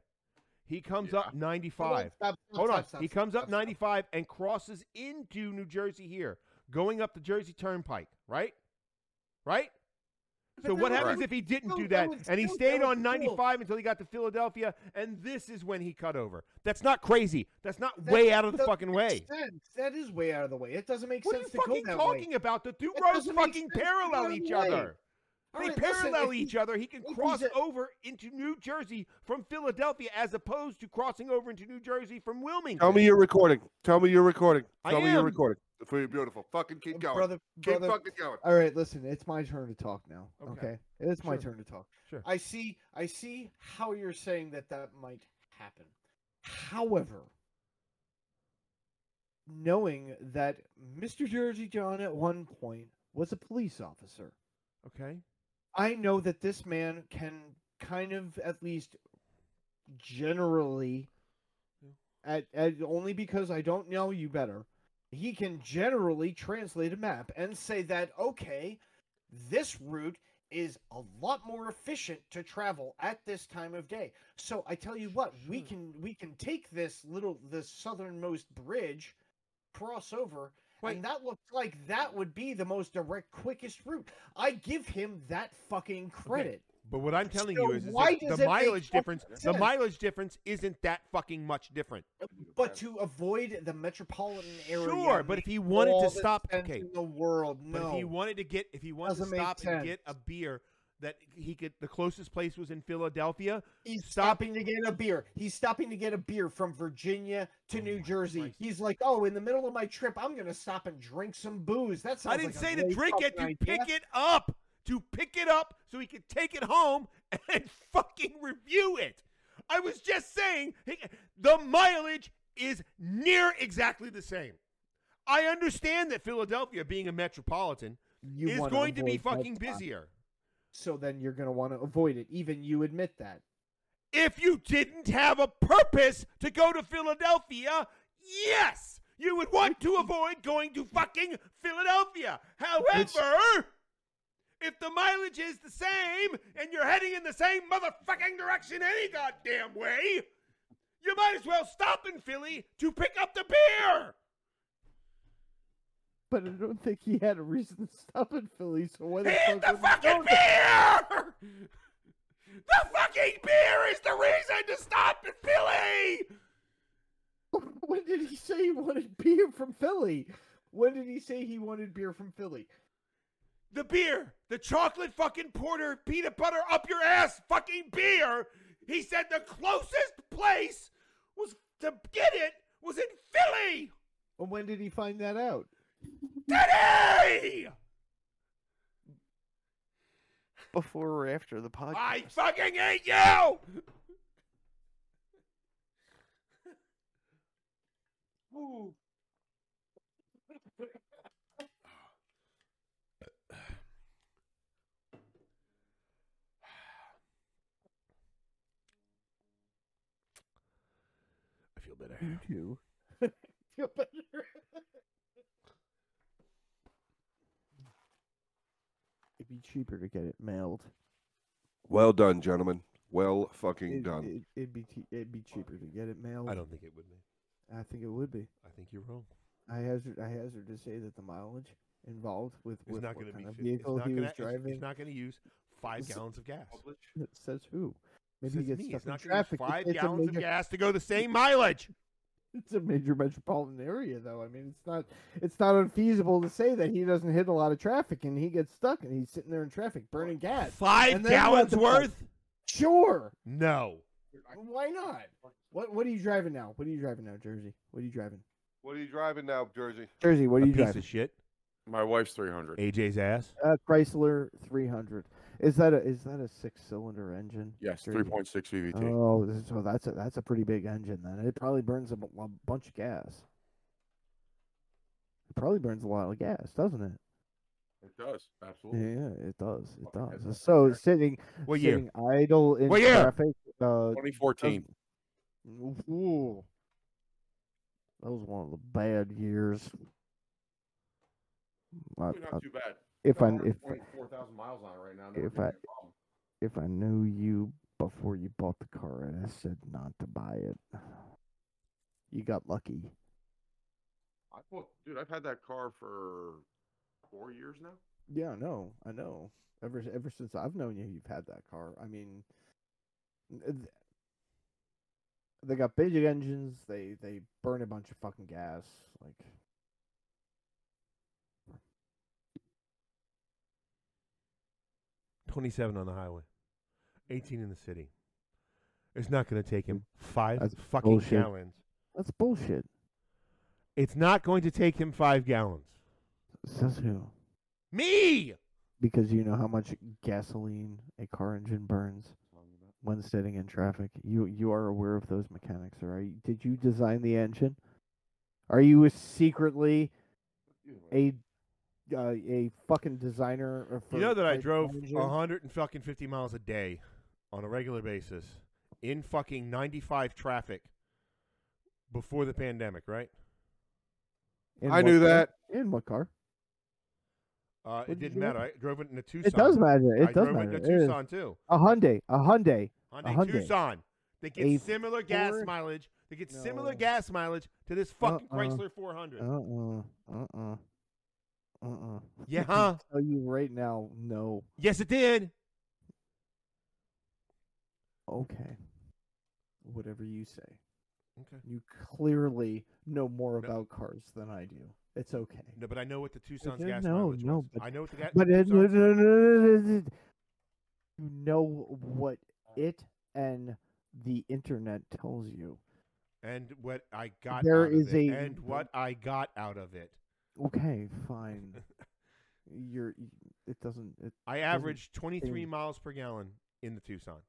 He comes up 95. Hold on. stop, stop, Hold stop, on. stop, He stop, comes stop, up stop. 95 and crosses into New Jersey here, going up the Jersey Turnpike, right? Right? So But what that happens was- if he didn't that do was- that that was and he still- stayed that was on still- 95 until he got to Philadelphia and this is when he cut over? That's not crazy. That's not way out of the That fucking makes way. sense. That is way out of the way. It doesn't make What are you sense to go fucking that talking way. about? The two That roads doesn't make fucking sense to go parallel that each way. other. All They right, listen, parallel if each he- other. He can if he's cross a- over into New Jersey from Philadelphia as opposed to crossing over into New Jersey from Wilmington. Tell me you're recording. Tell me you're recording. I Tell me you're am. recording. For you, beautiful. Fucking keep going. Oh, Brother, keep brother. fucking going. All right, listen. It's my turn to talk now. Okay. Okay, it's my Sure. turn to talk. Sure. I see. I see how you're saying that that might happen. However, knowing that Mr. Jersey John at one point was a police officer, Okay. I know that this man can kind of at least generally Yeah. at, at only because I don't know you better, he can generally translate a map and say that okay, this route is a lot more efficient to travel at this time of day. So I tell you what, we Sure. can we can take this little this southernmost bridge, cross over, Wait. and that looks like that would be the most direct, quickest route. I give him that fucking credit. But what I'm telling So you is, is why that does the it make mileage fucking difference. The sense? mileage difference isn't that fucking much different. But to avoid the metropolitan area, Sure, but if he makes wanted to all the stop- sense okay. in the world, But if no. he wanted to get, if he wanted to Doesn't make stop and sense. get a beer, that he could the closest place was in Philadelphia. He's Stop stopping to get a beer. He's stopping to get a beer from Virginia to Oh New Jersey. He's like, oh, in the middle of my trip, I'm going to stop and drink some booze. That's I didn't say to drink it, to pick it up. To pick it up so he could take it home and fucking review it. I was just saying he- the mileage is near exactly the same. I understand that Philadelphia, being a metropolitan, You is wanna going to be avoid that fucking spot. busier. So then you're going to want to avoid it. Even you admit that. If you didn't have a purpose to go to Philadelphia, yes, you would want to avoid going to fucking Philadelphia. However, if the mileage is the same and you're heading in the same motherfucking direction any goddamn way, you might as well stop in Philly to pick up the beer. But I don't think he had a reason to stop in Philly. So why the Hand the fuck would he go fucking there? beer! The fucking beer is the reason to stop in Philly! When did he say he wanted beer from Philly? When did he say he wanted beer from Philly? The beer, the chocolate fucking porter, peanut butter up your ass fucking beer. He said the closest place was to get it was in Philly And when did he find that out? today. Before or after the podcast? I fucking hate you. I feel better. You Feel better. It'd be cheaper to get it mailed. Well done, gentlemen. Well fucking It, done. it, it'd be te- it'd be cheaper to get it mailed. I don't think it would be. I think it would be. I think you're wrong. I hazard I hazard to say that the mileage involved with It's with not what going to be. kind of fif- It's vehicle not he going was to. It's, driving. it's not going to use five It's- gallons of gas. It says who? Maybe he It's, gets me. stuck it's not in going to use traffic. It- five it's a gallons of major- gas to go the same mileage. It's a major metropolitan area, though. I mean, it's not it's not unfeasible to say that he doesn't hit a lot of traffic and he gets stuck and he's sitting there in traffic burning gas. Five And then what gallons the fuck? worth? Sure. No. Why not? What What are you driving now? What are you driving now, Jersey? What are you driving? What are you driving now, Jersey? Jersey, what are A you piece driving? of shit. My wife's 300. AJ's ass. Uh, Chrysler 300. Is that a is that a six cylinder engine? Yes, Jersey? 3.6 VVT. Oh, this- so that's a that's a pretty big engine then. It probably burns a, bu- a bunch of gas. It probably burns a lot of gas, doesn't it? it does. Absolutely. Yeah, it does. It Fucking does. headlight So there. sitting What year? sitting idle in What year? traffic. Uh, 2014. doesn't- ooh. that was one of the bad years. I- Probably I- Not too bad. if I if Four thousand miles on it right now. never if gonna I- be a problem. if I knew you before you bought the car and I said not to buy it, you got lucky. I thought, dude, I've had that car for four years now. Yeah, I know. I know. Ever ever since I've known you, you've had that car. I mean, uh, th- they got big engines. They they burn a bunch of fucking gas. Like, Twenty-seven on the highway. Eighteen in the city. It's not going to take him five That's fucking bullshit. gallons. that's bullshit. It's not going to take him five gallons. Says who? Me. Because you know how much gasoline a car engine burns when sitting in traffic. You you are aware of those mechanics, all right? Did you design the engine? Are you secretly a uh, a fucking designer? or For, You know that I for drove engines? a hundred and fucking fifty miles a day on a regular basis in fucking ninety-five traffic before the pandemic, right? In I what knew car? that. In what car? Uh, it did you didn't matter. I drive? drove it in a Tucson. It does matter. It I does drove matter. it It in a is. Tucson too. a Hyundai. A Hyundai. Hyundai, Hyundai. Tucson. They get A similar gas four- mileage. They get similar No. gas mileage to this fucking Uh-uh. Chrysler 400. Uh uh-uh, uh. Uh uh. Uh uh. Yeah, huh? Tell you right now, no. Yes, it did. Okay. Whatever you say. Okay. You clearly know more No. about cars than I do. It's okay. No, but I know what the Tucson's did- gas no, mileage no, was. but- I know what the gas. But it, no, no, no, no, no, no, no. you know what it and the internet tells you. And what I got There out of is it. a- and what I got out of it. Okay, fine. You're it doesn't it I doesn't averaged 23 in- miles per gallon in the Tucson.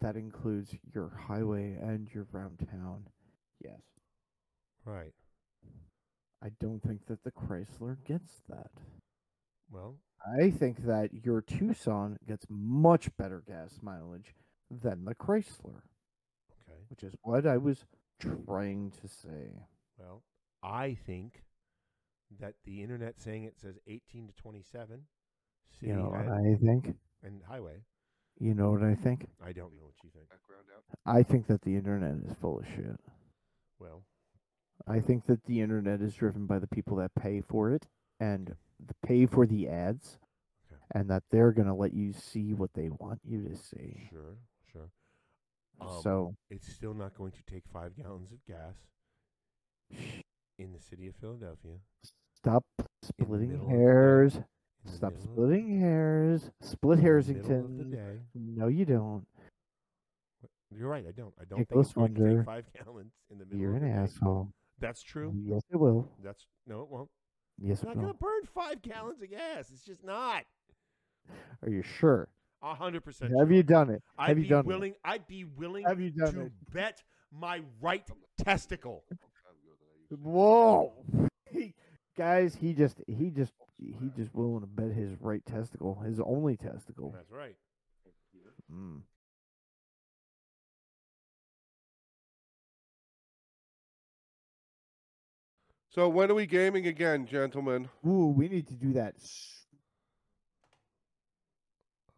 that includes your highway and your round town. Yes. Right. I don't think that the Chrysler gets that. Well, I think that your Tucson gets much better gas mileage than the Chrysler, okay. which is what I was trying to say. Well, I think that the internet saying it says 18 to 27. City You know what and- I think? And highway. You know what I think? I don't know what you think. Background out. I think that the internet is full of shit. Well, I think that the internet is driven by the people that pay for it and the pay for the ads, and that they're going to let you see what they want you to see. sure, Um, sure. So- it's still not going to take five gallons of gas in the city of Philadelphia. Stop splitting middle of the day. hairs. the Stop middle of- splitting hairs. Split in the middle of the Hairsington. day. No, you don't. You're right. I don't. I don't think Nicholas it's going to Wonder, take five gallons in the middle. You're of an the day. asshole. That's true. Yes, it will. That's no, it won't. Yes, it's it not going will. to burn five gallons of gas. It's just not. Are you sure? A hundred percent. Have sure. you done it? I'd Have you be done it? willing. I'd be willing. Have you done to bet my right testicle? Whoa, guys! He just he just he just willing to bet his right testicle, his only testicle. That's right. Mm. So when are we gaming again, gentlemen? Ooh, we need to do that.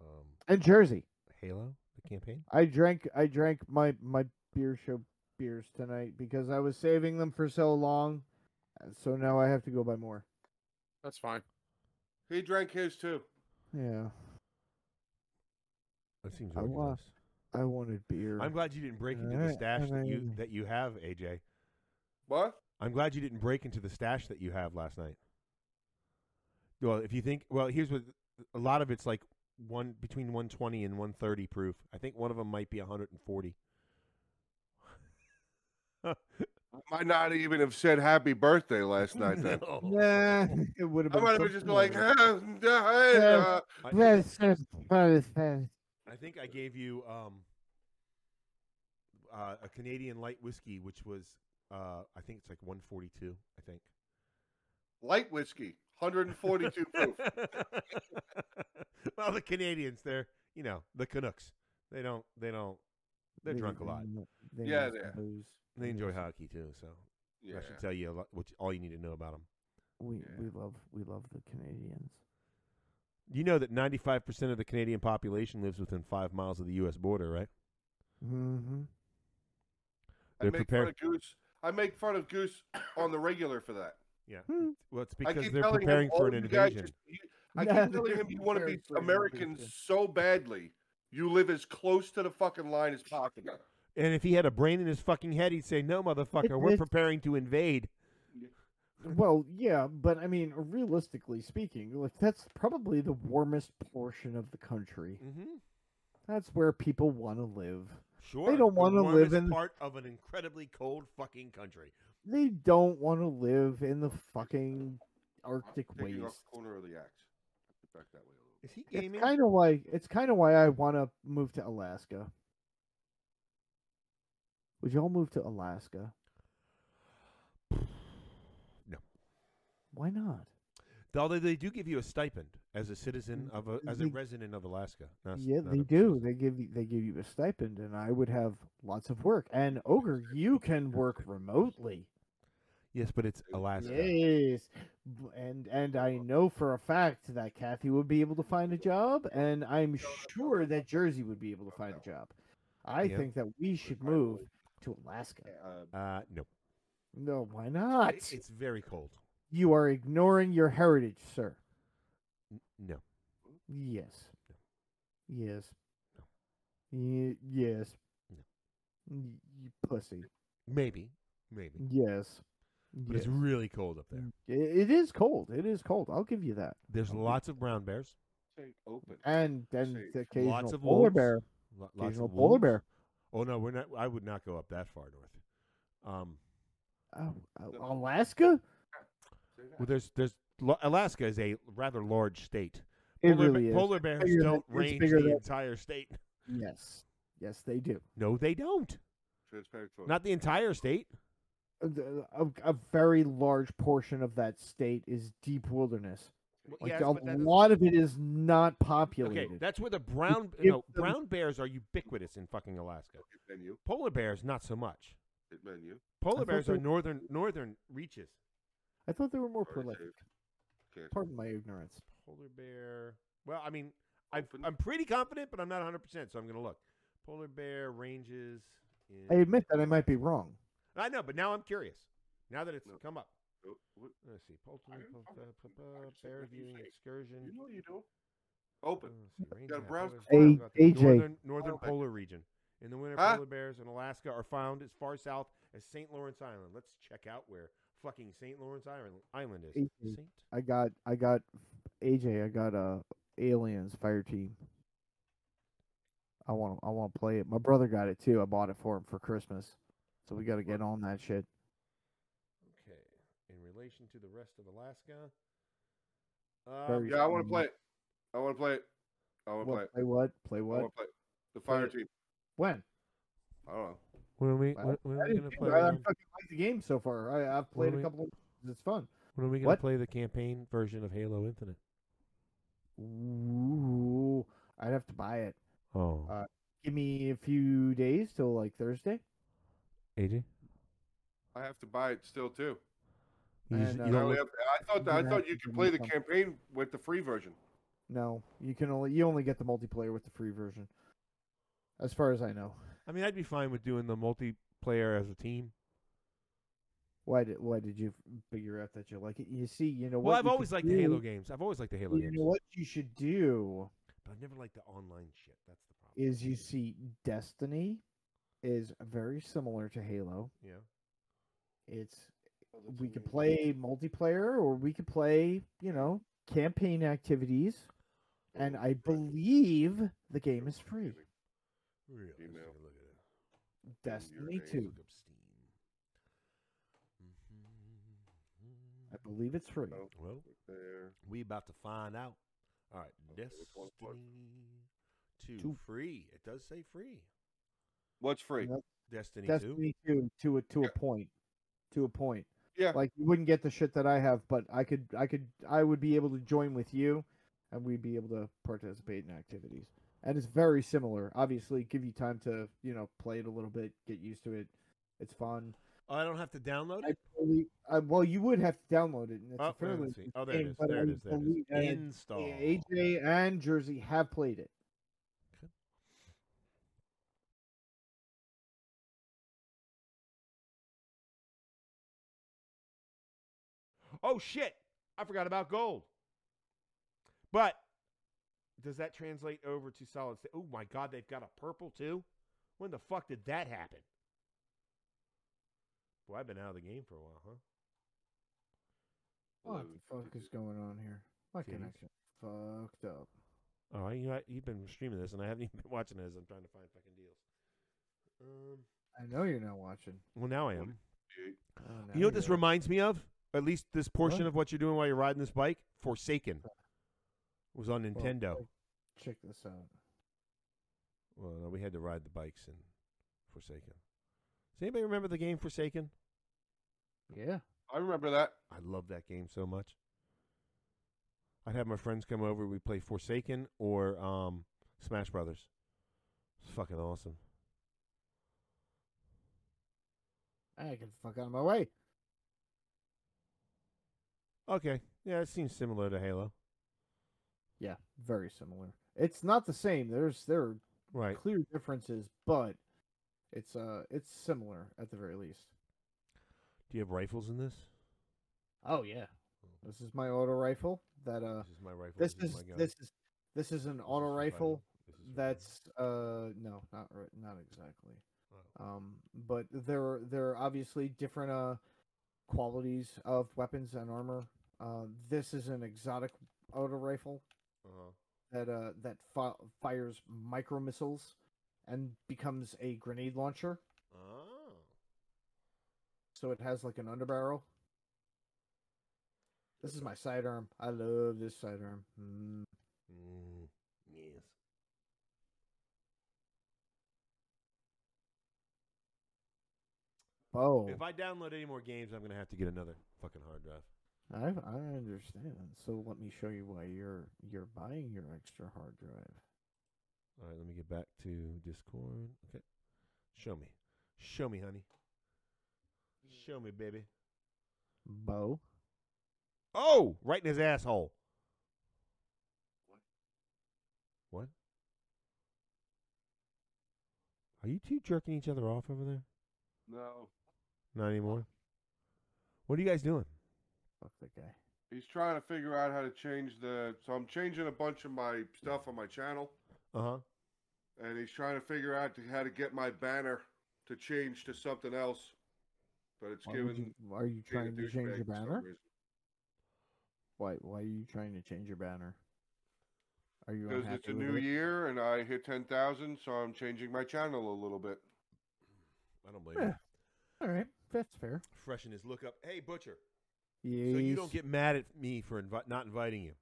Um, And Jersey, Halo, the campaign. I drank I drank my my beer show beers tonight because I was saving them for so long, and so now I have to go buy more. That's fine. He drank his too. Yeah, That seems I organized. want I wanted beer. I'm glad you didn't break into the Alright, stash that you alright. that you have, AJ. What? I'm glad you didn't break into the stash that you have last night. Well, if you think, well, here's what a lot of it's like one between 120 and 130 proof. I think one of them might be 140. I might not even have said happy birthday last night. Then Nah, it would have I been. might have been just like, "Ah, hey, uh, I think I gave you um, uh, a Canadian light whiskey, which was uh, I think it's like 142. I think. light whiskey, 142 proof. well, the Canadians, they're you know the Canucks. They don't. They don't. They're drunk a lot. Yeah, yeah. They enjoy hockey too, so I Mm. Yeah. should tell you a lot, which all you need to know about them. We we love we love the Canadians. You know that 95% of the Canadian population lives within five miles of the U.S. border, right? Mm-hmm. I They're make fun prepared. of Goose. I make fun of Goose on the regular for that. Yeah. Well, it's because keep they're telling him, preparing "Oh, for an you guys invasion. just- you- I Nah, keep telling him you want to preparing be for an American invasion. so badly, you live as close to the fucking line as possible. And if he had a brain in his fucking head, he'd say, "No, motherfucker, we're it's- preparing to invade." Well, yeah, but I mean, realistically speaking, like that's probably the warmest portion of the country. Mm-hmm. That's where people want to live. Sure. They don't the want to live warmest in. part of an incredibly cold fucking country. They don't want to live in the fucking Arctic Taking off waste. the corner of the axe. Back that way a little. Is he It's gaming? kind of why. It's kind of why I want to move to Alaska. Would y'all move to Alaska? No. Why not? Although they do give you a stipend as a citizen of a as a They- resident of Alaska. Not- yeah, not they a- do. They give you they give you a stipend, and I would have lots of work. And ogre, you can work remotely. Yes, but it's Alaska. Yes, B- and and I know for a fact that Kathy would be able to find a job, and I'm sure that Jersey would be able to find a job. I Yeah. think that we should move to Alaska. Um, Uh, Uh, no, No, why I- not? it's very cold. You are ignoring your heritage, sir. N- No, Yes. Yes. Ye- yes. No. Y- You pussy. maybe, maybe, Yes. but it's Yes. really cold up there. I- It is cold. It is cold. I'll give you that. There's lots of brown bears. ain't open. and then the occasional Lots of polar wolves. bear. Lo- lots of occasional polar wolves. bear. Oh no, we're not. I would not go up that far north. Um, Oh, oh, Alaska? well, there's there's Lo- Alaska is a rather large state. It polar, really is. polar It's bears bigger than- don't it's range bigger the than- entire state. Yes. Yes, they do. No, they don't. Transparent photo. Not the entire state. A, a, Uh, a very large portion of that state is deep wilderness. Like yes, a but that lot of it is not populated. Okay, that's where the brown It gives no, them- brown bears are ubiquitous in fucking Alaska. Menu. Polar bears not so much. Hit menu. Polar thought bears they- are northern northern reaches. I thought they were more prolific. Okay. Pardon my ignorance. Polar bear. Well, I mean, I've, I'm pretty confident, but I'm not 100, percent so I'm going to look. Polar bear ranges. In... I admit that I might be wrong. I know, but now I'm curious. Now that it's No. come up. Oh, what- Let's see. I Poultry, don't pulp- fucking- uh, I pulp- uh, just said bear what you viewing say. excursion. You know what you do. Uh, Open. let's see, range gotta map. browse Polar the bears file. about the A- AJ. Northern, northern Open. polar region. In the winter, Huh? polar bears in Alaska are found as far south as St. Lawrence Island. Let's check out where fucking St. Lawrence Island, Island is. AJ. Saint? I got I got AJ, I got uh aliens fire team. I want to I want to play it. My brother got it too. I bought it for him for Christmas. So we got to get on that shit. Okay. In relation to the rest of Alaska. Uh, Very- Yeah, I want to play it. I want to play it. I want to play What, it. play what? Play I want what? to play it. The fire it. team. When? I don't know. when are we, Well, when, when I, are we didn't going to do play? it. I um, fucking like the game so far. I, I've played Well, a we- couple. Of, it's fun. When are we going What? to play the campaign version of Halo Infinite? Ooh, I'd have to buy it. Oh, Uh, Give me a few days till like Thursday. AJ, I have to buy it still too. you, and, just- uh, you I, don't only look, have to- I thought that, I Yeah. thought you could play the campaign with the free version. No, you can only you only get the multiplayer with the free version. As far as I know, I mean, I'd be fine with doing the multiplayer as a team. why did why did you figure out that you like it? You see, you know Well, what? I've you always could liked the Halo do- games. I've always liked the Halo You games, know what you should do but I've never liked the online shit. That's the problem. is Mm. you see Destiny is very similar to Halo. yeah. It's we could play multiplayer or we could play you know campaign activities, Oh, and I believe the game is free. Really? Let's Email. take a look at it. Destiny name. two, Look up Steam. I believe it's free. Oh, Well, there. we about to find out. All right, Okay, which one's what? Destiny two, Two. free. It does say free. What's free? Yeah. Destiny, two. Destiny two to a to Yeah. a point, to a point. Yeah. Like you wouldn't get the shit that I have, but I could, I could, I would be able to join with you, and we'd be able to participate in activities. And it's very similar. Obviously, give you time to you know play it a little bit, get used to it. It's fun. Oh, I don't have to download I it. believe, I, well, you would have to download it, and it's Oh, a wait, fairly let's see. oh, there game, it is. but There I it is. There it believe- is. and Install. AJ and Jersey have played it. Oh shit! I forgot about gold. But does that translate over to solid state? Oh my god, they've got a purple too. When the fuck did that happen? Boy, I've been out of the game for a while, huh? What the fuck is going on here? My Jeez. connection fucked up. Oh, you know, you've been streaming this, and I haven't even been watching it as I'm trying to find fucking deals. Um, I know you're not watching. well, now I am. Oh, now You know what this you're- reminds me of? At least this portion What? of what you're doing while you're riding this bike. Forsaken was on well, Nintendo. like, check this out. Well, no, we had to ride the bikes in Forsaken. Does anybody remember the game Forsaken? Yeah. I remember that. I love that game so much. I'd have my friends come over. We play Forsaken or um, Smash Brothers. It's fucking awesome. I get the fuck out of my way. Okay, yeah, it seems similar to Halo, Yeah, very similar. It's not the same. There's there are right? clear differences, but it's uh it's similar at the very least. Do you have rifles in this? Oh yeah. Mm-hmm. This is my auto rifle that uh this is my rifle. this oh my is gun. this is this is an This auto is for rifle fighting. This is for that's uh no, not ri- not exactly. fighting. Oh. um, but there are there are obviously different uh, qualities of weapons and armor. Uh, this is an exotic auto rifle, Uh-huh. that uh that fi- fires micro missiles and becomes a grenade launcher. Oh. So it has like an underbarrel. This is my sidearm. I love this sidearm. Mm. Mm, yes. Oh, If I download any more games, I'm gonna have to get another fucking hard drive. I I understand. So let me show you why you're you're buying your extra hard drive. All right, let me get back to Discord. Okay, show me, show me, honey, show me, baby. Bo. Oh, right in his asshole. What? What? Are you two jerking each other off over there? No, Not anymore. What are you guys doing? Fuck that guy. he's trying to figure out how to change the. So I'm changing a bunch of my stuff on my channel, Uh huh. and he's trying to figure out to, how to get my banner to change to something else. But it's Why would giving. you- are you being a trying to change douchebag your for some banner? reason. Why why are you trying to change your banner? Are you Because unhappy it's a with new it? year and I hit 10,000, so I'm changing my channel a little bit. I don't blame you. All right, that's fair. Freshen his look up. Hey, butcher. Yes. So you don't get mad at me for invi- not inviting you.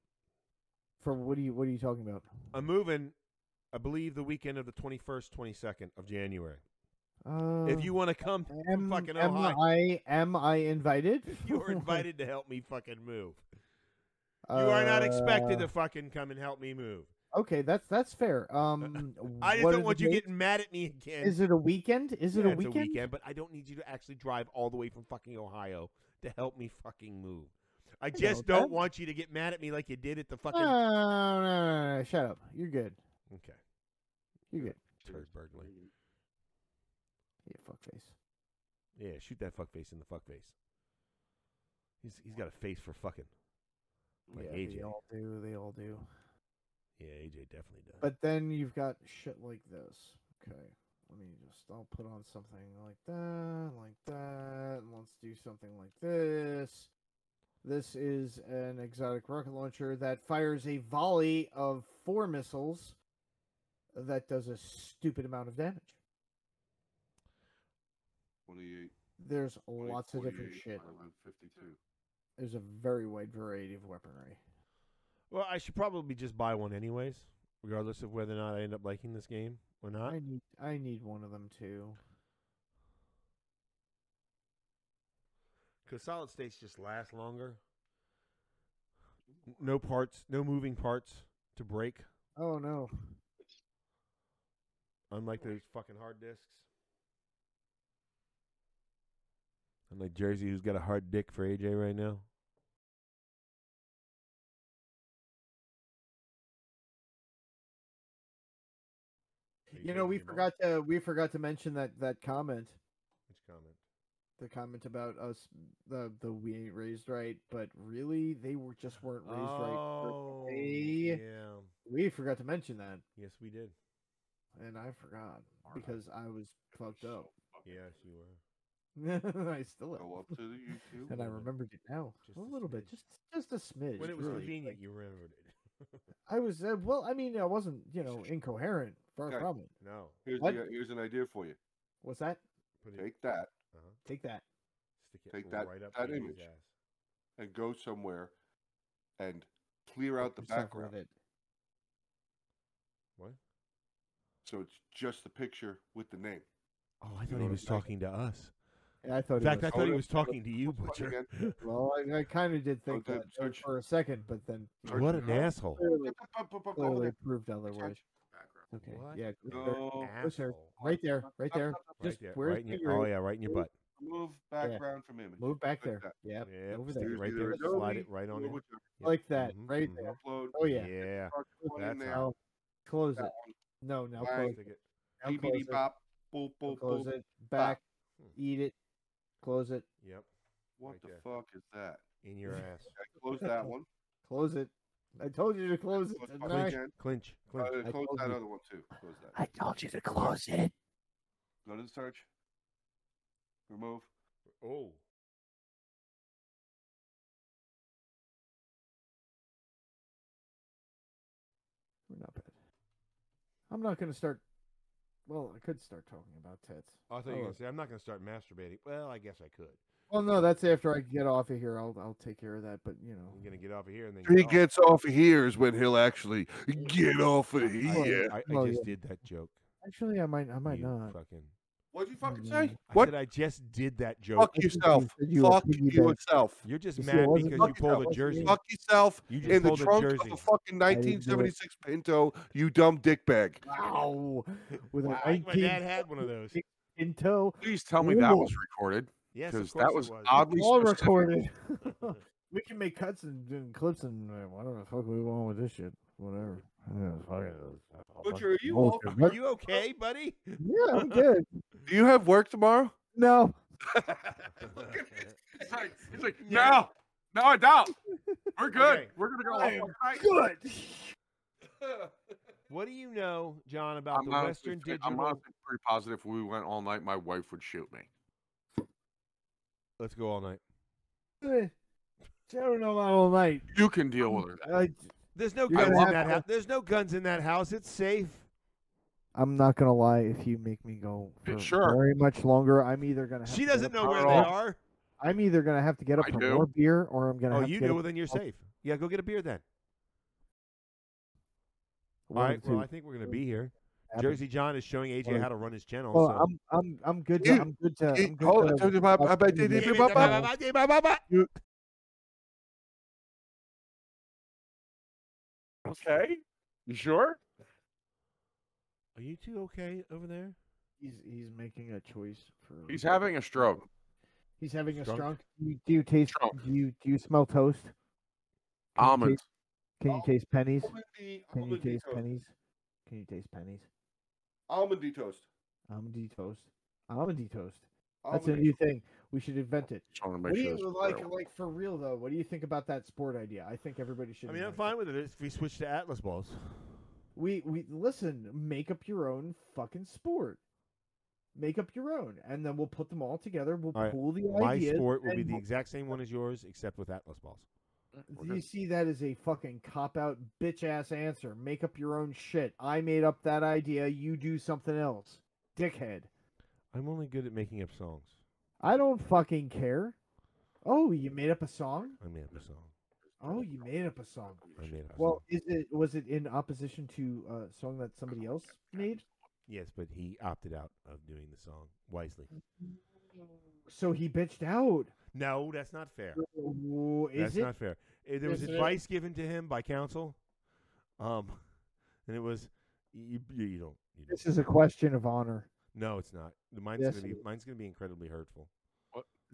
for what are you what are you talking about? I'm moving. I believe the weekend of the 21st, 22nd of January. Uh, if you want to come, to am, fucking am Ohio, I am I invited? you are invited to help me fucking move. You are not expected Uh, to fucking come and help me move. Okay, that's that's fair. Um, I just what don't are want the you dates? getting mad at me again. Is it a weekend? Is it Yeah, a it's weekend? but I don't need you to actually drive all the way from fucking Ohio to help me fucking move. I just know don't that. Ah. want you to get mad at me like you did at the No, fucking. no, no, no, no, no, shut up. You're good. okay, You're good. turd burgling. Yeah, fuckface. Yeah, shoot that fuckface in the fuckface. He's he's got a face for fucking. Like yeah, AJ. they all do. They all do. Yeah, AJ definitely does. But then you've got shit like this. Okay, let me just. I'll put on something like that, like that, and let's do something like this. This is an exotic rocket launcher that fires a volley of four missiles that does a stupid amount of damage. 28. There's lots of 48, different shit. 52. There's a very wide variety of weaponry. well, I should probably just buy one anyways, regardless of whether or not I end up liking this game or not. I need I need one of them too. Because solid states just last longer. No parts, no moving parts to break, Oh no. unlike those fucking hard discs. Unlike Jersey, who's got a hard dick for AJ right now. You know, we forgot to we forgot to mention that that comment. Which comment? The comment about us the the we ain't raised right, but really they were just weren't raised Oh, right. They- yeah. We forgot to mention that, Yes, we did. and I forgot because I was fucked up. Yes, you were. I still Oh, Go am. up to the YouTube. And little I bit. remembered it now. Just a a little bit, smidge. just just a smidge. When it was really. convenient, you remembered it. I was uh, well. I mean, I wasn't, you know, incoherent. Far Okay. from it. no. Here's, What? the, here's an idea for you. What's that? Put it, Take that uh-huh. Take that. Stick it Take that- right up that AJ's image. ass. and go somewhere and clear out the Yourself with background. it. What? So it's just the picture with the name. Oh, I thought know he what was I'm saying? talking to us. Yeah, I thought. In it fact, was- I thought he was Hold up. talking to you, Let's try Butcher. Well, I, I kind of did think Okay, that Oh, search- for a second, but then Search What it an up. asshole! clearly, Up, up, up, up, clearly up, proved up. otherwise. Background. Okay, What? yeah, No. Where's her? Asshole. right there, right there. Right Just there, where's right in your, your- oh yeah, right in your butt. Move background from image. Move back there. Like that. Yep, Yeah, over stick there, it right Either there. Adobe Slide it right on or in. whichever. Yep. like that, Mhm, right mhm. there. Upload. Oh yeah. Yeah. Start going in That's there. how- Now close That it. No, now Bang. close it. Stick it. Now one. close BBD it. bop. Boop, Now boop, Close boop. it. Back. Hmm. Eat it. Close it. Yep. What Right the there. fuck is that? In your ass. I closed that one. Close it. I told you to close it. Close didn't Button I? Clinch. again. Clinch. Uh, Clinch. I close told that you. other one too. Close that. I told you to close it. Go to the search. Remove. Oh. I'm not gonna start. Well, I could start talking about tits. I thought you were Oh, gonna say I'm not gonna start masturbating. Well, I guess I could. Well, no, that's after I get off of here. I'll I'll take care of that. But you know, I'm gonna get off of here and then He off. gets off of here is when he'll actually get off of here. I, I Oh, just yeah. did that joke. actually, I might I might You not. fucking. What'd you fucking say? I What? said I just did that joke. Fuck yourself. You were Fuck piggyback. yourself. You're just You see, it mad wasn't- because you Fuck pulled a yourself. jersey. Fuck yourself You just in the pulled a trunk of jersey. a didn't fucking do 1976 Pinto, you dumb dickbag. Wow, with Wow, an I think my 19 dad had one of those. in tow, Please tell me that Ooh. was recorded Yes, because of that course was, it was. oddly all specific. recorded. we can make cuts and, and clips and uh, whatever the fuck we want with this shit. Whatever. Yeah, fuck it. Butcher, are you Oh, off? Are you okay, buddy? Yeah, I'm good. Do you have work tomorrow? No, Look at this. He's like, he's like, no, no, I don't. We're good. Okay. We're gonna go. I home. am good. What do you know, John, about I'm the honestly, Western I'm Digital? honestly pretty positive. If we went all night, my wife would shoot me. Let's go all night. Eh, Sharon, I'm out all night. You can deal with her. I, There's no You're guns gonna in have that to- house. There's no guns in that house. It's safe. I'm not gonna lie. If you make me go for Sure. very much longer, I'm either gonna have She to get doesn't up know for- where they Carl. are. I'm either gonna have to get up I for do. more beer, or I'm gonna. Oh, have you to get do. up Then you're I'll- safe. Yeah, go get a beer then. for All one right. of Well, two. I think we're gonna be here. Happens. Jersey John is showing AJ how to run his channel. Well, so- I'm I'm I'm good. To, You- I'm good to. you- I'm good hold to, on, tell you about- I bet they did- Give me the bye, bye, bye, bye, bye. Okay. You sure? Are you two okay over there? He's he's making a choice for. He's having a stroke. He's having a Strunk. strunk. Do you, do you taste? Strunk. Do you do you smell toast? Can you Almonds. taste- Can you Al- taste pennies? oh, Almondy, Can you almondy taste toast. pennies? Can you taste pennies? Almondy toast. Almondy toast. Almondy toast. That's a Almondy. new thing. We should invent it. Just want to What make do sure. you this is like? real. Like for real though, what do you think about that sport idea? I think everybody should. I mean, I'm invent it. fine with it if we switch to Atlas balls. We we listen. Make up your own fucking sport. Make up your own, and then we'll put them all together. We'll All right. pool the My ideas. sport will and be the exact same one as yours, except with Atlas balls. Do You see, that is a fucking cop out, bitch ass answer. Make up your own shit. I made up that idea. You do something else, dickhead. I'm only good at making up songs. I don't fucking care. Oh, you made up a song. I made up a song. Oh, you made up a song. I made up. a Well, song. is it was it in opposition to a song that somebody else made? yes, but he opted out of doing the song wisely. So he bitched out. No, that's not fair. Oh, That's Is it? not fair. Eh, There was Is it? advice given to him by counsel, um, and it was you. You, you don't. You This don't. is a question of honor. No, it's not. Mine's Yes, gonna it be. Mine's gonna be incredibly hurtful.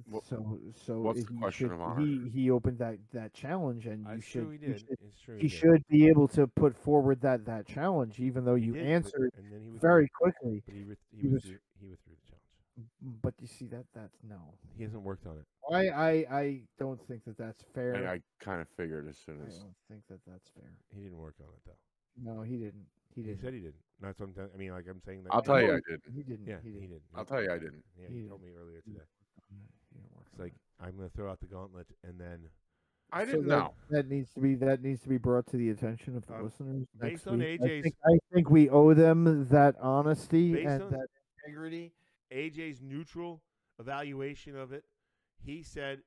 What- so, so what's if the you question should- of honor? He he opened that that challenge, and you it's should, true. He you did. should it's true. he should be able to put forward that that challenge, even though He you did, but- answered and then he withdrew- very quickly. But he, with- he, he was- withdrew, he withdrew the challenge. But you see that that's no. He hasn't worked on it. I I I don't think that that's fair. And I kind of figured as I soon as don't think that that's fair. He didn't work on it though. No, he didn't. He He didn't. said he didn't. That's what I'm. telling- I mean, like I'm saying that. I'll tell you, No, I didn't. he didn't. Yeah, he didn't. I'll tell you I didn't. Yeah, He he, didn't. told me earlier He today. He didn't work It's on like it. I'm gonna throw out the gauntlet, and then I So didn't that- know. That needs to be that needs to be brought to the attention of the Uh, listeners. based next on week. I AJ's think, I think we owe them that honesty Based and on- that integrity. AJ's neutral evaluation of it, he said,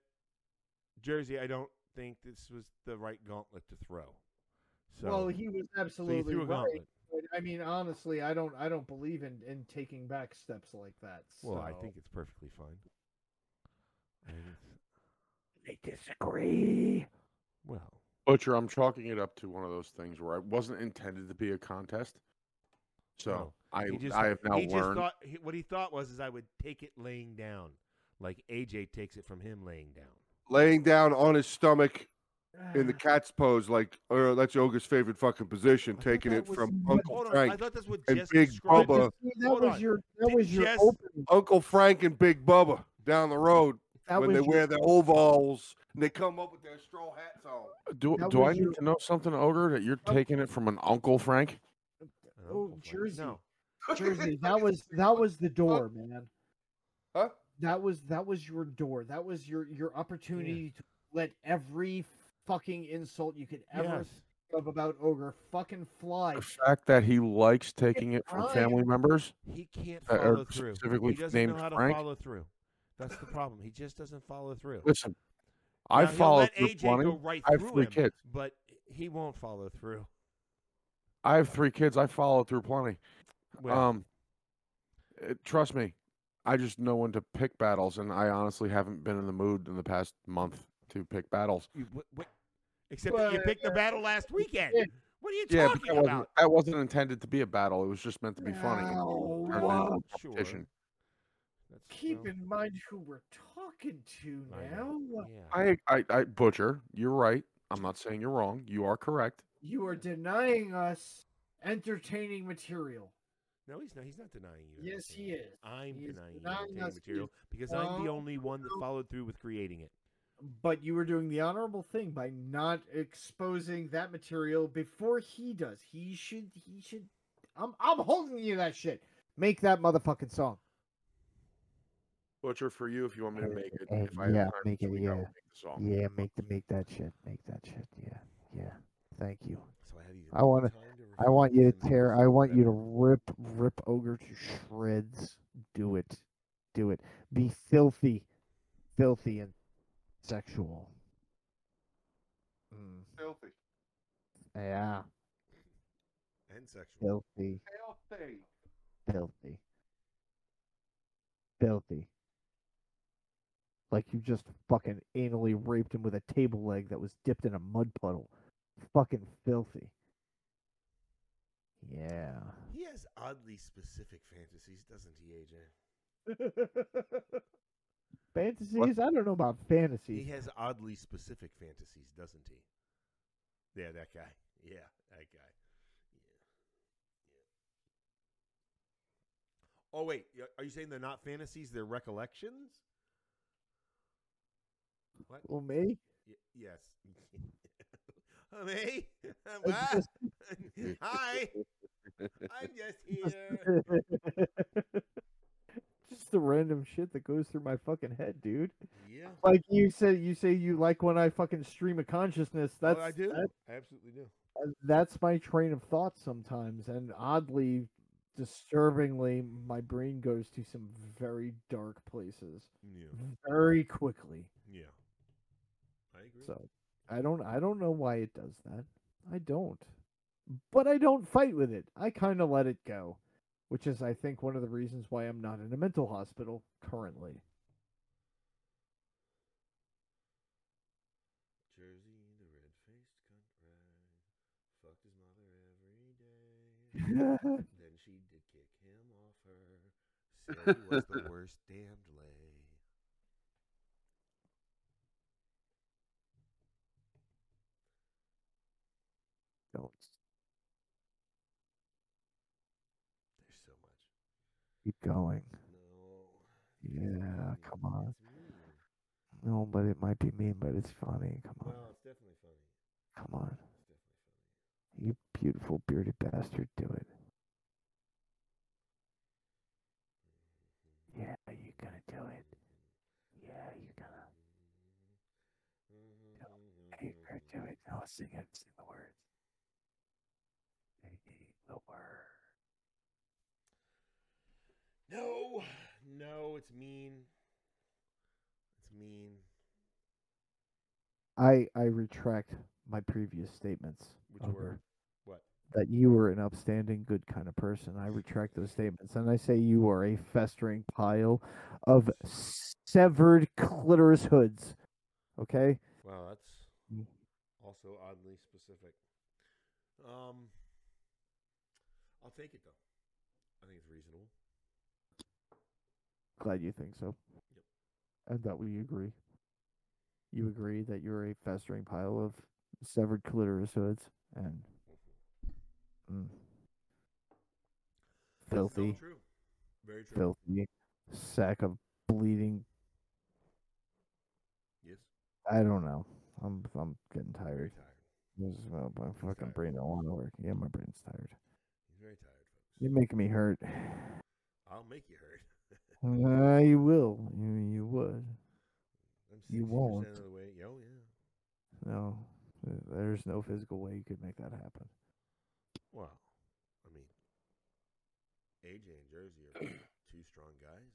"Jersey, I don't think this was the right gauntlet to throw." So, well, he so was you absolutely threw a right. gauntlet. but I mean, honestly, I don't I don't believe in in taking back steps like that. Well, I so- think it's perfectly fine. And, I disagree. well, Butcher, I'm chalking it up to one of those things where I wasn't intended to be a contest. So No. I he just I have now he just learned. thought he, what he thought was is I would take it laying down, like AJ takes it from him laying down. Laying down on his stomach in the cat's pose, like or that's Yoga's favorite fucking position, I thought taking that it was- from but Uncle hold on, I Frank. thought that's what and Jess Big described. Bubba. See, that Hold was on. your that Did was your Jess- opening. Uncle Frank and Big Bubba down the road That when was they your- wear their overalls and they come up with their straw hats on. do that do I was need your- to know something, Ogre, that you're taking it from an Uncle Frank? An Oh, Uncle Frank. Jersey. No, Jersey, that was that was the door, man. Huh? That was that was your door. That was your your opportunity to let every fucking insult you could ever yes. of about ogre fucking The flies. fact that he likes taking it from Brian, family members. he can't uh, follow or through. Specifically he doesn't named know how to Frank. follow through. That's the problem. He just doesn't follow through. Listen, Now, I he'll followed let through AJ go plenty. right I have through three him, kids. but he won't follow through. I have three kids. I follow through plenty. Well- um, uh, trust me, I just know when to pick battles, and I honestly haven't been in the mood in the past month to pick battles. You, what, what, except that you picked the battle last weekend. What are you yeah, but talking that about? wasn't, that wasn't intended to be a battle. It was just meant to be funny. and it turned into a competition. uh, Keep in mind who we're talking to now. I, I, I, butcher. You're right. I'm not saying you're wrong. You are correct. You are denying us entertaining material. No, he's not. He's not denying you. Yes, he is. I'm He is denying you denying entertaining us- material because I'm the only one that followed through with creating it. But you were doing the honorable thing by not exposing that material before he does. He should. He should. I'm. I'm holding you to that shit. Make that motherfucking song. Butcher for you if you want me to make it. Hey, If I have yeah, time, make it. we Yeah, gotta make the song. yeah, make the make that shit. Make that shit. Yeah, yeah. Thank you. So I have you I want to. I want you to tear. I want you to rip, rip ogre to shreds. Do it. Do it. Be filthy, filthy and sexual. Filthy. Yeah, And sexual. filthy, Filthy. filthy, filthy. Like you just fucking anally raped him with a table leg that was dipped in a mud puddle. Fucking filthy. Yeah. He has oddly specific fantasies, doesn't he, AJ? Fantasies? I don't know about He fantasies. has oddly specific fantasies, doesn't he? Yeah, that guy. Yeah, that guy. Oh wait, y- are you saying they're not fantasies? They're recollections? What? Well, me? Y- yes. Um, hey, um, I ah, just- hi. I'm just here. Just the random shit that goes through my fucking head, dude. Yeah. Like you said, you say you like when I fucking stream of consciousness. Oh, That's I do. that- I absolutely do. that's my train of thought sometimes, and oddly, disturbingly, my brain goes to some very dark places Yeah. very quickly. Yeah. I agree. So I don't I don't know why it does that. I don't. But I don't fight with it. I kind of let it go, which is I think one of the reasons why I'm not in a mental hospital currently. Jersey, the red faced cunt rag. Fucked his mother every day. then she did kick him off her. Said he was the worst damned lay. Don't There's so much. keep going. No. Yeah, come on. No, but it might be mean, but it's funny. Come on, Well, it's definitely funny. come on. You beautiful bearded bastard, do it. Yeah, you're gonna do it. Yeah, you're gonna. Mm-hmm. You're gonna do it. Now sing it. Sing the words. Say the word. No, no, it's mean. It's mean. I I retract my previous statements. Which Ogre, were what? That you were an upstanding, good kind of person. I retract those statements, and I say you are a festering pile of severed clitoris hoods. Okay. Wow, that's also oddly specific. Um, I'll take it though. I think it's reasonable. Glad you think so. Yep. And that we agree. You agree that you're a festering pile of severed clitoris hoods and mm, That's so filthy, true. Very true. filthy sack of bleeding. Yes. I don't know. I'm I'm getting tired. tired. This is my, my fucking brain don't want to work. Yeah, my brain's tired. He's very tired. You're making me hurt. I'll make you hurt. Uh, you will. You you would. I'm 60% You won't. Of the way. Oh yeah. No, There's no physical way you could make that happen. Well, I mean, AJ and Jersey are two strong guys.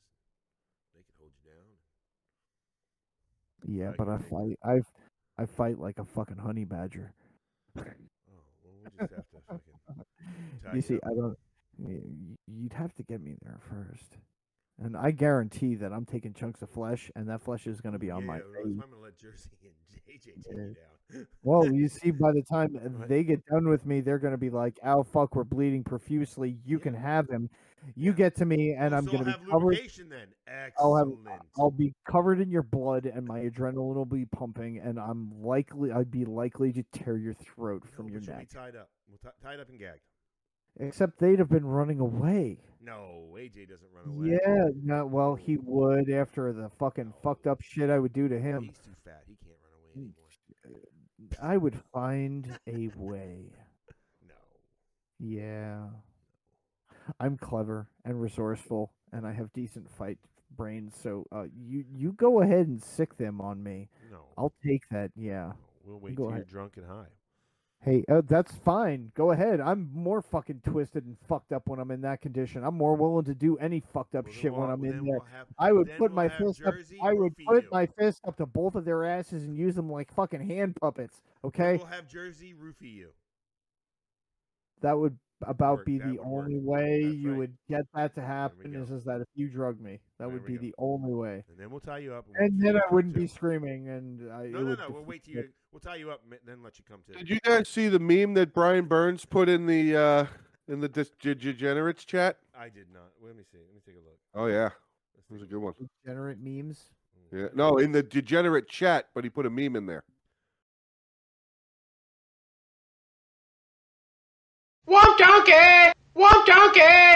They could hold you down. Yeah, I but I agree. fight. I I fight like a fucking honey badger. Oh, well, we'll just have to fucking. tie you you see, up. I don't. y- You'd have to get me there first, and I guarantee that I'm taking chunks of flesh, and that flesh is going to be on yeah, my. Rose, face. I'm gonna let Jersey and JJ take you down. Well, you see, by the time Right. they get done with me, they're going to be like, "Oh fuck, we're bleeding profusely. You can have him. You get to me, and Oh, I'm so I'll going to have be covered. lubrication then. I'll Excellent. have, I'll be covered in your blood, and my adrenaline will be pumping, and I'm likely, I'd be likely to tear your throat from No, your but you'll be neck. tied up. We'll ti- tied up and gagged. Except they'd have been running away. No, AJ doesn't run away. Yeah, no, well, he would after the fucking fucked up shit I would do to him. He's too fat. He can't run away anymore. I would find a way. No. Yeah. I'm clever and resourceful and I have decent fight brains, so uh you you go ahead and sick them on me. No. I'll take that. Yeah. We'll You wait go till you're ahead. drunk and high. Hey, uh, that's fine. Go ahead. I'm more fucking twisted and fucked up when I'm in that condition. I'm more willing to do any fucked up shit when we'll- I'm well, in then there. we'll have- I would then put we'll my have fist Jersey up. I would roofie put you. my fist up to both of their asses and use them like fucking hand puppets. Okay, We'll have Jersey roofie you. that would about work. be That the would work. only way That's you right. would get that to we happen. go. Is is that if you drug me, that There would we be go. the only way. And then we'll tie you up. And we'll- then I we'll wouldn't come be to. screaming, and I, No, it no, no. would We'll defeat wait till it. you. We'll tie you up, and then let you come to. Did you guys see the meme that Brian Burns put in the uh in the dis- G- degenerates chat? I did not. Let me see. Let me take a look. Oh yeah, Let's it was a see. good one. Degenerate memes. Yeah, no, in the degenerate chat, but he put a meme in there. Womp donkey! Womp donkey!